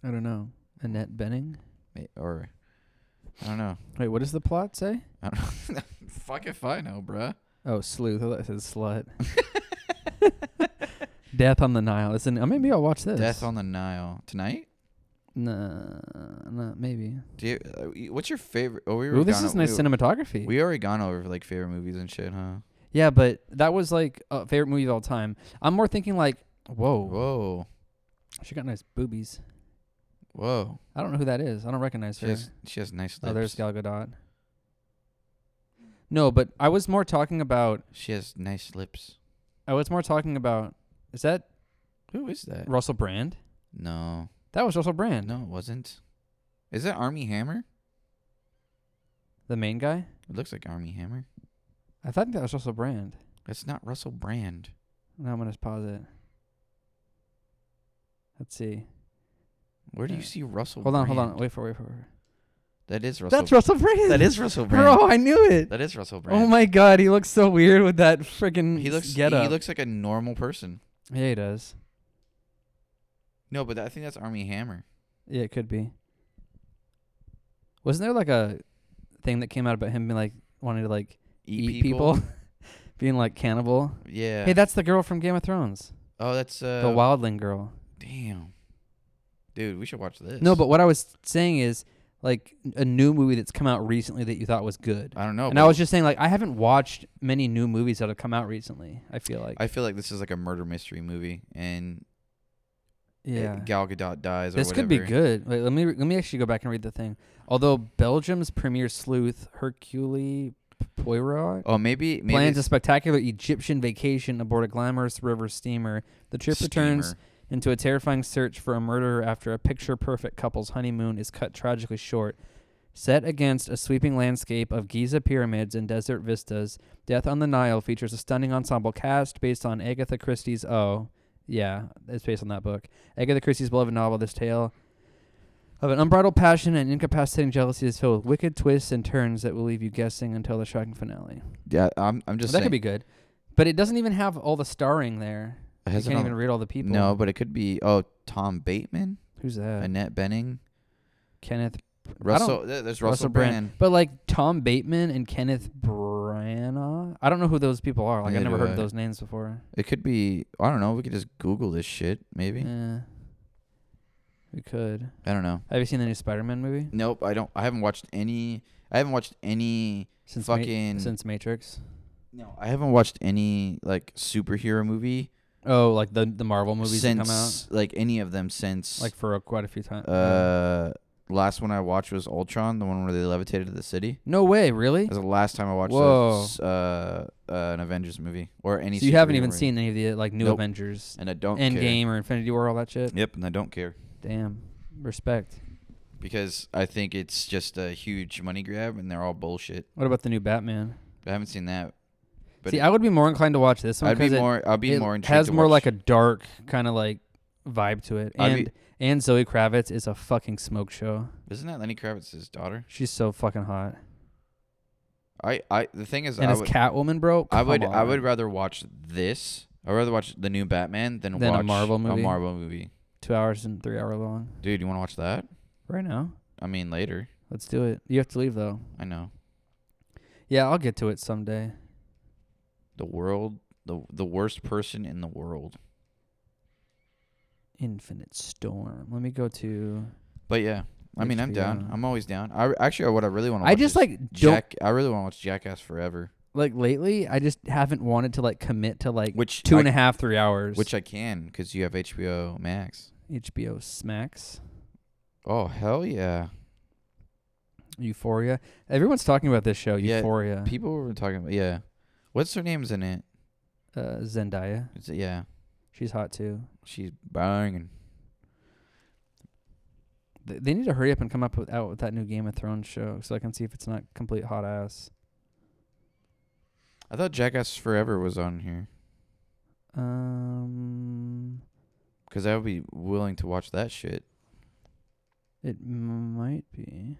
[SPEAKER 2] I don't know. Annette Benning.
[SPEAKER 1] Ma- Or I don't know.
[SPEAKER 2] Wait, what does the plot say?
[SPEAKER 1] I don't know. Fuck if I know, bruh.
[SPEAKER 2] Oh, sleuth. I thought it said slut. Death on the Nile. It's an, uh, maybe I'll watch this.
[SPEAKER 1] Death on the Nile tonight.
[SPEAKER 2] Nah, nah maybe.
[SPEAKER 1] Do you, uh, y- what's your favorite? Oh, we were.
[SPEAKER 2] Ooh, this
[SPEAKER 1] gone
[SPEAKER 2] is
[SPEAKER 1] o-
[SPEAKER 2] nice
[SPEAKER 1] we,
[SPEAKER 2] cinematography.
[SPEAKER 1] we already gone over like favorite movies and shit, huh?
[SPEAKER 2] yeah, but that was like uh, favorite movie of all time. I'm more thinking like, whoa,
[SPEAKER 1] Whoa,
[SPEAKER 2] she got nice boobies.
[SPEAKER 1] whoa.
[SPEAKER 2] I don't know who that is. I don't recognize
[SPEAKER 1] She
[SPEAKER 2] her.
[SPEAKER 1] has she has nice lips.
[SPEAKER 2] Oh, there's Gal Gadot. No, but I was more talking about.
[SPEAKER 1] She has nice lips.
[SPEAKER 2] I was more talking about. Is that
[SPEAKER 1] Who is that?
[SPEAKER 2] Russell Brand?
[SPEAKER 1] No,
[SPEAKER 2] That was Russell Brand,
[SPEAKER 1] no, it wasn't. Is that Army Hammer?
[SPEAKER 2] the main guy.
[SPEAKER 1] It looks like Army Hammer.
[SPEAKER 2] I thought that was Russell Brand.
[SPEAKER 1] That's not Russell Brand.
[SPEAKER 2] Now I'm gonna pause it. Let's see.
[SPEAKER 1] Where do you
[SPEAKER 2] Yeah.
[SPEAKER 1] see Russell?
[SPEAKER 2] Hold on, hold on.
[SPEAKER 1] Brand?
[SPEAKER 2] Wait for, wait for. Wait for.
[SPEAKER 1] That is Russell.
[SPEAKER 2] That's Russell Brand.
[SPEAKER 1] that is Russell Brand.
[SPEAKER 2] Bro, I knew it.
[SPEAKER 1] That is Russell Brand.
[SPEAKER 2] Oh my god, he looks so weird with that freaking
[SPEAKER 1] He looks.
[SPEAKER 2] get
[SPEAKER 1] He looks like a normal person.
[SPEAKER 2] Yeah, he does.
[SPEAKER 1] No, but I think that's Army Hammer.
[SPEAKER 2] Yeah, it could be. Wasn't there like a thing that came out about him being like wanting to like
[SPEAKER 1] Eat,
[SPEAKER 2] being like cannibal.
[SPEAKER 1] Yeah.
[SPEAKER 2] Hey, that's the girl from Game of Thrones,
[SPEAKER 1] oh, that's uh.
[SPEAKER 2] the wildling girl.
[SPEAKER 1] Damn. Dude, we should watch this.
[SPEAKER 2] No, but what I was saying is like a new movie that's come out recently that you thought was good.
[SPEAKER 1] I don't know.
[SPEAKER 2] and I
[SPEAKER 1] but
[SPEAKER 2] was just saying like I haven't watched many new movies that have come out recently. I feel like
[SPEAKER 1] I feel like this is like a murder mystery movie, and it-
[SPEAKER 2] yeah.
[SPEAKER 1] Gal Gadot dies. Or
[SPEAKER 2] This
[SPEAKER 1] whatever.
[SPEAKER 2] could be good. Wait, let me let me actually go back and read the thing. Although Belgium's premier sleuth Hercule Poirot
[SPEAKER 1] Oh, maybe maybe
[SPEAKER 2] plans a
[SPEAKER 1] it's
[SPEAKER 2] spectacular Egyptian vacation aboard a glamorous river steamer, the trip returns
[SPEAKER 1] steamer.
[SPEAKER 2] into a terrifying search for a murderer after a picture perfect couple's honeymoon is cut tragically short. Set against a sweeping landscape of Giza pyramids and desert vistas, Death on the Nile features a stunning ensemble cast based on Agatha Christie's Oh, yeah, it's based on that book. Agatha Christie's beloved novel, this tale of an unbridled passion and incapacitating jealousy is filled with wicked twists and turns that will leave you guessing until the shocking finale.
[SPEAKER 1] Yeah, I'm. I'm
[SPEAKER 2] Well,
[SPEAKER 1] just
[SPEAKER 2] that
[SPEAKER 1] saying.
[SPEAKER 2] could be good, but it doesn't even have all the starring there.
[SPEAKER 1] It
[SPEAKER 2] You
[SPEAKER 1] has it
[SPEAKER 2] can't
[SPEAKER 1] on-
[SPEAKER 2] even read all the people.
[SPEAKER 1] No, but it could be. Oh, Tom Bateman,
[SPEAKER 2] who's that?
[SPEAKER 1] Annette Benning,
[SPEAKER 2] Kenneth
[SPEAKER 1] Russell. th- There's Russell,
[SPEAKER 2] Russell
[SPEAKER 1] Brand.
[SPEAKER 2] Brand. But like Tom Bateman and Kenneth Branagh, I don't know who those people are. Like
[SPEAKER 1] Neither
[SPEAKER 2] I've never
[SPEAKER 1] do
[SPEAKER 2] heard
[SPEAKER 1] I.
[SPEAKER 2] of those names before.
[SPEAKER 1] It could be. I don't know. We could just Google this shit. Maybe.
[SPEAKER 2] Yeah, we could.
[SPEAKER 1] I don't know.
[SPEAKER 2] Have you seen the new Spider-Man movie
[SPEAKER 1] Nope. I don't. I haven't watched any. I haven't watched any.
[SPEAKER 2] since Ma-
[SPEAKER 1] fucking.
[SPEAKER 2] since Matrix?
[SPEAKER 1] no, I haven't watched any like superhero movie
[SPEAKER 2] Oh, like the the Marvel movies that
[SPEAKER 1] since
[SPEAKER 2] come out
[SPEAKER 1] like any of them since
[SPEAKER 2] like for a, quite a few times.
[SPEAKER 1] Uh, last one I watched was Ultron, the one where they levitated to the city.
[SPEAKER 2] no way, really?
[SPEAKER 1] That was the last time I watched
[SPEAKER 2] Whoa.
[SPEAKER 1] those, uh, uh, an Avengers movie or any.
[SPEAKER 2] so you haven't
[SPEAKER 1] superhero
[SPEAKER 2] even
[SPEAKER 1] movie.
[SPEAKER 2] seen any of the like new
[SPEAKER 1] Nope.
[SPEAKER 2] Avengers,
[SPEAKER 1] and I don't care.
[SPEAKER 2] Endgame or Infinity War, all that shit.
[SPEAKER 1] Yep, and I don't care
[SPEAKER 2] Damn, respect.
[SPEAKER 1] because I think it's just a huge money grab, and they're all bullshit.
[SPEAKER 2] What about the new Batman?
[SPEAKER 1] I haven't seen that. But
[SPEAKER 2] See,
[SPEAKER 1] it-
[SPEAKER 2] I would be more inclined to watch this one
[SPEAKER 1] I'd be
[SPEAKER 2] because it,
[SPEAKER 1] more. I'll be
[SPEAKER 2] it
[SPEAKER 1] more. intrigued
[SPEAKER 2] has
[SPEAKER 1] to
[SPEAKER 2] more like
[SPEAKER 1] watch-
[SPEAKER 2] a dark kind of like vibe to it,
[SPEAKER 1] I'd
[SPEAKER 2] and
[SPEAKER 1] be-
[SPEAKER 2] and Zoe Kravitz is a fucking smoke show.
[SPEAKER 1] Isn't that Lenny Kravitz's daughter?
[SPEAKER 2] She's so fucking hot,
[SPEAKER 1] I. I. The thing is,
[SPEAKER 2] and
[SPEAKER 1] I
[SPEAKER 2] it's
[SPEAKER 1] would.
[SPEAKER 2] Catwoman, bro.
[SPEAKER 1] I would.
[SPEAKER 2] come
[SPEAKER 1] I
[SPEAKER 2] on.
[SPEAKER 1] would rather watch this. I'd rather watch the new Batman than,
[SPEAKER 2] Than a
[SPEAKER 1] watch
[SPEAKER 2] Marvel movie?
[SPEAKER 1] A Marvel movie.
[SPEAKER 2] two hours and three hour long
[SPEAKER 1] Dude, you want to watch that?
[SPEAKER 2] right now.
[SPEAKER 1] I mean, later.
[SPEAKER 2] Let's do it. You have to leave though.
[SPEAKER 1] I know
[SPEAKER 2] Yeah, I'll get to it someday.
[SPEAKER 1] the world. The the worst person in the world.
[SPEAKER 2] Infinite Storm. Let me go to.
[SPEAKER 1] But yeah, I mean, I'm down.
[SPEAKER 2] HBO.
[SPEAKER 1] I'm always down. I actually, what I really want to.
[SPEAKER 2] I just like don't
[SPEAKER 1] Jack. I really want to watch Jackass Forever,
[SPEAKER 2] like lately. I just haven't wanted to like commit to like
[SPEAKER 1] which
[SPEAKER 2] two
[SPEAKER 1] I,
[SPEAKER 2] and a half, three hours.
[SPEAKER 1] which I can because you have HBO Max.
[SPEAKER 2] HBO smacks
[SPEAKER 1] Oh hell yeah!
[SPEAKER 2] Euphoria. Everyone's talking about this show,
[SPEAKER 1] Yeah,
[SPEAKER 2] Euphoria.
[SPEAKER 1] People were talking about yeah. What's her name's in it?
[SPEAKER 2] uh, Zendaya,
[SPEAKER 1] It's, yeah,
[SPEAKER 2] she's hot too.
[SPEAKER 1] she's banging.
[SPEAKER 2] Th- They need to hurry up and come up with out with that new Game of Thrones show so I can see if it's not complete hot ass.
[SPEAKER 1] I thought Jackass Forever was on here
[SPEAKER 2] Um,
[SPEAKER 1] because I would be willing to watch that shit.
[SPEAKER 2] it m- might be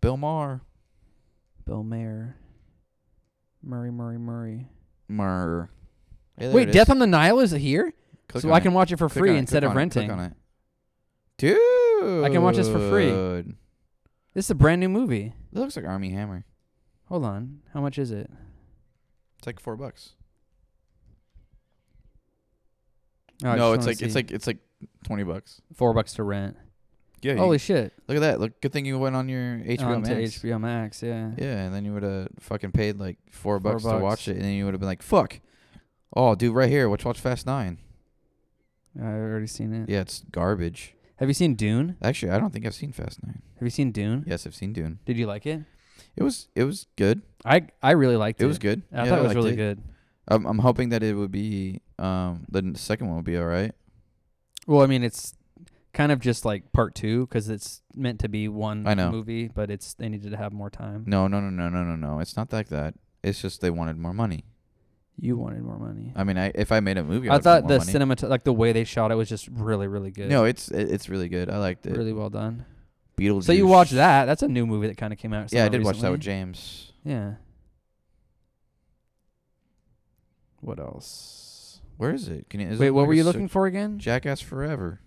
[SPEAKER 1] Bill Maher.
[SPEAKER 2] Bill Mayer, Murray, Murray, Murray.
[SPEAKER 1] Mer. Hey, there
[SPEAKER 2] Wait,
[SPEAKER 1] it
[SPEAKER 2] Death
[SPEAKER 1] is.
[SPEAKER 2] on the Nile is here,
[SPEAKER 1] Click
[SPEAKER 2] so
[SPEAKER 1] on
[SPEAKER 2] I
[SPEAKER 1] it.
[SPEAKER 2] can watch it for
[SPEAKER 1] Click
[SPEAKER 2] free
[SPEAKER 1] on it,
[SPEAKER 2] instead
[SPEAKER 1] click
[SPEAKER 2] of
[SPEAKER 1] on it, click
[SPEAKER 2] renting.
[SPEAKER 1] on it. Dude,
[SPEAKER 2] I can watch this for free. This is a brand new movie.
[SPEAKER 1] That looks like Army Hammer.
[SPEAKER 2] Hold on, how much is it?
[SPEAKER 1] It's like four bucks.
[SPEAKER 2] Oh, I just
[SPEAKER 1] no,
[SPEAKER 2] wanna
[SPEAKER 1] it's like
[SPEAKER 2] see.
[SPEAKER 1] it's like it's like twenty bucks.
[SPEAKER 2] four bucks to rent.
[SPEAKER 1] Yeah. you-
[SPEAKER 2] Holy Oh, shit!
[SPEAKER 1] look at that. Look, good thing you went on your HBO
[SPEAKER 2] Onto
[SPEAKER 1] Max.
[SPEAKER 2] HBO Max, yeah.
[SPEAKER 1] Yeah, and then you would have fucking paid like four,
[SPEAKER 2] Four
[SPEAKER 1] bucks,
[SPEAKER 2] bucks.
[SPEAKER 1] to watch it, and then you would have been like, "Fuck, oh, dude, right here, let's watch Fast Nine.
[SPEAKER 2] I already seen it.
[SPEAKER 1] Yeah, it's garbage.
[SPEAKER 2] Have you seen Dune?
[SPEAKER 1] Actually, I don't think I've seen Fast Nine.
[SPEAKER 2] Have you seen Dune?
[SPEAKER 1] Yes, I've seen Dune.
[SPEAKER 2] Did you like it?
[SPEAKER 1] It was it was good.
[SPEAKER 2] I I really liked it.
[SPEAKER 1] It was good.
[SPEAKER 2] I
[SPEAKER 1] Yeah,
[SPEAKER 2] thought it was
[SPEAKER 1] liked
[SPEAKER 2] really good.
[SPEAKER 1] I'm I'm hoping that it would be um the n- second one would be all right.
[SPEAKER 2] Well, I mean, it's kind of just like part two because it's meant to be one
[SPEAKER 1] I know.
[SPEAKER 2] movie, but it's they needed to have more time.
[SPEAKER 1] No, no, no, no, no, no, no. It's not like that. It's just they wanted more money.
[SPEAKER 2] You wanted more money.
[SPEAKER 1] I mean, I if I made a movie, I,
[SPEAKER 2] I
[SPEAKER 1] would want
[SPEAKER 2] thought
[SPEAKER 1] more
[SPEAKER 2] the
[SPEAKER 1] money.
[SPEAKER 2] cinema, like the way they shot it, was just really, really good.
[SPEAKER 1] No, it's it, it's really good. I liked it.
[SPEAKER 2] really well done.
[SPEAKER 1] Beetlejuice.
[SPEAKER 2] So you watched that? That's a new movie that kind of came out.
[SPEAKER 1] Yeah, I
[SPEAKER 2] somewhat
[SPEAKER 1] did watch that with
[SPEAKER 2] recently.
[SPEAKER 1] James.
[SPEAKER 2] Yeah. What else?
[SPEAKER 1] Where is it? Can you, is
[SPEAKER 2] Wait,
[SPEAKER 1] it
[SPEAKER 2] what
[SPEAKER 1] like
[SPEAKER 2] were
[SPEAKER 1] a
[SPEAKER 2] you
[SPEAKER 1] search-
[SPEAKER 2] looking for again?
[SPEAKER 1] Jackass Forever.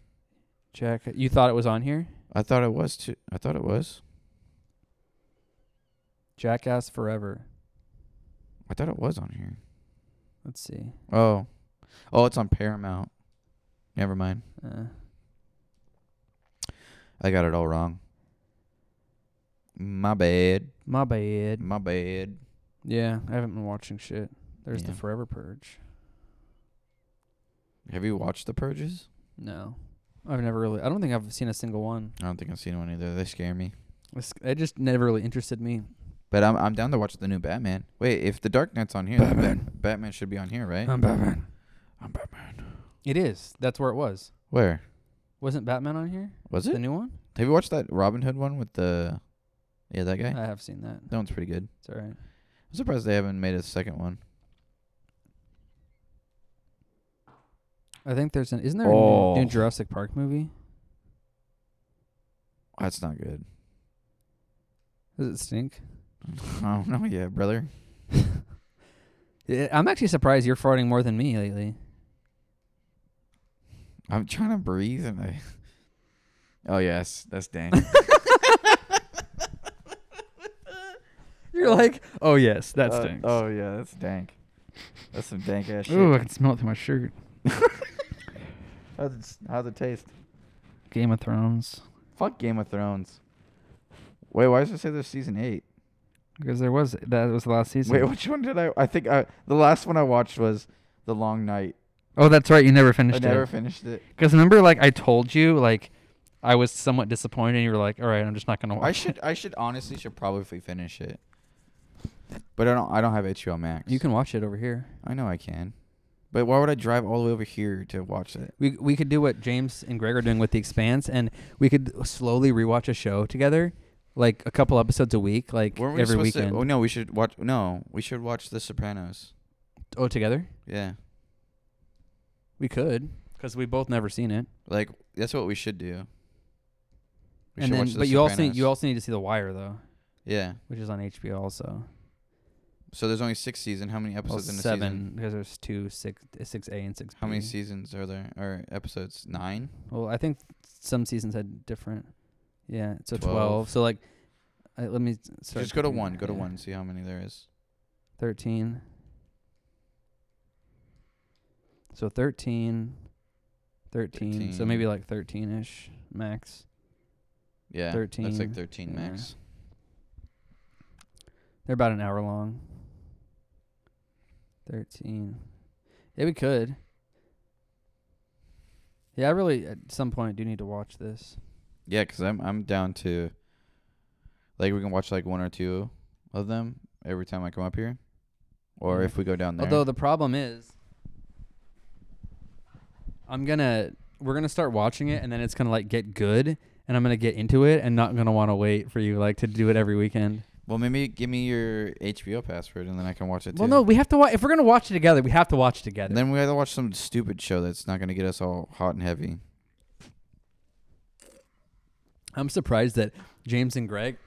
[SPEAKER 2] Jack, you thought it was on here?
[SPEAKER 1] I thought it was too. I thought it was.
[SPEAKER 2] Jackass Forever.
[SPEAKER 1] I thought it was on here.
[SPEAKER 2] Let's see.
[SPEAKER 1] Oh, oh, it's on Paramount. Never mind.
[SPEAKER 2] Uh,
[SPEAKER 1] I got it all wrong. My bad.
[SPEAKER 2] my bad.
[SPEAKER 1] My bad.
[SPEAKER 2] Yeah, I haven't been watching shit. There's the
[SPEAKER 1] Yeah.
[SPEAKER 2] Forever Purge.
[SPEAKER 1] Have you watched The Purges?
[SPEAKER 2] No, I've never really. I don't think I've seen a single one.
[SPEAKER 1] I don't think I've seen one either. They scare me.
[SPEAKER 2] It's- It just never really interested me.
[SPEAKER 1] But I'm I'm down to watch the new Batman. Wait, if the Dark Knight's on here, then Batman, Batman should be on here, right?
[SPEAKER 2] Batman. I'm Batman. It is. That's where it was.
[SPEAKER 1] Where
[SPEAKER 2] Wasn't Batman on here?
[SPEAKER 1] was
[SPEAKER 2] The
[SPEAKER 1] it?
[SPEAKER 2] new one?
[SPEAKER 1] Have you watched that Robin Hood one with the? Yeah, that guy.
[SPEAKER 2] I have seen that.
[SPEAKER 1] that one's pretty good.
[SPEAKER 2] It's all right.
[SPEAKER 1] I'm surprised they haven't made a second one.
[SPEAKER 2] I think there's an. Isn't there a new,
[SPEAKER 1] Oh.
[SPEAKER 2] new Jurassic Park movie?
[SPEAKER 1] That's not good.
[SPEAKER 2] Does it stink?
[SPEAKER 1] I don't know yet, brother.
[SPEAKER 2] Yeah, I'm actually surprised you're farting more than me lately.
[SPEAKER 1] I'm trying to breathe and I. Oh yes, that's Dan.
[SPEAKER 2] You're like, oh yes, that
[SPEAKER 1] Uh,
[SPEAKER 2] stinks.
[SPEAKER 1] oh yeah, that's dank. That's some dank ass shit.
[SPEAKER 2] Ooh, I can smell it through my shirt.
[SPEAKER 1] How's it, how's it taste?
[SPEAKER 2] Game of Thrones.
[SPEAKER 1] Fuck Game of Thrones. Wait, why does it say there's season eight?
[SPEAKER 2] Because there was that was the last season.
[SPEAKER 1] Wait, which one did I? I think I, the last one I watched was The Long Night.
[SPEAKER 2] Oh, that's right. You never
[SPEAKER 1] I
[SPEAKER 2] finished
[SPEAKER 1] never
[SPEAKER 2] it.
[SPEAKER 1] finished it.
[SPEAKER 2] Because remember, like I told you, like I was somewhat disappointed. and You were like, "All right, I'm just not gonna watch."
[SPEAKER 1] I should. I should honestly should probably finish it. But I don't. I don't have HBO Max.
[SPEAKER 2] You can watch it over here.
[SPEAKER 1] I know I can. But why would I drive all the way over here to watch it?
[SPEAKER 2] We we could do what James and Greg are doing with The Expanse, and we could slowly rewatch a show together, like a couple episodes a week, like
[SPEAKER 1] Weren't we
[SPEAKER 2] every
[SPEAKER 1] supposed
[SPEAKER 2] weekend.
[SPEAKER 1] To, oh no, we should watch. No, we should watch The Sopranos.
[SPEAKER 2] oh, together?
[SPEAKER 1] Yeah,
[SPEAKER 2] We could, because we both never seen it.
[SPEAKER 1] like that's what we should do. We
[SPEAKER 2] and
[SPEAKER 1] should
[SPEAKER 2] then,
[SPEAKER 1] watch The
[SPEAKER 2] but you also
[SPEAKER 1] Sopranos.
[SPEAKER 2] you also need to see The Wire though,
[SPEAKER 1] yeah.
[SPEAKER 2] which is on HBO also.
[SPEAKER 1] So there's only six season. How many
[SPEAKER 2] Well,
[SPEAKER 1] episodes in a
[SPEAKER 2] seven
[SPEAKER 1] season?
[SPEAKER 2] because there's two six six A and six B.
[SPEAKER 1] How many seasons are there or episodes? Nine.
[SPEAKER 2] Well, I think some seasons had different. Yeah, so
[SPEAKER 1] 12.
[SPEAKER 2] twelve. So like, I, let me s- start.
[SPEAKER 1] Just go to
[SPEAKER 2] figuring
[SPEAKER 1] one.
[SPEAKER 2] out,
[SPEAKER 1] Go to
[SPEAKER 2] yeah.
[SPEAKER 1] one. See how many there is.
[SPEAKER 2] Thirteen. So 13, 13, So maybe
[SPEAKER 1] 13.
[SPEAKER 2] like thirteen ish max.
[SPEAKER 1] Yeah, That's
[SPEAKER 2] 13,
[SPEAKER 1] like thirteen
[SPEAKER 2] yeah.
[SPEAKER 1] max.
[SPEAKER 2] They're about an hour long. Thirteen. Yeah, we could. Yeah, I really at some point do need to watch this.
[SPEAKER 1] Yeah, because I'm I'm down to. Like we can watch like one or two of them every time I come up here, or
[SPEAKER 2] Yeah.
[SPEAKER 1] if we go down there.
[SPEAKER 2] Although the problem is, I'm gonna we're gonna start watching it, and then it's gonna like get good, and I'm gonna get into it, and not gonna want to wait for you like to do it every weekend.
[SPEAKER 1] well, maybe give me your HBO password and then I can watch it.
[SPEAKER 2] Well,
[SPEAKER 1] too.
[SPEAKER 2] no, we have to watch. If we're gonna watch it together, we have to watch it together.
[SPEAKER 1] And then we gotta watch some stupid show that's not gonna get us all hot and heavy.
[SPEAKER 2] I'm surprised that James and Greg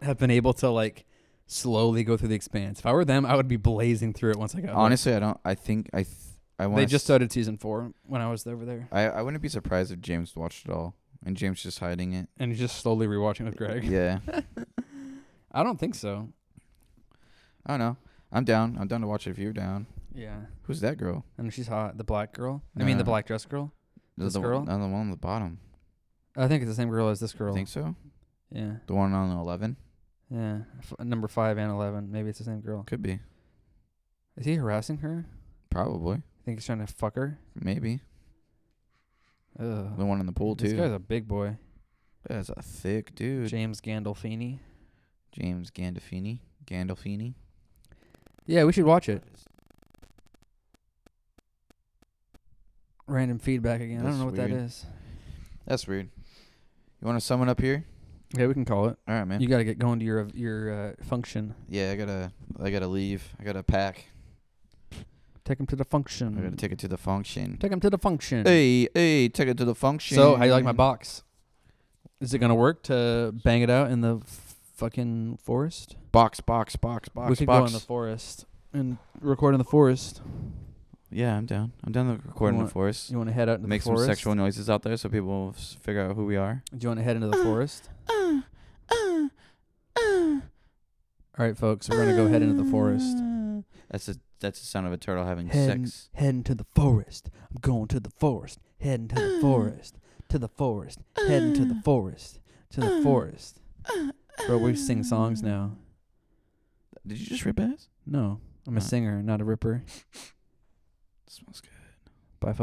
[SPEAKER 2] have been able to like slowly go through the expanse. If I were them, I would be blazing through it once I got. hooked.
[SPEAKER 1] Honestly, I don't. I think I. Th- I want.
[SPEAKER 2] they just started season four when I was over there,
[SPEAKER 1] I I wouldn't be surprised if James watched it all and James just hiding it.
[SPEAKER 2] and he's just slowly rewatching with Oh, Greg.
[SPEAKER 1] Yeah.
[SPEAKER 2] I don't think so.
[SPEAKER 1] I don't know. I'm down. I'm down to watch it if you're down.
[SPEAKER 2] Yeah,
[SPEAKER 1] Who's that girl?
[SPEAKER 2] and she's hot. The black girl. I mean, the
[SPEAKER 1] Uh,
[SPEAKER 2] black dress girl. This
[SPEAKER 1] the,
[SPEAKER 2] girl?
[SPEAKER 1] The, the one on the bottom.
[SPEAKER 2] I think it's the same girl as this
[SPEAKER 1] I
[SPEAKER 2] girl.
[SPEAKER 1] think so.
[SPEAKER 2] Yeah,
[SPEAKER 1] The one on the 11
[SPEAKER 2] yeah. F- number five and eleven. Maybe it's the same girl.
[SPEAKER 1] could be.
[SPEAKER 2] Is he harassing her?
[SPEAKER 1] Probably.
[SPEAKER 2] I think he's trying to fuck her.
[SPEAKER 1] Maybe
[SPEAKER 2] Ugh.
[SPEAKER 1] the one in the pool
[SPEAKER 2] This guy's
[SPEAKER 1] too.
[SPEAKER 2] a big boy.
[SPEAKER 1] That's a thick dude.
[SPEAKER 2] James Gandolfini.
[SPEAKER 1] James Gandolfini. Gandolfini.
[SPEAKER 2] Yeah, we should watch it. Random feedback again. I
[SPEAKER 1] That's
[SPEAKER 2] don't know what that
[SPEAKER 1] weird.
[SPEAKER 2] is.
[SPEAKER 1] That's weird. You want to sum it up here?
[SPEAKER 2] Okay, we can call it.
[SPEAKER 1] All right, man.
[SPEAKER 2] You got to get going to your your uh, function.
[SPEAKER 1] yeah, I gotta. I gotta leave. I gotta pack.
[SPEAKER 2] Take him to the function.
[SPEAKER 1] I gotta take it to the function.
[SPEAKER 2] Take him to the function.
[SPEAKER 1] Hey, hey, take it to the function.
[SPEAKER 2] So, how you like my box? Is it gonna work to bang it out in the f- fucking forest?
[SPEAKER 1] box? Box, box, box,
[SPEAKER 2] we could go
[SPEAKER 1] box.
[SPEAKER 2] in the forest and record in the forest.
[SPEAKER 1] yeah, I'm down. I'm down to recording the
[SPEAKER 2] want-
[SPEAKER 1] forest.
[SPEAKER 2] You want to head out into
[SPEAKER 1] Make
[SPEAKER 2] the forest?
[SPEAKER 1] some sexual noises out there so people will s- figure out who we are.
[SPEAKER 2] Do you want to head into the forest? All right, folks, we're gonna go head into the forest.
[SPEAKER 1] Uh, That's the that's the sound of a turtle having
[SPEAKER 2] Heading-
[SPEAKER 1] sex.
[SPEAKER 2] Heading to the forest. I'm going to the forest. Heading to the forest. To the forest. Heading to
[SPEAKER 1] Uh.
[SPEAKER 2] the forest. To the forest. Bro, we sing songs now.
[SPEAKER 1] Did you just rip ass?
[SPEAKER 2] No, I'm a
[SPEAKER 1] Huh.
[SPEAKER 2] singer, not a ripper.
[SPEAKER 1] Smells good.